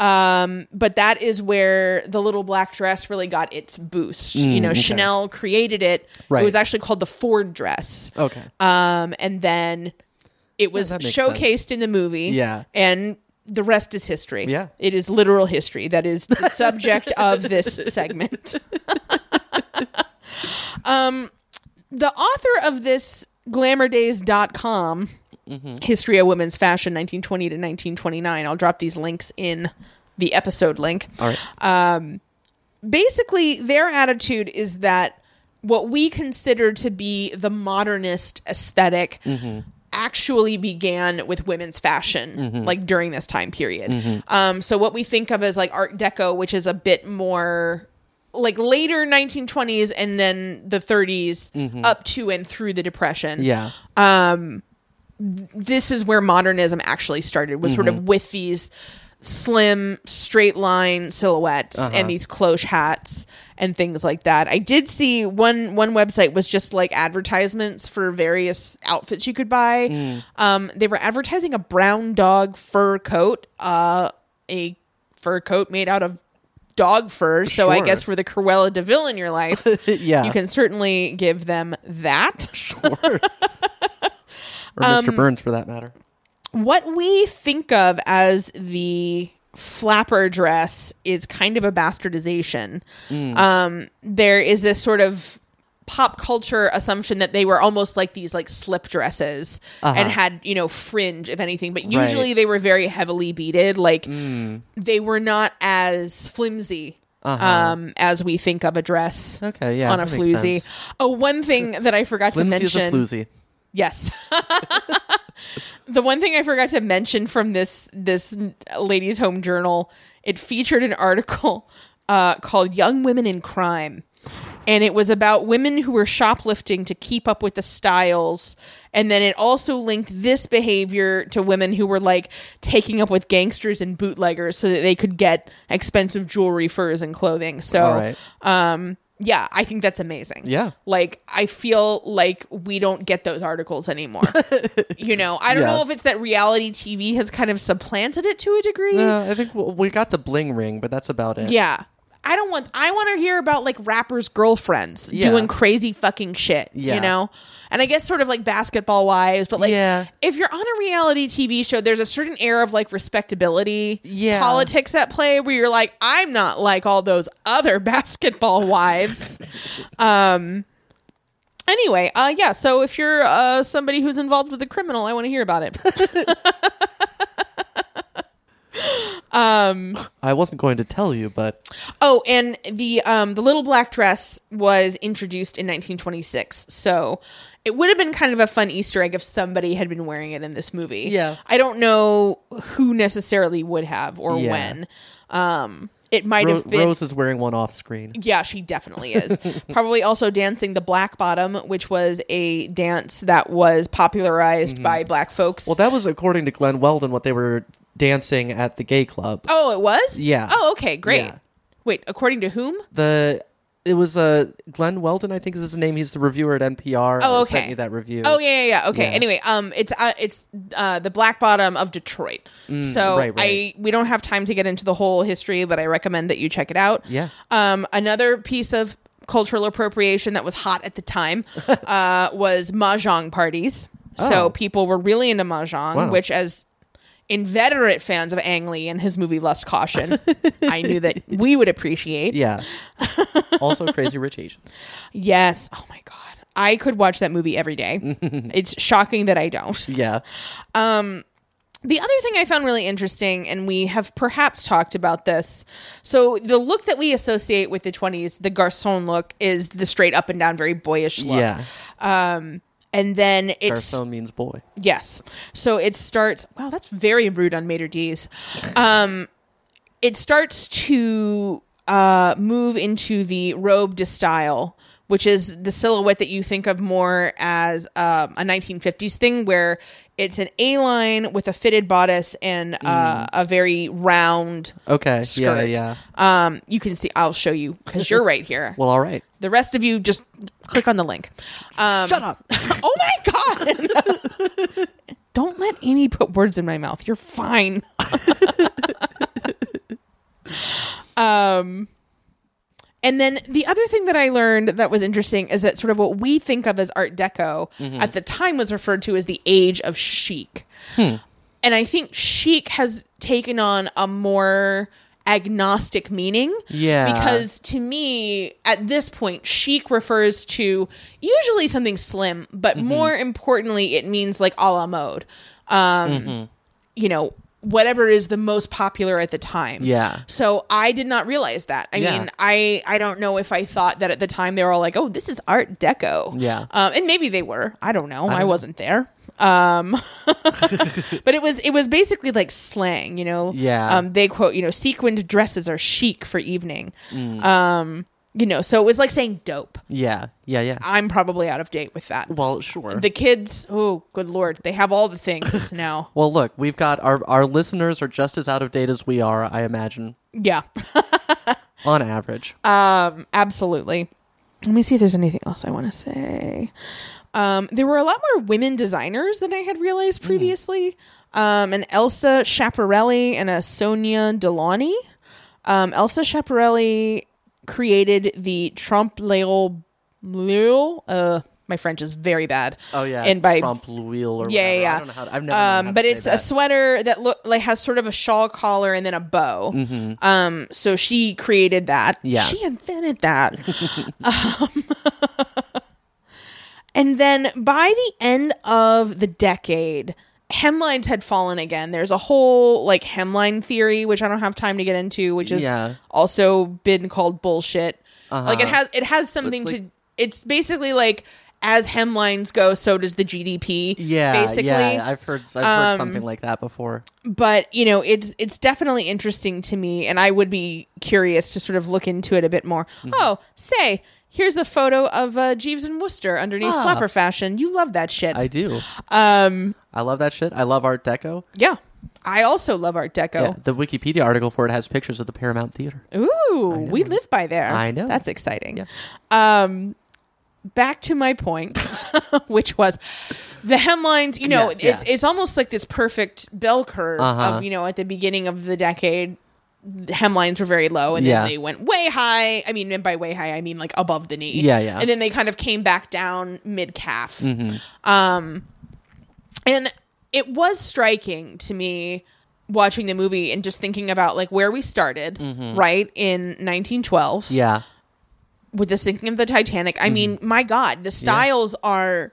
Speaker 2: Um, but that is where the little black dress really got its boost. you know, Chanel created it.
Speaker 1: Mm, Right.
Speaker 2: It was actually called the Ford dress.
Speaker 1: okay.
Speaker 2: Um, and then it was
Speaker 1: that makes
Speaker 2: showcased in the movie.
Speaker 1: Yeah.
Speaker 2: And the rest is history.
Speaker 1: Yeah.
Speaker 2: It is literal history. That is the subject of this segment. um, the author of this glamourdays.com
Speaker 1: Mm-hmm.
Speaker 2: history of women's fashion 1920 to 1929 i'll drop these links in the episode link
Speaker 1: All right.
Speaker 2: basically their attitude is that what we consider to be the modernist esthetic actually began with women's fashion like during this time period um, so what we think of as like art deco which is a bit more like later 1920s and then the 30s up to and through the depression
Speaker 1: yeah.
Speaker 2: this is where modernism actually started was sort
Speaker 1: Mm-hmm.
Speaker 2: of with these slim straight line silhouettes
Speaker 1: Uh-huh.
Speaker 2: and these cloche hats and things like that i did see one one website was just like advertisements for various outfits you could buy
Speaker 1: Mm.
Speaker 2: um, they were advertising a brown dog fur coat uh, a fur coat made out of dog fur so i
Speaker 1: Sure.
Speaker 2: guess for the cruella de vil in your life
Speaker 1: yeah.
Speaker 2: you can certainly give them that
Speaker 1: Sure. or Mr.
Speaker 2: Um,
Speaker 1: Burns, for that matter.
Speaker 2: what we think of as the flapper dress is kind of a bastardization.
Speaker 1: Mm.
Speaker 2: Um, there is this sort of pop culture assumption that they were almost like these like slip dresses and had you know fringe if anything but
Speaker 1: Uh-huh. Right. Mm.
Speaker 2: usually they were very heavily beaded like they were not as flimsy um as we think of a dress
Speaker 1: Uh-huh. Okay, yeah,
Speaker 2: on a
Speaker 1: that makes
Speaker 2: floozy
Speaker 1: sense.
Speaker 2: oh one thing that i forgot to
Speaker 1: Flimsy is a
Speaker 2: mention
Speaker 1: floozy.
Speaker 2: Yes. the one thing I forgot to mention from this this ladies' home journal, it featured an article uh, called "Young Women in Crime," and it was about women who were shoplifting to keep up with the styles. And then it also linked this behavior to women who were like taking up with gangsters and bootleggers so that they could get expensive jewelry, furs, and clothing. So
Speaker 1: All right.
Speaker 2: yeah, I think that's amazing.
Speaker 1: Yeah.
Speaker 2: Like I feel like we don't get those articles anymore. you know, I don't
Speaker 1: Yeah.
Speaker 2: know if it's that reality TV has kind of supplanted it to a degree.
Speaker 1: Uh, I think w- we got the bling ring, but that's about it.
Speaker 2: yeah. I don't want I want to hear about like rappers girlfriends
Speaker 1: Yeah.
Speaker 2: doing crazy fucking shit,
Speaker 1: Yeah.
Speaker 2: you know? And I guess sort of like basketball wise, but like
Speaker 1: Yeah.
Speaker 2: if you're on a reality TV show, there's a certain air of like respectability,
Speaker 1: Yeah.
Speaker 2: politics at play where you're like I'm not like all those other basketball wives. Um, Anyway, uh, yeah. So if you're uh, somebody who's involved with a criminal, I want to hear about it.
Speaker 1: I wasn't going to tell you, but
Speaker 2: oh, and the um, the little black dress was introduced in 1926, so it would have been kind of a fun Easter egg if somebody had been wearing it in this movie.
Speaker 1: Yeah.
Speaker 2: I don't know who necessarily would have or
Speaker 1: Yeah.
Speaker 2: when. Um, it might
Speaker 1: Ro-
Speaker 2: have been.
Speaker 1: Rose is wearing one off screen.
Speaker 2: Yeah, she definitely is. Probably also dancing the black bottom, which was a dance that was popularized by black folks.
Speaker 1: Mm-hmm. Well, that was according to Glenn Weldon what they were dancing at the gay club.
Speaker 2: Oh, it was?
Speaker 1: Yeah.
Speaker 2: Oh, okay, great.
Speaker 1: Yeah.
Speaker 2: Wait, according to whom?
Speaker 1: The it was uh, Glenn Weldon, I think is his name. He's the reviewer at NPR.
Speaker 2: Oh,
Speaker 1: that
Speaker 2: okay.
Speaker 1: Sent me that review.
Speaker 2: Oh yeah, yeah, yeah. Okay.
Speaker 1: Yeah.
Speaker 2: Anyway, um, it's uh, it's uh, the Black Bottom of Detroit. so
Speaker 1: Mm, right, right.
Speaker 2: I we don't have time to get into the whole history, but I recommend that you check it out.
Speaker 1: Yeah.
Speaker 2: Um, another piece of cultural appropriation that was hot at the time uh, was mahjong parties.
Speaker 1: Oh.
Speaker 2: So people were really into mahjong,
Speaker 1: Wow.
Speaker 2: which as inveterate fans of Ang Lee and his movie Lust Caution, I knew that we would appreciate.
Speaker 1: Yeah. also, Crazy Rich Asians.
Speaker 2: Yes. Oh my god. I could watch that movie every day. it's shocking that I don't.
Speaker 1: Yeah.
Speaker 2: The other thing I found really interesting, and we have perhaps talked about this. So, the look that we associate with the 20s, the garçon look, is the straight up and down, very boyish look.
Speaker 1: Yeah.
Speaker 2: And then it's,
Speaker 1: Garcon means boy.
Speaker 2: yes. So, it starts, wow, that's very rude on Mater D's. Um, it starts to uh, move into the robe de style, which is the silhouette that you think of more as um, a 1950s thing, where it's an A line with a fitted bodice and uh, a very round
Speaker 1: Okay. Yeah.
Speaker 2: skirt.
Speaker 1: Yeah.
Speaker 2: Um, you can see. I'll show you because you're right here.
Speaker 1: Well, all right.
Speaker 2: The rest of you just click on the link. Um,
Speaker 1: Shut up.
Speaker 2: oh my god! Don't let any put words in my mouth. You're fine. um, and then the other thing that I learned that was interesting is that sort of what we think of as Art Deco
Speaker 1: Mm-hmm.
Speaker 2: at the time was referred to as the Age of Chic.
Speaker 1: Hmm.
Speaker 2: And I think chic has taken on a more agnostic meaning.
Speaker 1: Yeah.
Speaker 2: Because to me, at this point, chic refers to usually something slim, but
Speaker 1: Mm-hmm.
Speaker 2: more importantly, it means like a la mode. Um,
Speaker 1: Mm-hmm.
Speaker 2: You know, whatever is the most popular at the time.
Speaker 1: Yeah.
Speaker 2: So I did not realize that. I
Speaker 1: Yeah.
Speaker 2: mean, I I don't know if I thought that at the time they were all like, oh, this is Art Deco.
Speaker 1: Yeah.
Speaker 2: Um, and maybe they were. I don't know. I, wasn't there. Um, but it was it was basically like slang, you know.
Speaker 1: Yeah.
Speaker 2: Um, they quote, you know, sequined dresses are chic for evening.
Speaker 1: Mm.
Speaker 2: Um, you know, so it was like saying dope.
Speaker 1: Yeah. Yeah. Yeah.
Speaker 2: I'm probably out of date with that.
Speaker 1: Well, sure.
Speaker 2: The kids, oh, good lord, they have all the things now.
Speaker 1: well, look, we've got our our listeners are just as out of date as we are, I imagine,
Speaker 2: Yeah.
Speaker 1: on average.
Speaker 2: Um, absolutely. Let me see if there's anything else I want to say. Um, there were a lot more women designers than I had realized
Speaker 1: Hmm.
Speaker 2: previously. Um, an Elsa Schiaparelli and a Sonia Delaunay. Um, Elsa Schiaparelli created the Trompe l'oeil bleu. Uh, my French is very bad.
Speaker 1: oh yeah.
Speaker 2: and by
Speaker 1: Trump Wheel or
Speaker 2: yeah,
Speaker 1: whatever.
Speaker 2: yeah,
Speaker 1: I don't know how. I've never. known how
Speaker 2: um, but
Speaker 1: to say
Speaker 2: it's a
Speaker 1: that.
Speaker 2: sweater that look like has sort of a shawl collar and then a bow. Um, so she created that.
Speaker 1: Mm-hmm. Yeah.
Speaker 2: she invented that. Um, and then by the end of the decade, hemlines had fallen again. There's a whole like hemline theory, which I don't have time to get into, which is
Speaker 1: Yeah.
Speaker 2: also been called bullshit. Like it
Speaker 1: Uh-huh.
Speaker 2: has it has something
Speaker 1: like-
Speaker 2: to. It's basically like. As hemlines go, so does the GDP.
Speaker 1: yeah.
Speaker 2: basically um,
Speaker 1: Yeah. I've heard. I've heard something like that before.
Speaker 2: but you know it's it's definitely interesting to me and i would be curious to sort of look into it a bit more
Speaker 1: Mm-hmm.
Speaker 2: oh say here's a photo of uh, jeeves and wooster underneath
Speaker 1: Ah.
Speaker 2: flapper fashion you love that shit
Speaker 1: I do.
Speaker 2: um Oh.
Speaker 1: I love that shit. I love Art Deco.
Speaker 2: yeah i also love art
Speaker 1: Yeah,
Speaker 2: deco
Speaker 1: the Wikipedia article for it has pictures of the Paramount Theater.
Speaker 2: ooh we live by there
Speaker 1: I know.
Speaker 2: that's exciting
Speaker 1: Yeah.
Speaker 2: um back to my point which was the hemlines you know
Speaker 1: Yes,
Speaker 2: it's
Speaker 1: yeah.
Speaker 2: it's almost like this perfect bell curve
Speaker 1: Uh-huh.
Speaker 2: of you know at the beginning of the decade the hemlines were very low and
Speaker 1: Yeah.
Speaker 2: then they went way high i mean and by way high i mean like above the knee
Speaker 1: Yeah, Mm-hmm. yeah.
Speaker 2: and then they kind of came back down mid calf um and it was striking to me watching the movie and just thinking about like where we started
Speaker 1: Mm-hmm.
Speaker 2: right in 1912
Speaker 1: Yeah.
Speaker 2: with the sinking of the Titanic, I mean, my God, the styles are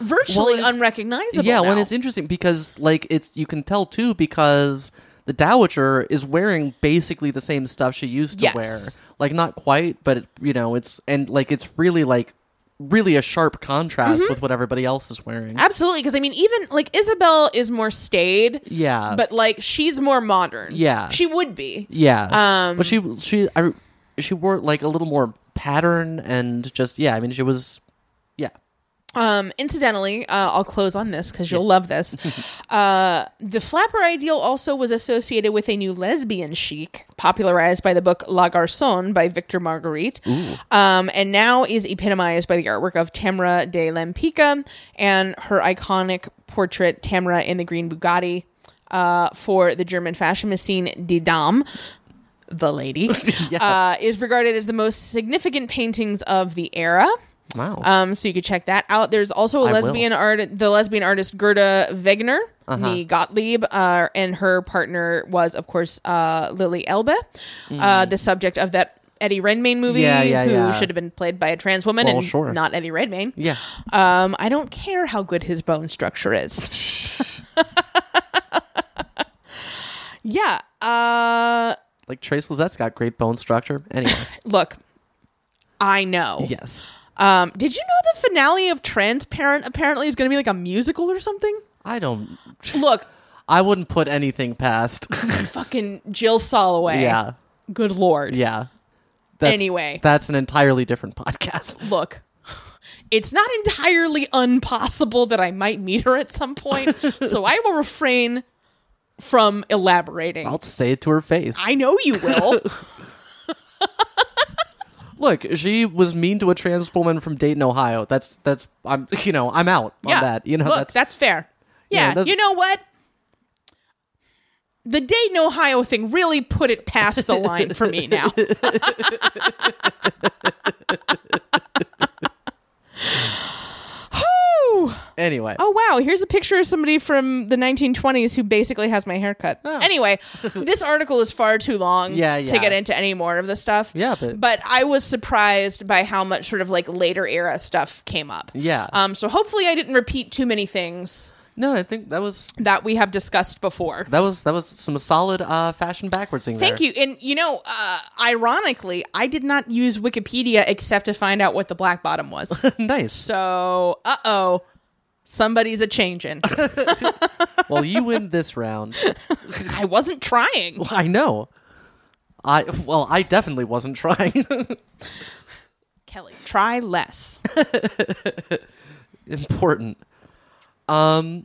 Speaker 2: virtually
Speaker 1: Mm-hmm. Well, it's-
Speaker 2: unrecognizable.
Speaker 1: yeah, well,
Speaker 2: now.
Speaker 1: it's interesting because like it's you can tell too because the dowager is wearing basically the same stuff she used to
Speaker 2: Yes.
Speaker 1: wear. Like not quite, but it, you know, it's and like it's really like really a sharp contrast
Speaker 2: Mm-hmm.
Speaker 1: with what everybody else is wearing.
Speaker 2: absolutely because I mean, even like Isabel is more staid,
Speaker 1: yeah.
Speaker 2: but like she's more modern.
Speaker 1: Yeah.
Speaker 2: she would be.
Speaker 1: yeah.
Speaker 2: um,
Speaker 1: but she she I, she wore like a little more pattern and just yeah, I mean she was yeah.
Speaker 2: Um, incidentally, uh, I'll close on this because you'll love this. uh, the flapper ideal also was associated with a new lesbian chic, popularized by the book La Garçonne by Victor Marguerite, um, and now is epitomized by the artwork of Tamra de Lampica and her iconic portrait, Tamra in the green Bugatti, uh, for the German fashion machine Die Dame, the lady, uh, is regarded as the most significant paintings of the era.
Speaker 1: Wow.
Speaker 2: Um, so you could check that out. There's also a
Speaker 1: will.
Speaker 2: lesbian art, the lesbian artist Gerda Wegner,
Speaker 1: Uh-huh.
Speaker 2: the Gottlieb, uh, and her partner was, of course, uh, Lily Elbe, uh, the subject of that Eddie Redmayne movie,
Speaker 1: Mm. Yeah, yeah,
Speaker 2: who
Speaker 1: yeah.
Speaker 2: should have been played by a trans woman
Speaker 1: Well,
Speaker 2: and
Speaker 1: sure.
Speaker 2: not Eddie Redmayne.
Speaker 1: yeah.
Speaker 2: Um, I don't care how good his bone structure is. yeah. Uh,
Speaker 1: Like Trace Lizette's got great bone structure. Anyway.
Speaker 2: look, I know.
Speaker 1: yes.
Speaker 2: Um, did you know the finale of Transparent apparently is going to be like a musical or something?
Speaker 1: I don't
Speaker 2: Look,
Speaker 1: I wouldn't put anything past.
Speaker 2: fucking Jill Soloway.
Speaker 1: Yeah.
Speaker 2: Good lord.
Speaker 1: Yeah. That's,
Speaker 2: Anyway.
Speaker 1: that's an entirely different podcast.
Speaker 2: Look, it's not entirely impossible that I might meet her at some point, so I will refrain from elaborating.
Speaker 1: I'll say it to her face.
Speaker 2: I know you will.
Speaker 1: Look, she was mean to a trans woman from Dayton, Ohio. That's that's I'm you know I'm out on that. You know
Speaker 2: look,
Speaker 1: that's
Speaker 2: that's, fair.
Speaker 1: Yeah,
Speaker 2: Yeah,
Speaker 1: that's-
Speaker 2: you know what? The Dayton, Ohio thing really put it past the line for me now. Whew.
Speaker 1: anyway.
Speaker 2: Oh wow, here's a picture of somebody from the 1920s who basically has my haircut. Anyway, this article is far too long
Speaker 1: Oh. Yeah,
Speaker 2: to
Speaker 1: yeah.
Speaker 2: get into any more of this stuff.
Speaker 1: Yeah, but-
Speaker 2: I was surprised by how much sort of like later era stuff came up.
Speaker 1: Yeah.
Speaker 2: Um so hopefully I didn't repeat too many things
Speaker 1: No, I think that was
Speaker 2: that we have discussed before.
Speaker 1: that was that was some solid uh fashion backwardsing
Speaker 2: Thank you. And you know, uh, ironically, I did not use Wikipedia except to find out what the black bottom was.
Speaker 1: you. nice.
Speaker 2: so, uh-oh. Somebody's a changin'.
Speaker 1: well, you win this round.
Speaker 2: I wasn't trying.
Speaker 1: I know. I well, I definitely wasn't trying.
Speaker 2: Kelly, try less.
Speaker 1: Important. Um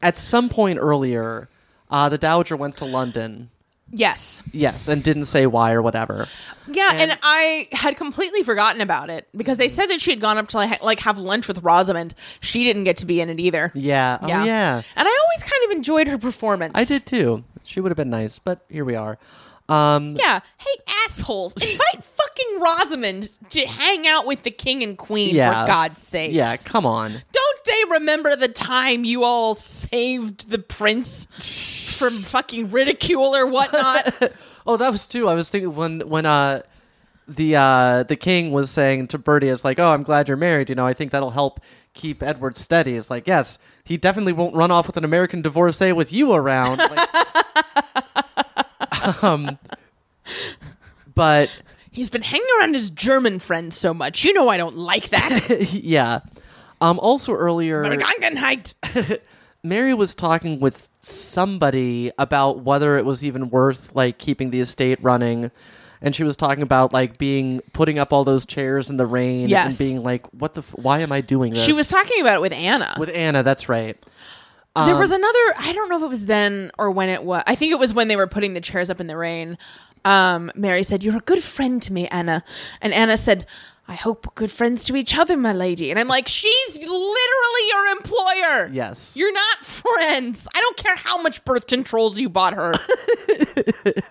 Speaker 1: at some point earlier, uh the dowager went to London.
Speaker 2: yes.
Speaker 1: Yes, and didn't say why or whatever.
Speaker 2: Yeah, and,
Speaker 1: And-
Speaker 2: I had completely forgotten about it because they said that she had gone up to like, ha- like have lunch with Rosamond. She didn't get to be in it either.
Speaker 1: Yeah. Oh yeah.
Speaker 2: And I always kind of enjoyed her performance.
Speaker 1: I did too. She would have been nice, but here we are. Um,
Speaker 2: Yeah. Hey, assholes! Invite fucking Rosamond to hang out with the king and queen
Speaker 1: Yeah.
Speaker 2: for God's sake.
Speaker 1: yeah, come on.
Speaker 2: Don't they remember the time you all saved the prince from fucking ridicule or whatnot?
Speaker 1: Oh, that was too. I was thinking when when uh the uh the king was saying to Bertie, "It's like, oh, I'm glad you're married. You know, I think that'll help keep Edward steady." It's like, yes, he definitely won't run off with an American divorcee with you around. Like, um, but
Speaker 2: He's been hanging around his German friends so much. You know I don't like that.
Speaker 1: yeah. Um, also earlier,
Speaker 2: Vergangenheit.
Speaker 1: Mary was talking with somebody about whether it was even worth like keeping the estate running. And she was talking about like being putting up all those chairs in the rain
Speaker 2: Yes.
Speaker 1: and being like, "What the? F- why am I doing this?"
Speaker 2: She was talking about it with Anna.
Speaker 1: with Anna. That's right.
Speaker 2: there was another. I don't know if it was then or when it was. I think it was when they were putting the chairs up in the rain. Um, Mary said, "You're a good friend to me, Anna," and Anna said. I hope we're good friends to each other, my lady. And I'm like, she's literally your employer.
Speaker 1: Yes.
Speaker 2: You're not friends. I don't care how much birth controls you bought her.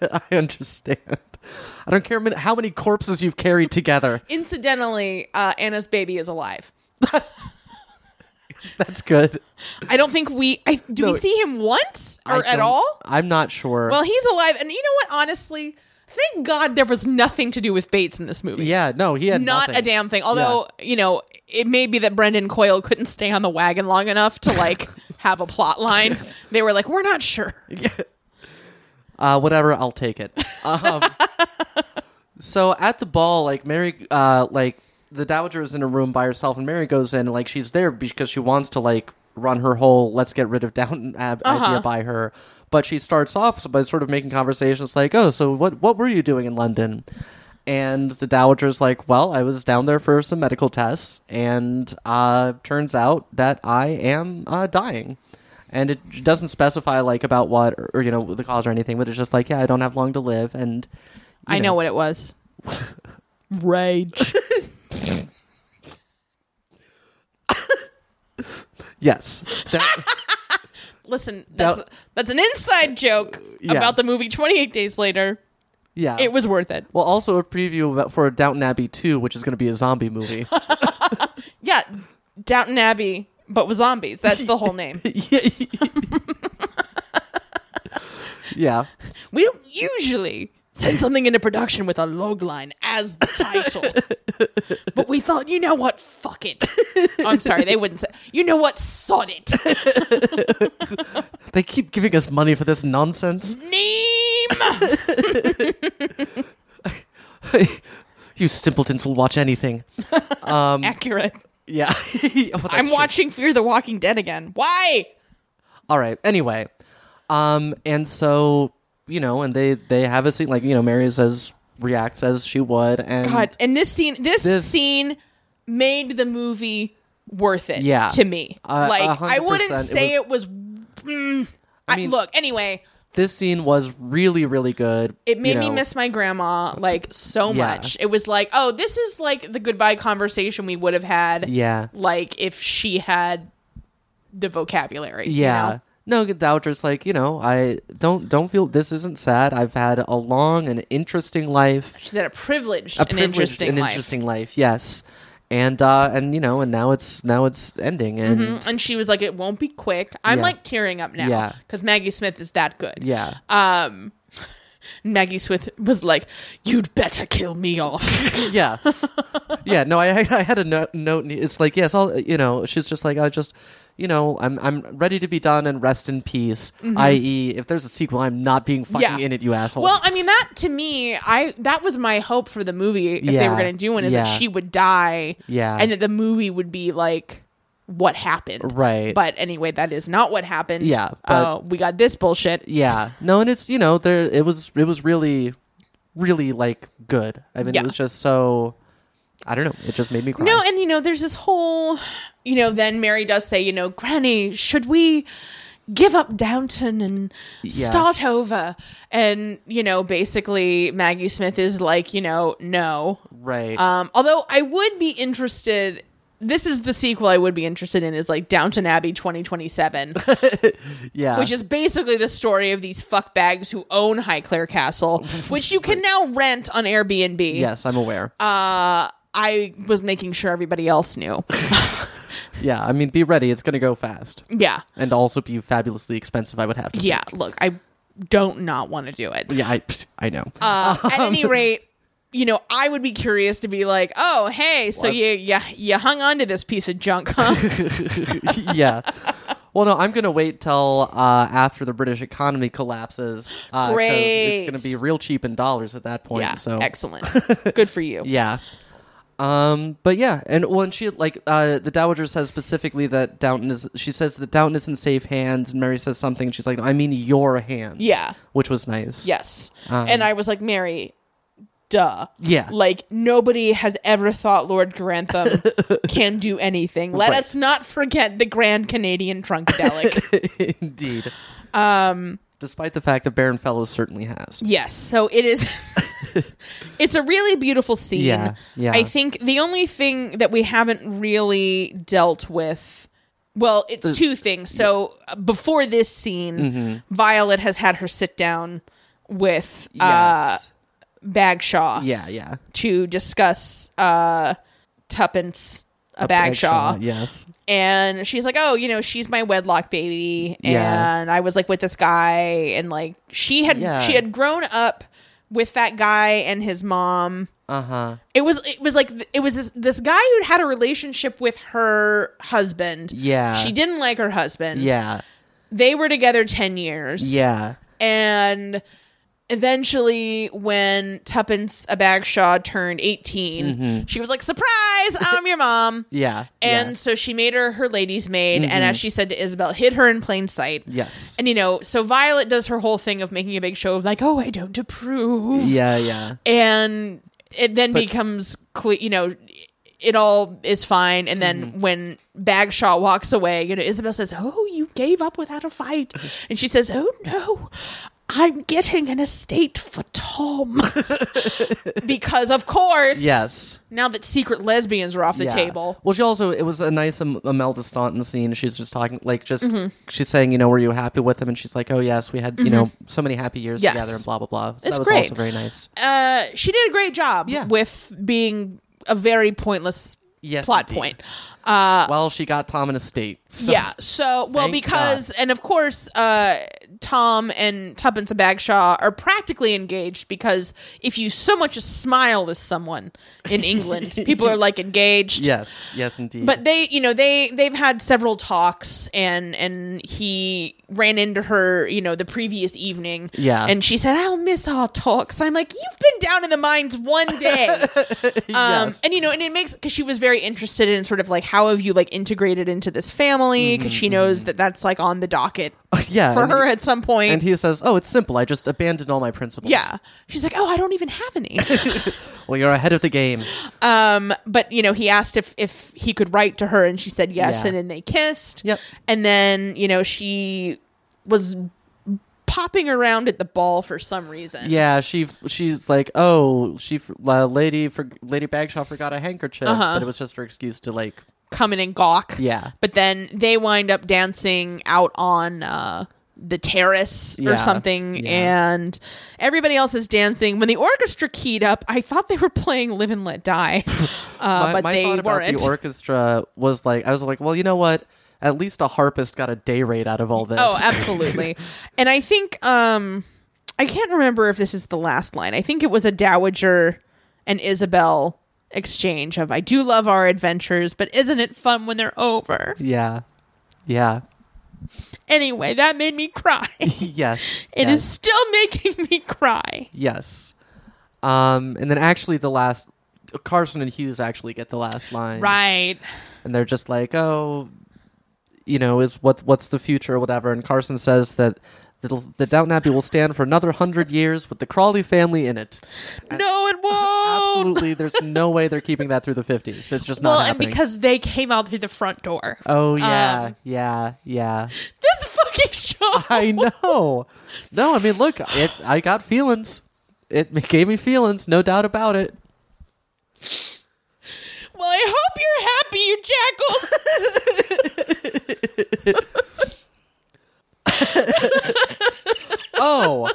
Speaker 1: I understand. I don't care min- how many corpses you've carried together.
Speaker 2: Incidentally, uh, Anna's baby is alive.
Speaker 1: That's good.
Speaker 2: I don't think we I, do
Speaker 1: No.
Speaker 2: we see him once
Speaker 1: I
Speaker 2: or at
Speaker 1: don't-
Speaker 2: all.
Speaker 1: I'm not sure.
Speaker 2: Well, he's alive, and you know what? Honestly, thank God there was nothing to do with Bates in this movie.
Speaker 1: yeah, no, he had
Speaker 2: Not
Speaker 1: nothing.
Speaker 2: a damn thing. Although, you know, it may be that Brendan Coyle couldn't stay on the wagon long enough to like have a plot line. They were like, "We're not sure."
Speaker 1: uh, whatever i'll take it um, so at the ball like mary uh, like the dowager is in a room by herself and mary goes in like she's there because she wants to like run her whole let's get rid of downton ab idea by her but she starts off by sort of making conversations like oh so what what were you doing in london and the dowager's like well i was down there for some medical tests and uh turns out that i am uh dying and it doesn't specify like about what or, or, you know the cause or anything but it's just like yeah i don't have long to live and
Speaker 2: I know. what it was. Rage.
Speaker 1: yes That-
Speaker 2: Listen, that's
Speaker 1: Doubt-
Speaker 2: that's an inside joke
Speaker 1: Yeah.
Speaker 2: about the movie Twenty Eight Days Later.
Speaker 1: yeah
Speaker 2: It was worth it.
Speaker 1: well also a preview about, for downton abbey 2 which is going to be a zombie movie
Speaker 2: Yeah, Downton Abbey, but with zombies. That's the whole name.
Speaker 1: yeah
Speaker 2: We don't usually send something into production with a logline as the title. but we thought, you know what? Fuck it. I'm sorry, they wouldn't say. You know what? Sod it.
Speaker 1: they keep giving us money for this nonsense
Speaker 2: Name.
Speaker 1: you simpletons will watch anything
Speaker 2: Accurate.
Speaker 1: yeah Well, that's
Speaker 2: I'm
Speaker 1: Um, true.
Speaker 2: watching Fear the Walking Dead again. Why?
Speaker 1: all right anyway um and so you know and they they have a scene like you know mary says reacts as she would, and
Speaker 2: God, and this scene, this,
Speaker 1: This-
Speaker 2: scene made the movie worth it.
Speaker 1: Yeah.
Speaker 2: to me,
Speaker 1: Uh,
Speaker 2: like I
Speaker 1: 100%,
Speaker 2: wouldn't
Speaker 1: it
Speaker 2: say it was. mm, I
Speaker 1: mean-
Speaker 2: look, anyway,
Speaker 1: this scene was really, really good.
Speaker 2: it made
Speaker 1: you
Speaker 2: me
Speaker 1: know.
Speaker 2: miss my grandma like so
Speaker 1: Yeah.
Speaker 2: much. It was like, oh, this is like the goodbye conversation we would have had.
Speaker 1: Yeah,
Speaker 2: like if she had the vocabulary. you
Speaker 1: yeah.
Speaker 2: know?
Speaker 1: No, Gouger's like you know. I don't don't feel this isn't sad. I've had a long and interesting life.
Speaker 2: she's had a privileged,
Speaker 1: a
Speaker 2: and
Speaker 1: privileged
Speaker 2: interesting,
Speaker 1: and
Speaker 2: life.
Speaker 1: interesting life. Yes, and uh, and you know, and now it's now it's ending, and
Speaker 2: Mm, And she was like, "It won't be quick." I'm
Speaker 1: Yeah.
Speaker 2: like tearing up now
Speaker 1: Yeah.
Speaker 2: because Maggie Smith is that good.
Speaker 1: yeah,
Speaker 2: Um, Maggie Smith was like, "You'd better kill me off."
Speaker 1: yeah, yeah. No, I I had a no- note. and It's like yes, all you know. She's just like I just. You know, I'm I'm ready to be done and rest in peace. I.e., if there's a sequel, I'm not being fucking
Speaker 2: Mm-hmm. Yeah.
Speaker 1: in it, you assholes.
Speaker 2: well, I mean, that to me, I that was my hope for the movie if they
Speaker 1: Yeah.
Speaker 2: were going to do one is that
Speaker 1: Yeah.
Speaker 2: she would die,
Speaker 1: Yeah.
Speaker 2: and that the movie would be like what happened,
Speaker 1: Right.
Speaker 2: But anyway, that is not what happened.
Speaker 1: Yeah,
Speaker 2: uh, we got this bullshit.
Speaker 1: yeah no and it's you know there it was it was really really like good i mean
Speaker 2: Yeah.
Speaker 1: it was just so i don't know it just made me cry
Speaker 2: No, and you know, there's this whole, you know, then Mary does say, you know, Granny, should we give up Downton and start over? And, you know, basically Maggie Smith is like, you know, no.
Speaker 1: right
Speaker 2: Um, although I would be interested. This is the sequel I would be interested in is like Downton Abbey 2027,
Speaker 1: yeah
Speaker 2: which is basically the story of these fuckbags who own Highclere Castle, which you can now rent on Airbnb.
Speaker 1: yes i'm aware
Speaker 2: Uh, I was making sure everybody else knew.
Speaker 1: yeah i mean be ready it's gonna go fast
Speaker 2: Yeah.
Speaker 1: and also be fabulously expensive i would have to
Speaker 2: Yeah. Look, I don't not want to do it.
Speaker 1: yeah i, pfft, I know
Speaker 2: Uh, at any rate, you know, I would be curious to be like, oh, hey, so you, you you hung on to this piece of junk, huh?
Speaker 1: yeah well no i'm gonna wait till uh, after the british economy collapses uh, 'cause
Speaker 2: Great.
Speaker 1: it's gonna be real cheap in dollars at that point
Speaker 2: yeah.
Speaker 1: so
Speaker 2: Excellent. Good for you.
Speaker 1: Yeah. Um, but yeah, and when she like uh, the dowager says specifically that Downton is, she says that Downton is in safe hands, and Mary says something. and She's like, "I mean your hands."
Speaker 2: Yeah.
Speaker 1: which was nice.
Speaker 2: Yes.
Speaker 1: Um,
Speaker 2: and I was like, Mary, duh.
Speaker 1: Yeah.
Speaker 2: Like, nobody has ever thought Lord Grantham can do anything. Let
Speaker 1: Right.
Speaker 2: us not forget the Grand Canadian Trunkadelic.
Speaker 1: indeed. Um, despite the fact that Baron Fellows certainly has.
Speaker 2: Yes. So it is. it's a really beautiful scene.
Speaker 1: Yeah, yeah.
Speaker 2: I think the only thing that we haven't really dealt with. Well, it's two things. So uh, before this scene,
Speaker 1: Mm-hmm.
Speaker 2: Violet has had her sit down with uh,
Speaker 1: Yes.
Speaker 2: Bagshaw
Speaker 1: yeah. Yeah.
Speaker 2: to discuss uh, Tuppence. A Bagshaw,
Speaker 1: Yes.
Speaker 2: and she's like, "Oh, you know, she's my wedlock baby."
Speaker 1: Yeah.
Speaker 2: And I was like with this guy and like she had
Speaker 1: Yeah.
Speaker 2: she had grown up with that guy and his mom.
Speaker 1: Uh huh.
Speaker 2: It was it was like th- it was this, this guy who had a relationship with her husband.
Speaker 1: Yeah.
Speaker 2: She didn't like her husband.
Speaker 1: Yeah.
Speaker 2: They were together 10 years.
Speaker 1: Yeah.
Speaker 2: And eventually when Tuppence a Bagshaw turned 18, she was like, "Surprise, I'm your
Speaker 1: Mm-hmm.
Speaker 2: mom."
Speaker 1: Yeah.
Speaker 2: And so she made her her lady's maid, and as she said to Isabel, hid her in plain sight.
Speaker 1: yeah. yes.
Speaker 2: And you know, so Violet does her whole thing of making a big show of like, oh, I don't approve,
Speaker 1: yeah. Yeah.
Speaker 2: and it then becomes clear, you know, it all is fine. And then
Speaker 1: Mm-hmm.
Speaker 2: when Bagshaw walks away, you know, Isabel says, "Oh, you gave up without a fight," and she says, "Oh no." I'm getting an estate for Tom because, of course,
Speaker 1: Yes.
Speaker 2: now that secret lesbians are off the
Speaker 1: Yeah.
Speaker 2: table,
Speaker 1: Well, she also it was a nice Am- Imelda Staunton scene. She's just talking, like, just
Speaker 2: Mm-hmm.
Speaker 1: she's saying, you know, were you happy with him? And she's like, oh yes, we had, you know, so many happy years
Speaker 2: Mm-hmm. Yes.
Speaker 1: together, and blah blah blah. So
Speaker 2: It's
Speaker 1: that was
Speaker 2: great.
Speaker 1: also very nice.
Speaker 2: uh, she did a great job
Speaker 1: Yeah.
Speaker 2: with being a very pointless
Speaker 1: Yes,
Speaker 2: plot
Speaker 1: indeed.
Speaker 2: point.
Speaker 1: well, she got Tom in a state. So,
Speaker 2: Uh, yeah. So, well,
Speaker 1: Thank
Speaker 2: because, and of course, uh, Tom and Tuppence and Bagshaw are practically engaged because if you so much as smile at someone in England, people are like engaged.
Speaker 1: Yes. Yes, indeed.
Speaker 2: But they, you know, they they've had several talks, and and he ran into her, you know, the previous evening.
Speaker 1: Yeah.
Speaker 2: and she said, "I'll miss our talks." I'm like, "You've been down in the mines one day." Um,
Speaker 1: yes.
Speaker 2: And you know, and it makes because she was very interested in sort of like how have you like integrated into this family because she knows that that's like on the docket
Speaker 1: yeah.
Speaker 2: for
Speaker 1: Mm-hmm, and
Speaker 2: her
Speaker 1: he-
Speaker 2: at some point.
Speaker 1: and he says, "Oh, it's simple. I just abandoned all my principles."
Speaker 2: yeah. She's like, "Oh, I don't even have any."
Speaker 1: Well, you're ahead of the game.
Speaker 2: um, but you know, he asked if if he could write to her, and she said yes,
Speaker 1: Yeah.
Speaker 2: and then they kissed.
Speaker 1: Yep.
Speaker 2: And then you know she was popping around at the ball for some reason.
Speaker 1: Yeah, she she's like, oh, she f- la- lady for Lady Bagshaw forgot a handkerchief,
Speaker 2: Uh-huh.
Speaker 1: but it was just her excuse to like,
Speaker 2: Come in and gawk.
Speaker 1: yeah,
Speaker 2: But then they wind up dancing out on uh, the terrace
Speaker 1: Yeah.
Speaker 2: or something,
Speaker 1: Yeah.
Speaker 2: and everybody else is dancing. When the orchestra keyed up, I thought they were playing "Live and Let Die," uh,
Speaker 1: my,
Speaker 2: but
Speaker 1: my
Speaker 2: they
Speaker 1: thought about
Speaker 2: weren't.
Speaker 1: the orchestra was like, I was like, well, you know what? At least a harpist got a day rate out of all this.
Speaker 2: oh, absolutely. and I think um, I can't remember if this is the last line. I think it was a dowager and Isabel exchange of "I do love our adventures, but isn't it fun when they're over?"
Speaker 1: yeah, yeah,
Speaker 2: Anyway, that made me cry. It
Speaker 1: yes,
Speaker 2: is
Speaker 1: yes.
Speaker 2: still making me cry.
Speaker 1: yes. Um, and then actually, the last Carson and Hughes actually get the last line,
Speaker 2: Right.
Speaker 1: and they're just like, oh, you know, is what what's the future or whatever. And Carson says that the, the Downton Abbey will stand for another hundred years with the Crawley family in it.
Speaker 2: No, it won't.
Speaker 1: Absolutely, there's no way they're keeping that through the fifties. It's just not
Speaker 3: well,
Speaker 1: happening.
Speaker 3: and because they came out through the front door.
Speaker 1: oh yeah,
Speaker 3: um,
Speaker 1: yeah, yeah.
Speaker 2: This fucking show.
Speaker 1: I know. No, I mean, look, it, I got feelings. It gave me feelings, no doubt about it.
Speaker 2: Well, I hope you're happy, you jackal.
Speaker 1: Oh.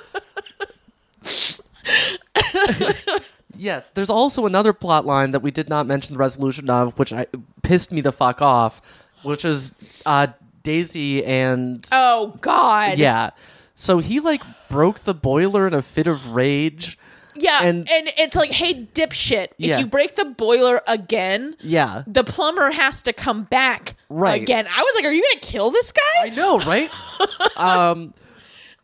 Speaker 1: yes, there's also another plot line that we did not mention the resolution of, which I pissed me the fuck off, which is uh, Daisy and
Speaker 2: Oh God.
Speaker 1: yeah. So he like broke the boiler in a fit of rage.
Speaker 2: Yeah.
Speaker 1: And-
Speaker 2: And, it's like, hey, dipshit,
Speaker 1: Yeah.
Speaker 2: if you break the boiler again,
Speaker 1: Yeah.
Speaker 2: the plumber has to come back
Speaker 1: Right.
Speaker 2: again. I was like, are you gonna kill this guy?
Speaker 1: I know, right? um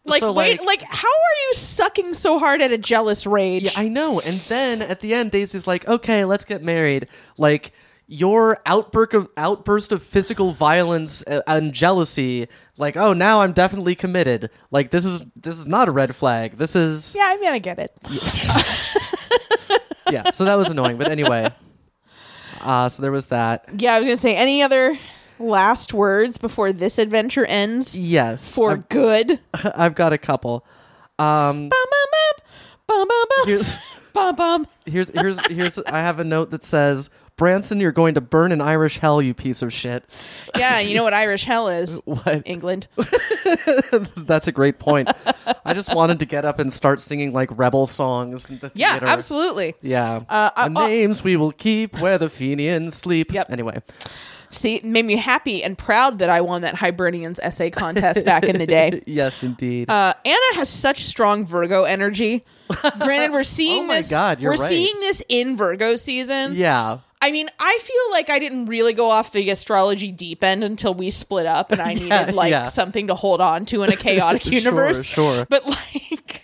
Speaker 2: like,
Speaker 1: so,
Speaker 2: wait,
Speaker 1: like-
Speaker 2: like, how are you sucking so hard at a jealous rage?
Speaker 1: Yeah, I know. And then at the end, Daisy's like, "Okay, let's get married." Like your outburst of outburst of physical violence a- and jealousy. Like, oh, now I'm definitely committed. Like this is this is not a red flag. This is
Speaker 2: Yeah, I mean, I get it.
Speaker 1: yeah. So that was annoying. But anyway, uh, so there was that.
Speaker 2: Yeah, I was gonna say any other last words before this adventure ends
Speaker 1: Yes,
Speaker 2: for
Speaker 1: I've,
Speaker 2: good.
Speaker 1: I've got a couple. Um,
Speaker 2: Bum, bum, bum. Bum, bum, bum.
Speaker 1: here's
Speaker 2: Bum, bum.
Speaker 1: here's here's here's. I have a note that says. Branson, you're going to burn in Irish hell, you piece of shit.
Speaker 2: Yeah, you know what Irish hell is?
Speaker 1: What?
Speaker 2: England.
Speaker 1: That's a great point. I just wanted to get up and start singing like rebel songs in the
Speaker 2: Yeah,
Speaker 1: theater.
Speaker 2: absolutely.
Speaker 1: Yeah.
Speaker 2: Uh, uh,
Speaker 1: the
Speaker 2: uh,
Speaker 1: names we will keep where the Fenians sleep.
Speaker 2: Yep.
Speaker 1: Anyway,
Speaker 2: See, it made me happy and proud that I won that Hibernians essay contest back in the day.
Speaker 1: yes, indeed.
Speaker 2: Uh, Anna has such strong Virgo energy. Granted, we're seeing
Speaker 1: Oh my
Speaker 2: this.
Speaker 1: God, you're
Speaker 2: we're
Speaker 1: right.
Speaker 2: seeing this in Virgo season.
Speaker 1: yeah.
Speaker 2: I mean, I feel like I didn't really go off the astrology deep end until we split up, and I
Speaker 1: Yeah,
Speaker 2: needed like
Speaker 1: yeah.
Speaker 2: something to hold on to in a chaotic
Speaker 1: Sure,
Speaker 2: universe.
Speaker 1: sure.
Speaker 2: But like,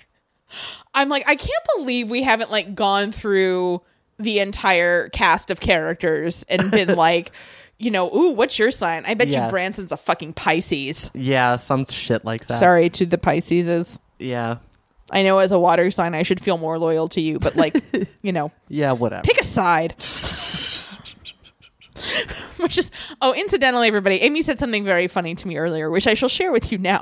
Speaker 2: I'm like, I can't believe we haven't like gone through the entire cast of characters and been like, you know, ooh, what's your sign? I bet
Speaker 1: Yeah.
Speaker 2: you Branson's a fucking Pisces.
Speaker 1: Yeah, some shit like that.
Speaker 2: Sorry to the Pisceses.
Speaker 1: Yeah.
Speaker 2: I know as a water sign, I should feel more loyal to you, but like, you know,
Speaker 1: Yeah, whatever.
Speaker 2: pick a side. which is oh, incidentally, everybody, Amy said something very funny to me earlier, which I shall share with you now.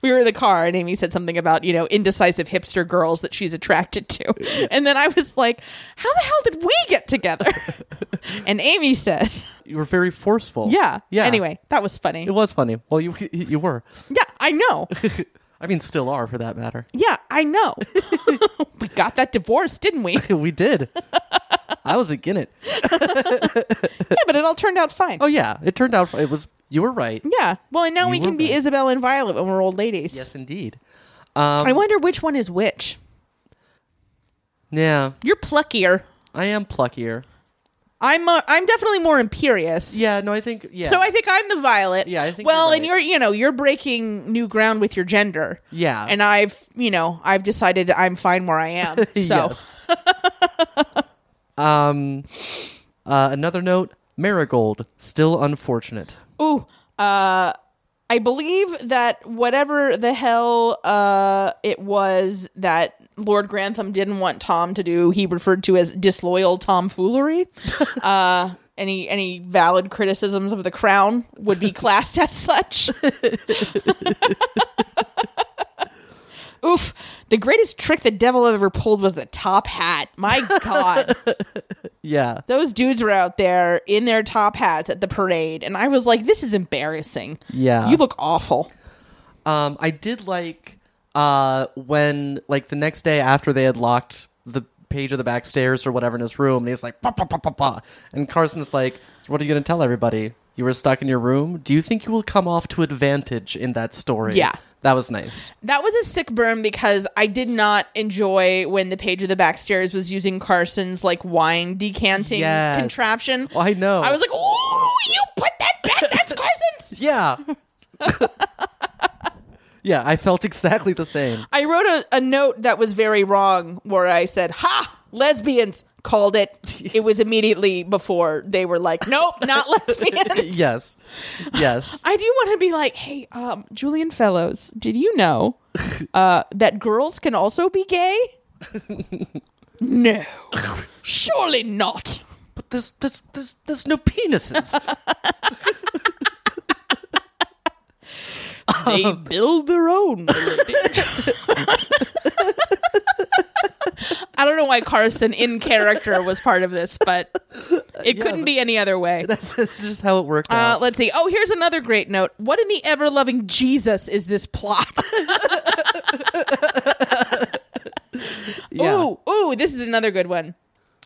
Speaker 2: we were in the car, and Amy said something about you know indecisive hipster girls that she's attracted to, and then I was like, "How the hell did we get together?" and Amy said,
Speaker 1: you were very forceful.
Speaker 2: "Yeah,
Speaker 1: Yeah.
Speaker 2: Anyway, that was funny.
Speaker 1: It was funny. Well, you you were.
Speaker 2: yeah, I know.
Speaker 1: I mean, still are for that matter.
Speaker 2: Yeah, I know. we got that divorce, didn't we? Yeah,
Speaker 1: we did. I was again it.
Speaker 2: but it all turned out fine.
Speaker 1: Oh yeah, it turned out it was. You were right.
Speaker 2: Yeah. Well, and now
Speaker 1: You
Speaker 2: we
Speaker 1: were
Speaker 2: can be
Speaker 1: right.
Speaker 2: Isabel and Violet when we're old ladies.
Speaker 1: Yes, indeed. Um,
Speaker 2: I wonder which one is which.
Speaker 1: yeah,
Speaker 2: You're pluckier.
Speaker 1: I am pluckier.
Speaker 2: I'm uh, I'm definitely more imperious.
Speaker 1: Yeah, no, I think yeah.
Speaker 2: So I think I'm the violet.
Speaker 1: Yeah, I think
Speaker 2: Well,
Speaker 1: you're
Speaker 2: and
Speaker 1: right.
Speaker 2: you're you know you're breaking new ground with your gender.
Speaker 1: yeah,
Speaker 2: And I've you know I've decided I'm fine where I am. So
Speaker 1: Yes. um, uh, another note: Marigold still unfortunate.
Speaker 2: ooh, uh, I I believe that whatever the hell uh, it was that Lord Grantham didn't want Tom to do, he referred to as disloyal tomfoolery. uh, any any valid criticisms of the crown would be classed as such. Oof! The greatest trick the devil ever pulled was the top hat. My God.
Speaker 1: Yeah.
Speaker 2: those dudes were out there in their top hats at the parade and i was like this is embarrassing
Speaker 1: Yeah.
Speaker 2: you look awful
Speaker 1: Um, I did like uh, when like the next day after they had locked the page of the back stairs or whatever in his room, and he's like, pa pa pa pa pa, and Carson's like, "What are you going to tell everybody? You were stuck in your room. Do you think you will come off to advantage in that story?"
Speaker 2: Yeah.
Speaker 1: that was nice.
Speaker 2: that was a sick burn because i did not enjoy when the page of the backstairs was using carson's like wine decanting
Speaker 1: Yes.
Speaker 2: contraption
Speaker 1: Oh, I know.
Speaker 2: i was like oh you put that back that's carson's
Speaker 1: yeah, yeah. I felt exactly the same.
Speaker 2: i wrote a, a note that was very wrong where i said ha lesbians called it it was immediately before they were like nope not lesbians
Speaker 1: yes, yes.
Speaker 2: I do want to be like, hey, um, Julian Fellows, did you know uh, that girls can also be gay? no, surely not.
Speaker 1: but there's there's there's, there's no penises.
Speaker 2: They build their own. Melody. I don't know why Carson in character was part of this, but it couldn't be any other way.
Speaker 1: that's, that's just how it worked
Speaker 2: Uh,
Speaker 1: out.
Speaker 2: let's see. Oh, here's another great note. What in the ever loving Jesus is this plot?
Speaker 1: yeah.
Speaker 2: Ooh, ooh, this is another good one.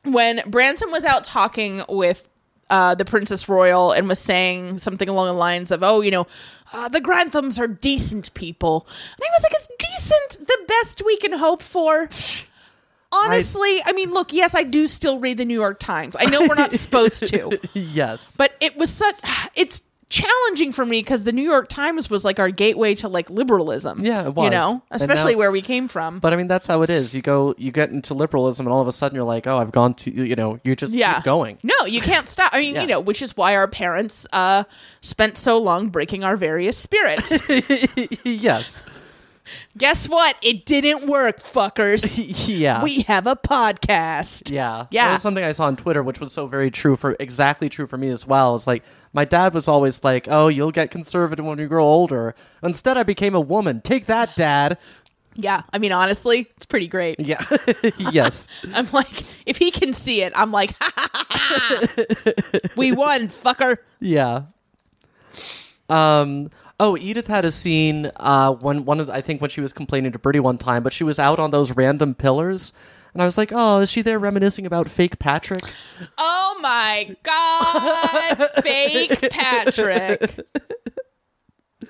Speaker 2: When Branson was out talking with uh, the Princess Royal and was saying something along the lines of, oh, you know, uh, the Granthams are decent people. And I was like, is decent the best we can hope for? Honestly, I mean, look, yes, I do still read the New York Times. I know we're not supposed to,
Speaker 1: Yes.
Speaker 2: but it was such, it's challenging for me because the New York Times was like our gateway to like liberalism.
Speaker 1: Yeah, it
Speaker 2: You
Speaker 1: was.
Speaker 2: know,
Speaker 1: And
Speaker 2: especially
Speaker 1: now-
Speaker 2: where we came from.
Speaker 1: But I mean, that's how it is. You go, you get into liberalism, and all of a sudden you're like, oh, I've gone to, you know, you just
Speaker 2: yeah
Speaker 1: keep going.
Speaker 2: no you can't stop i mean
Speaker 1: Yeah.
Speaker 2: you know which is why our parents uh spent so long breaking our various spirits
Speaker 1: yes.
Speaker 2: guess what it didn't work fuckers
Speaker 1: yeah.
Speaker 2: we have a podcast
Speaker 1: yeah.
Speaker 2: Yeah.
Speaker 1: That was something I saw on Twitter, which was so very true for exactly true for me as well. It's like my dad was always like, "Oh, you'll get conservative when you grow older." Instead, I became a woman. Take that, dad.
Speaker 2: yeah i mean honestly it's pretty great
Speaker 1: Yeah. yes.
Speaker 2: i'm like if he can see it i'm like ha, ha, ha, ha. we won fucker
Speaker 1: Yeah. Um. Oh, Edith had a scene uh, when one of the, I think when she was complaining to Bertie one time, but she was out on those random pillars, and I was like, "Oh, is she there reminiscing about fake Patrick?"
Speaker 2: oh my god fake patrick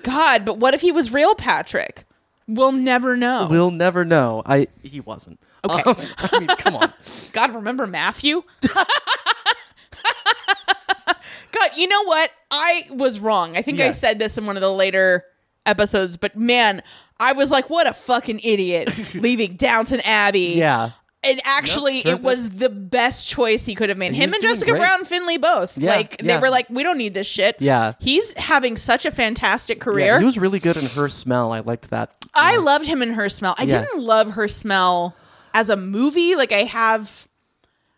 Speaker 2: god but what if he was real patrick we'll never know
Speaker 1: We'll never know. I he wasn't.
Speaker 2: Okay.
Speaker 1: Um, I mean, come on.
Speaker 2: God, remember Matthew? God, you know what? I was wrong. I think I
Speaker 1: Yeah.
Speaker 2: said this in one of the later episodes, but man, I was like, what a fucking idiot leaving Downton Abbey.
Speaker 1: Yeah.
Speaker 2: And actually,
Speaker 1: Nope,
Speaker 2: it
Speaker 1: turns
Speaker 2: was the best choice he could have made. Him
Speaker 1: He's
Speaker 2: and
Speaker 1: doing
Speaker 2: Jessica
Speaker 1: great.
Speaker 2: Brown Finley both.
Speaker 1: Yeah,
Speaker 2: like,
Speaker 1: yeah.
Speaker 2: they were like, we don't need this shit.
Speaker 1: Yeah.
Speaker 2: He's having such a fantastic career.
Speaker 1: Yeah, he was really good in her smell. I liked that.
Speaker 2: I loved him in her smell. I
Speaker 1: Yeah.
Speaker 2: didn't love her smell as a movie. Like I have,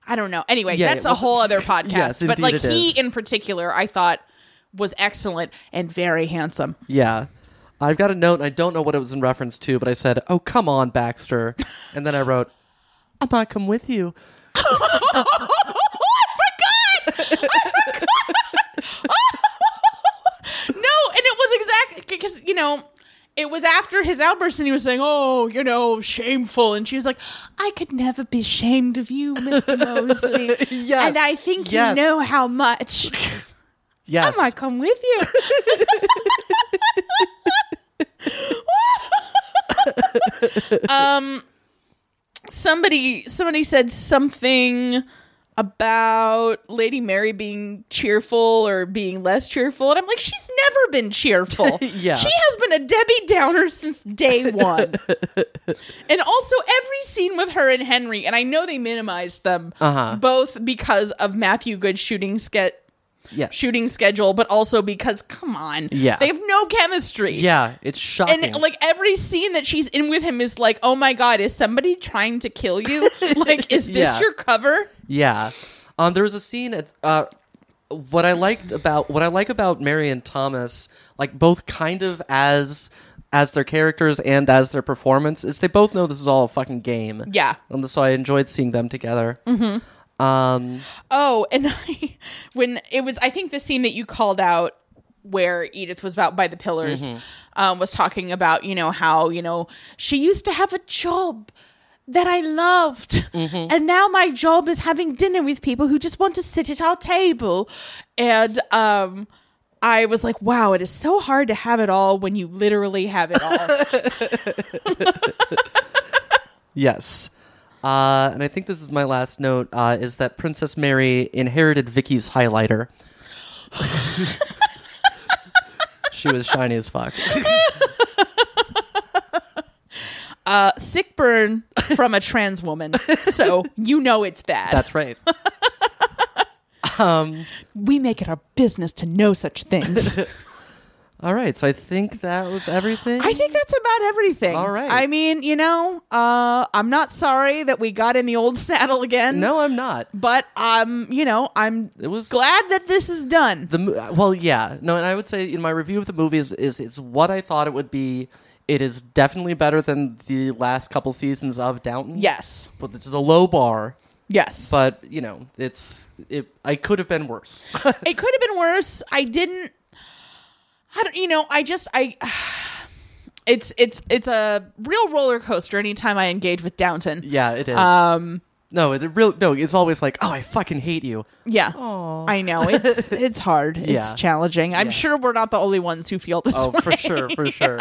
Speaker 2: I don't know. Anyway,
Speaker 1: Yeah,
Speaker 2: that's
Speaker 1: well,
Speaker 2: a whole other podcast.
Speaker 1: yes,
Speaker 2: but
Speaker 1: indeed
Speaker 2: like
Speaker 1: it
Speaker 2: he
Speaker 1: is.
Speaker 2: in particular, I thought was excellent and very handsome.
Speaker 1: Yeah. I've got a note. and I don't know what it was in reference to, but I said, "Oh, come on, Baxter," and then I wrote, "I might come with you."
Speaker 2: No, and it was exactly because you know. It was after his outburst, and he was saying, "Oh, you know, shameful." And she was like, "I could never be ashamed of you, Mister Mosley,
Speaker 1: Yes.
Speaker 2: and I think
Speaker 1: Yes.
Speaker 2: you know how much."
Speaker 1: Yes.
Speaker 2: I might come with you. um, somebody somebody said something about Lady Mary being cheerful or being less cheerful, and I'm like, she's never been cheerful.
Speaker 1: Yeah.
Speaker 2: she has been a Debbie Downer since day one. And also every scene with her and Henry, and I know they minimized them
Speaker 1: Uh-huh.
Speaker 2: both because of Matthew Good's shooting sketch
Speaker 1: Yes.
Speaker 2: shooting schedule, but also because come on,
Speaker 1: Yeah.
Speaker 2: they have no chemistry.
Speaker 1: Yeah, it's shocking.
Speaker 2: And like every scene that she's in with him is like, oh my god, is somebody trying to kill you? like, is this
Speaker 1: Yeah.
Speaker 2: your cover?
Speaker 1: Yeah. Um, there was a scene at uh, what I liked about what I like about Mary and Thomas, like both kind of as as their characters and as their performance, is they both know this is all a fucking game.
Speaker 2: Yeah.
Speaker 1: And so I enjoyed seeing them together. Mm-hmm. Um,
Speaker 2: Oh, and I, when it was, I think the scene that you called out where Edith was about by the pillars um, was talking about, you know, how, you know, she used to have a job that I loved. And now my job is having dinner with people who just want to sit at our table. And, um, I was like, wow, it is so hard to have it all when you literally have it all.
Speaker 1: yes. Uh, and I think this is my last note uh, is that Princess Mary inherited Vicky's highlighter. she was shiny as fuck.
Speaker 2: uh, sick burn from a trans woman. So you know it's bad.
Speaker 1: That's right. Um,
Speaker 2: we make it our business to know such things.
Speaker 1: All right, so I think that was everything.
Speaker 2: I think that's about everything.
Speaker 1: All right.
Speaker 2: I mean, you know, uh, I'm not sorry that we got in the old saddle again.
Speaker 1: no, I'm not.
Speaker 2: But I'm, you know, I'm
Speaker 1: It was
Speaker 2: glad that this is done.
Speaker 1: the mo- uh, well, yeah, no, and I would say in my review of the movie is is it's what I thought it would be. It is definitely better than the last couple seasons of Downton.
Speaker 2: Yes.
Speaker 1: but it's a low bar.
Speaker 2: Yes.
Speaker 1: But you know, it's it. I could have been worse.
Speaker 2: it could have been worse. I didn't. I don't. You know. I just. I. It's it's it's a real roller coaster. Anytime I engage with Downton.
Speaker 1: yeah, it is.
Speaker 2: Um.
Speaker 1: no, it's a real. No, it's always like, oh, I fucking hate you.
Speaker 2: Yeah. I know it's it's hard.
Speaker 1: Yeah.
Speaker 2: It's challenging. I'm
Speaker 1: Yeah.
Speaker 2: sure we're not the only ones who feel this
Speaker 1: Oh,
Speaker 2: way.
Speaker 1: for sure, for sure.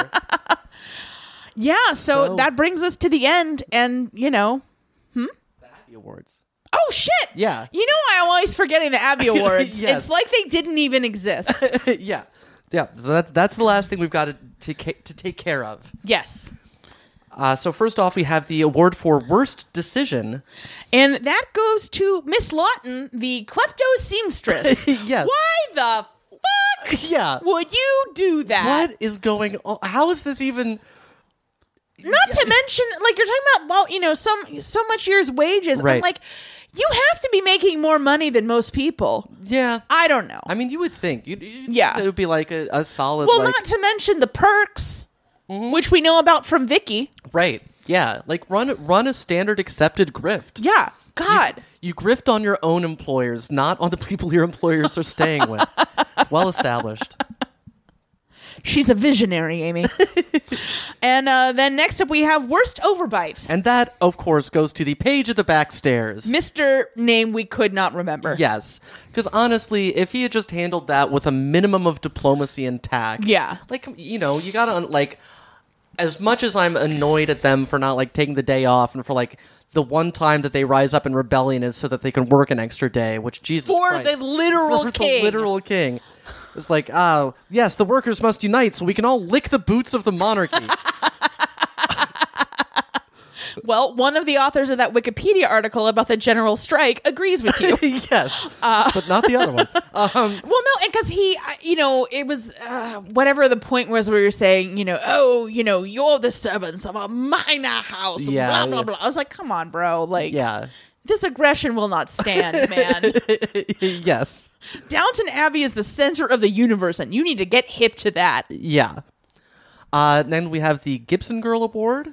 Speaker 2: Yeah, so,
Speaker 1: So-
Speaker 2: that brings us to the end, and you know,
Speaker 1: Happy awards.
Speaker 2: oh shit!
Speaker 1: Yeah.
Speaker 2: you know, I'm always forgetting the Abbey Awards.
Speaker 1: Yes.
Speaker 2: It's like they didn't even exist.
Speaker 1: yeah, yeah. So that's that's the last thing we've got to to, ca- to take care of.
Speaker 2: yes,
Speaker 1: Uh, so first off, we have the award for worst decision.
Speaker 2: and that goes to Miss Lawton, the klepto seamstress.
Speaker 1: Yes.
Speaker 2: Why the fuck
Speaker 1: yeah.
Speaker 2: would you do that?
Speaker 1: What is going on? How is this even?
Speaker 2: Not to mention, like you're talking about, well, you know, some so much year's wages.
Speaker 1: Right.
Speaker 2: I'm like, you have to be making more money than most people.
Speaker 1: Yeah.
Speaker 2: I don't know.
Speaker 1: I mean, you would think. You'd, you'd
Speaker 2: Yeah.
Speaker 1: think it would be like a, a solid.
Speaker 2: well,
Speaker 1: like, Mm-hmm.
Speaker 2: not to mention the perks, which we know about from Vicky.
Speaker 1: right. Yeah. Like run run a standard accepted grift.
Speaker 2: Yeah. God.
Speaker 1: You grift on your own employers, not on the people your employers are staying with. well established.
Speaker 2: She's a visionary, Amy. and uh, then next up, we have Worst Overbite.
Speaker 1: And that, of course, goes to the page at the back stairs.
Speaker 2: Mr. Name we could not remember.
Speaker 1: Yes, because honestly, if he had just handled that with a minimum of diplomacy and tact,
Speaker 2: Yeah.
Speaker 1: like you know, you gotta like, as much as I'm annoyed at them for not like taking the day off and for like the one time that they rise up in rebellion is so that they can work an extra day, which Jesus
Speaker 2: For
Speaker 1: Christ.
Speaker 2: the literal
Speaker 1: For the
Speaker 2: king.
Speaker 1: literal king. It's like, oh yes, the workers must unite so we can all lick the boots of the monarchy.
Speaker 2: Well, one of the authors of that Wikipedia article about the general strike agrees with you.
Speaker 1: yes,
Speaker 2: Uh.
Speaker 1: but not the other one. Um,
Speaker 2: Well, no, and because he, uh, you know, it was uh, whatever the point was where you're saying, you know, oh, you know, you're the servants of a minor house,
Speaker 1: Yeah,
Speaker 2: blah, blah,
Speaker 1: yeah.
Speaker 2: blah. I was like, come on, bro. Like,
Speaker 1: yeah,
Speaker 2: this aggression will not stand, man.
Speaker 1: yes.
Speaker 2: Downton Abbey is the center of the universe, and you need to get hip to that.
Speaker 1: Yeah. Uh, and then we have the Gibson Girl Award.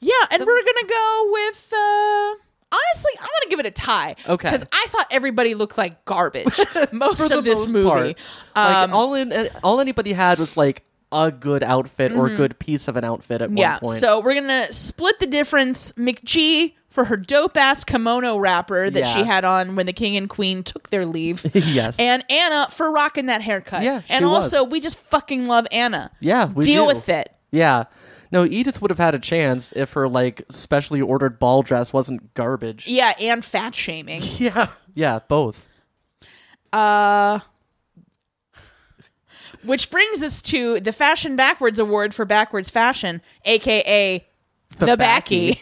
Speaker 2: Yeah, and we're gonna go with. Uh, honestly, I'm gonna give it a tie.
Speaker 1: Okay.
Speaker 2: because I thought everybody looked like garbage most
Speaker 1: For
Speaker 2: of
Speaker 1: the
Speaker 2: this
Speaker 1: most
Speaker 2: movie.
Speaker 1: Part. Like,
Speaker 2: Um,
Speaker 1: all, in, uh, all anybody had was like a good outfit or a good piece of an outfit at
Speaker 2: Mm-hmm. yeah,
Speaker 1: one point.
Speaker 2: so we're gonna split the difference. McGee for her dope ass kimono wrapper that she
Speaker 1: Yeah.
Speaker 2: had on when the king and queen took their leave.
Speaker 1: Yes.
Speaker 2: and Anna for rocking that haircut.
Speaker 1: Yeah, she
Speaker 2: and
Speaker 1: was.
Speaker 2: also we just fucking love Anna.
Speaker 1: Yeah, we
Speaker 2: deal
Speaker 1: do.
Speaker 2: with it.
Speaker 1: yeah. No, Edith would have had a chance if her like specially ordered ball dress wasn't garbage.
Speaker 2: Yeah, and fat shaming.
Speaker 1: Yeah. Yeah, both.
Speaker 2: Uh, which brings us to the Fashion Backwards Award for Backwards Fashion, aka the, Backy.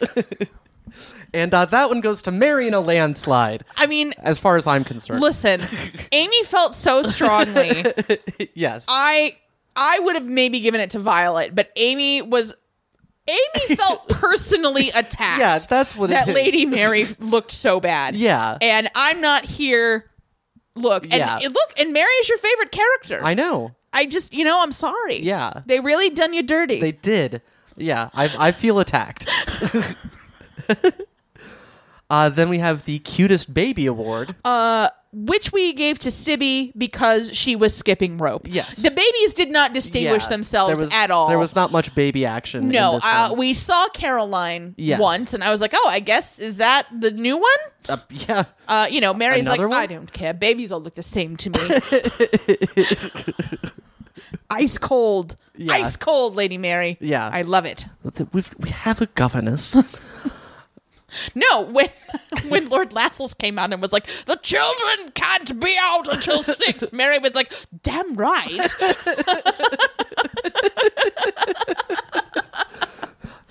Speaker 1: And uh, that one goes to Mary in a landslide,
Speaker 2: I mean,
Speaker 1: as far as I'm concerned.
Speaker 2: listen, Amy felt so strongly.
Speaker 1: yes.
Speaker 2: I I would have maybe given it to Violet, but Amy was Amy felt personally attacked.
Speaker 1: Yeah, that's what it
Speaker 2: that
Speaker 1: is.
Speaker 2: Lady Mary looked so bad.
Speaker 1: Yeah.
Speaker 2: and I'm not here. Look and
Speaker 1: Yeah.
Speaker 2: and look, and Mary is your favorite character.
Speaker 1: I know.
Speaker 2: I just you know I'm sorry.
Speaker 1: Yeah.
Speaker 2: they really done you dirty.
Speaker 1: They did. Yeah, I, I feel attacked. uh, then we have the cutest baby award.
Speaker 2: Uh, which we gave to Sibby because she was skipping rope.
Speaker 1: Yes.
Speaker 2: the babies did not distinguish
Speaker 1: Yeah,
Speaker 2: themselves
Speaker 1: there was-
Speaker 2: at all.
Speaker 1: There was not much baby action. in
Speaker 2: No,
Speaker 1: this
Speaker 2: uh,
Speaker 1: one.
Speaker 2: we saw Caroline
Speaker 1: Yes.
Speaker 2: once, and I was like, "Oh, I guess is that the new one?"
Speaker 1: Uh, yeah,
Speaker 2: Uh, you know, Mary's
Speaker 1: Another
Speaker 2: like,
Speaker 1: one?
Speaker 2: "I don't care. Babies all look the same to me." Ice cold,
Speaker 1: Yeah.
Speaker 2: ice cold, Lady Mary.
Speaker 1: Yeah.
Speaker 2: I love it.
Speaker 1: We've, we have a governess.
Speaker 2: No, when when Lord Lascelles came out and was like, "The children can't be out until six, Mary was like, "Damn right."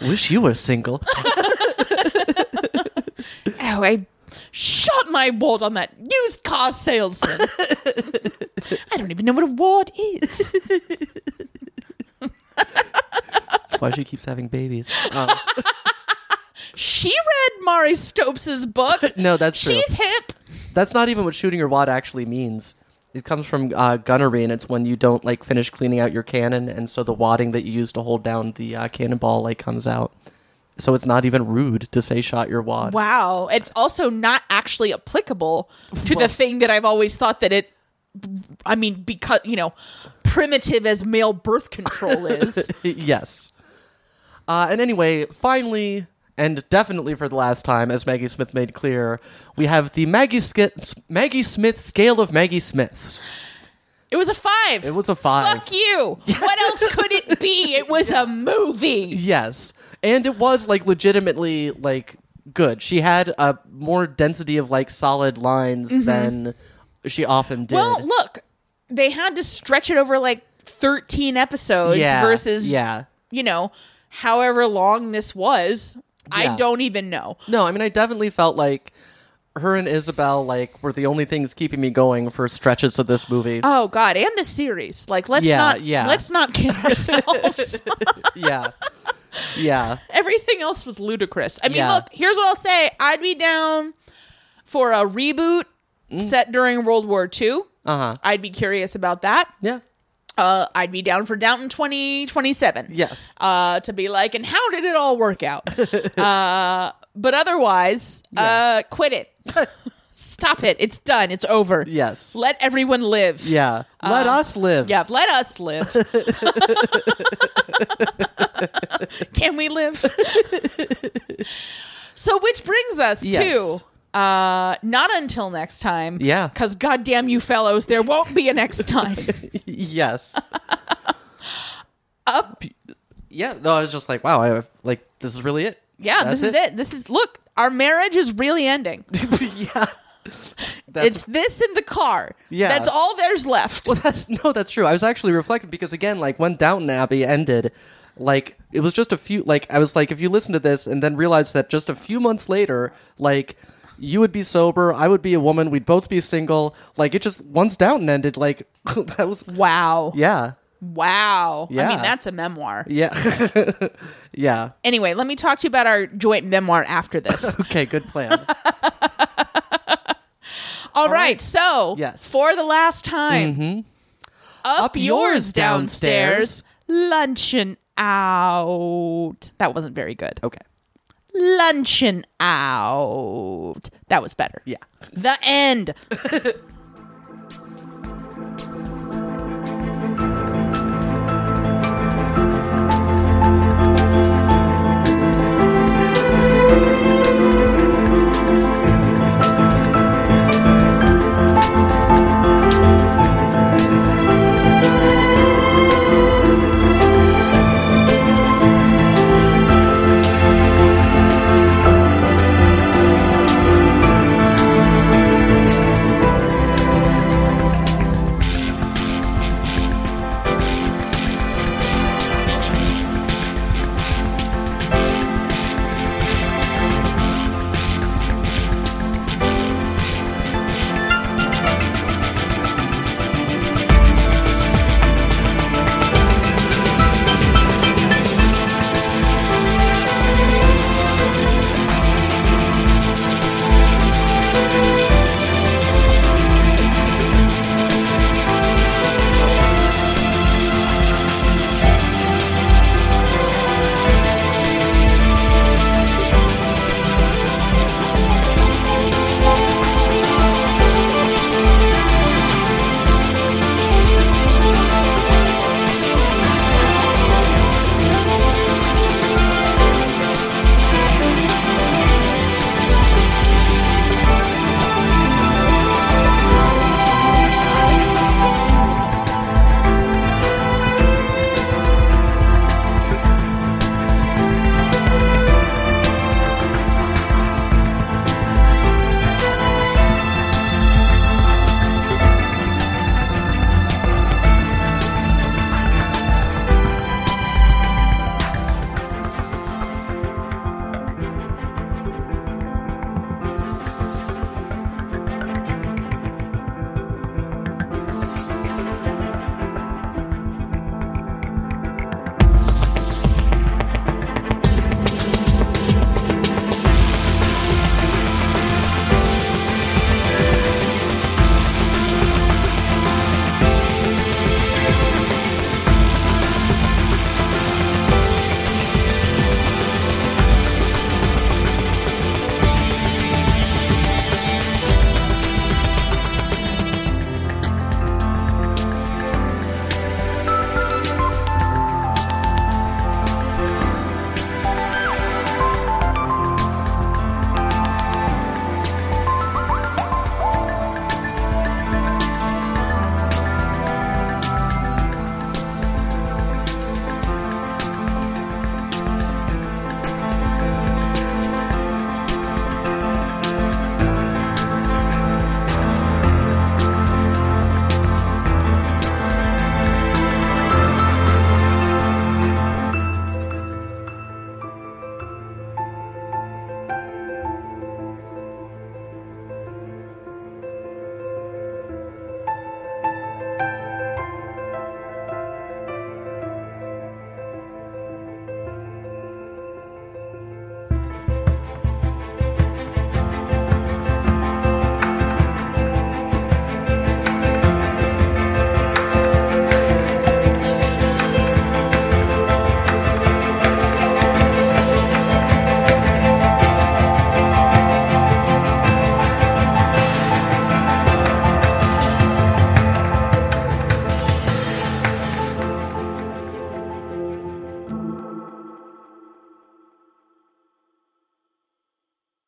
Speaker 1: Wish you were single.
Speaker 2: Oh, I shot my wad on that used car salesman. I don't even know what a wad is.
Speaker 1: That's why she keeps having babies. Um,
Speaker 2: She read Mari Stopes's book.
Speaker 1: no, that's true.
Speaker 2: She's hip.
Speaker 1: That's not even what shooting your wad actually means. It comes from uh, gunnery, and it's when you don't like finish cleaning out your cannon, and so the wadding that you use to hold down the uh, cannonball like comes out. So it's not even rude to say "shot your wad."
Speaker 2: Wow. It's also not actually applicable to the thing that I've always thought that it I mean because, you know, primitive as male birth control is.
Speaker 1: yes. Uh, and anyway, finally, and definitely for the last time, as Maggie Smith made clear, we have the Maggie, Sk- Maggie Smith scale of Maggie Smiths.
Speaker 2: It was a 5.
Speaker 1: It was a five.
Speaker 2: Fuck you. What else could it be? It was a movie.
Speaker 1: Yes, and it was like legitimately like good. She had a more density of like solid lines than she often did.
Speaker 2: Mm-hmm. Well, look, they had to stretch it over like 13 episodes
Speaker 1: yeah,
Speaker 2: versus,
Speaker 1: yeah.
Speaker 2: you know, however long this was.
Speaker 1: Yeah. Oh.
Speaker 2: I don't even know.
Speaker 1: No, I mean I definitely felt like her and Isabel like were the only things keeping me going for stretches of this movie.
Speaker 2: Oh God, and the series. Like, let's
Speaker 1: Yeah,
Speaker 2: not,
Speaker 1: yeah.
Speaker 2: let's not kid ourselves.
Speaker 1: yeah. Yeah.
Speaker 2: Everything else was ludicrous. I mean,
Speaker 1: Yeah.
Speaker 2: look, here's what I'll say: I'd be down for a reboot
Speaker 1: Mm.
Speaker 2: set during World War II.
Speaker 1: Uh-huh.
Speaker 2: I'd be curious about that.
Speaker 1: Yeah.
Speaker 2: Uh, I'd be down for Downton 2027.
Speaker 1: Yes.
Speaker 2: uh, to be like, and how did it all work out? uh, but otherwise, uh, quit it. Stop it. It's done. It's over.
Speaker 1: Yes.
Speaker 2: Let everyone live.
Speaker 1: Yeah. Let us live.
Speaker 2: Yeah, let us live. Can we live? so, which brings us
Speaker 1: Yes.
Speaker 2: to uh, not until next time.
Speaker 1: Yeah.
Speaker 2: Because, goddamn you fellows, there won't be a next time.
Speaker 1: yes.
Speaker 2: Up.
Speaker 1: Yeah. No, I was just like, wow, I like this is really it.
Speaker 2: Yeah,
Speaker 1: That's
Speaker 2: this is it. This is, look, our marriage is really ending.
Speaker 1: yeah. That's
Speaker 2: it's this and the car.
Speaker 1: Yeah.
Speaker 2: That's all there's left.
Speaker 1: Well, that's no, that's true. I was actually reflecting because again, like when Downton Abbey ended, like it was just a few. Like I was like, if you listen to this and then realize that just a few months later, like you would be sober, I would be a woman, we'd both be single. Like it just once Downton ended, like that was
Speaker 2: Wow.
Speaker 1: yeah,
Speaker 2: Wow. I
Speaker 1: Yeah.
Speaker 2: mean, that's a memoir.
Speaker 1: yeah, yeah.
Speaker 2: Anyway, let me talk to you about our joint memoir after this.
Speaker 1: Okay, good plan.
Speaker 2: All right, So,
Speaker 1: Yes. Mm-hmm.
Speaker 2: for the last time, up,
Speaker 1: Up yours
Speaker 2: yours
Speaker 1: downstairs.
Speaker 2: downstairs, luncheon out. That wasn't very good.
Speaker 1: okay,
Speaker 2: Luncheon out. That was better.
Speaker 1: yeah.
Speaker 2: The end.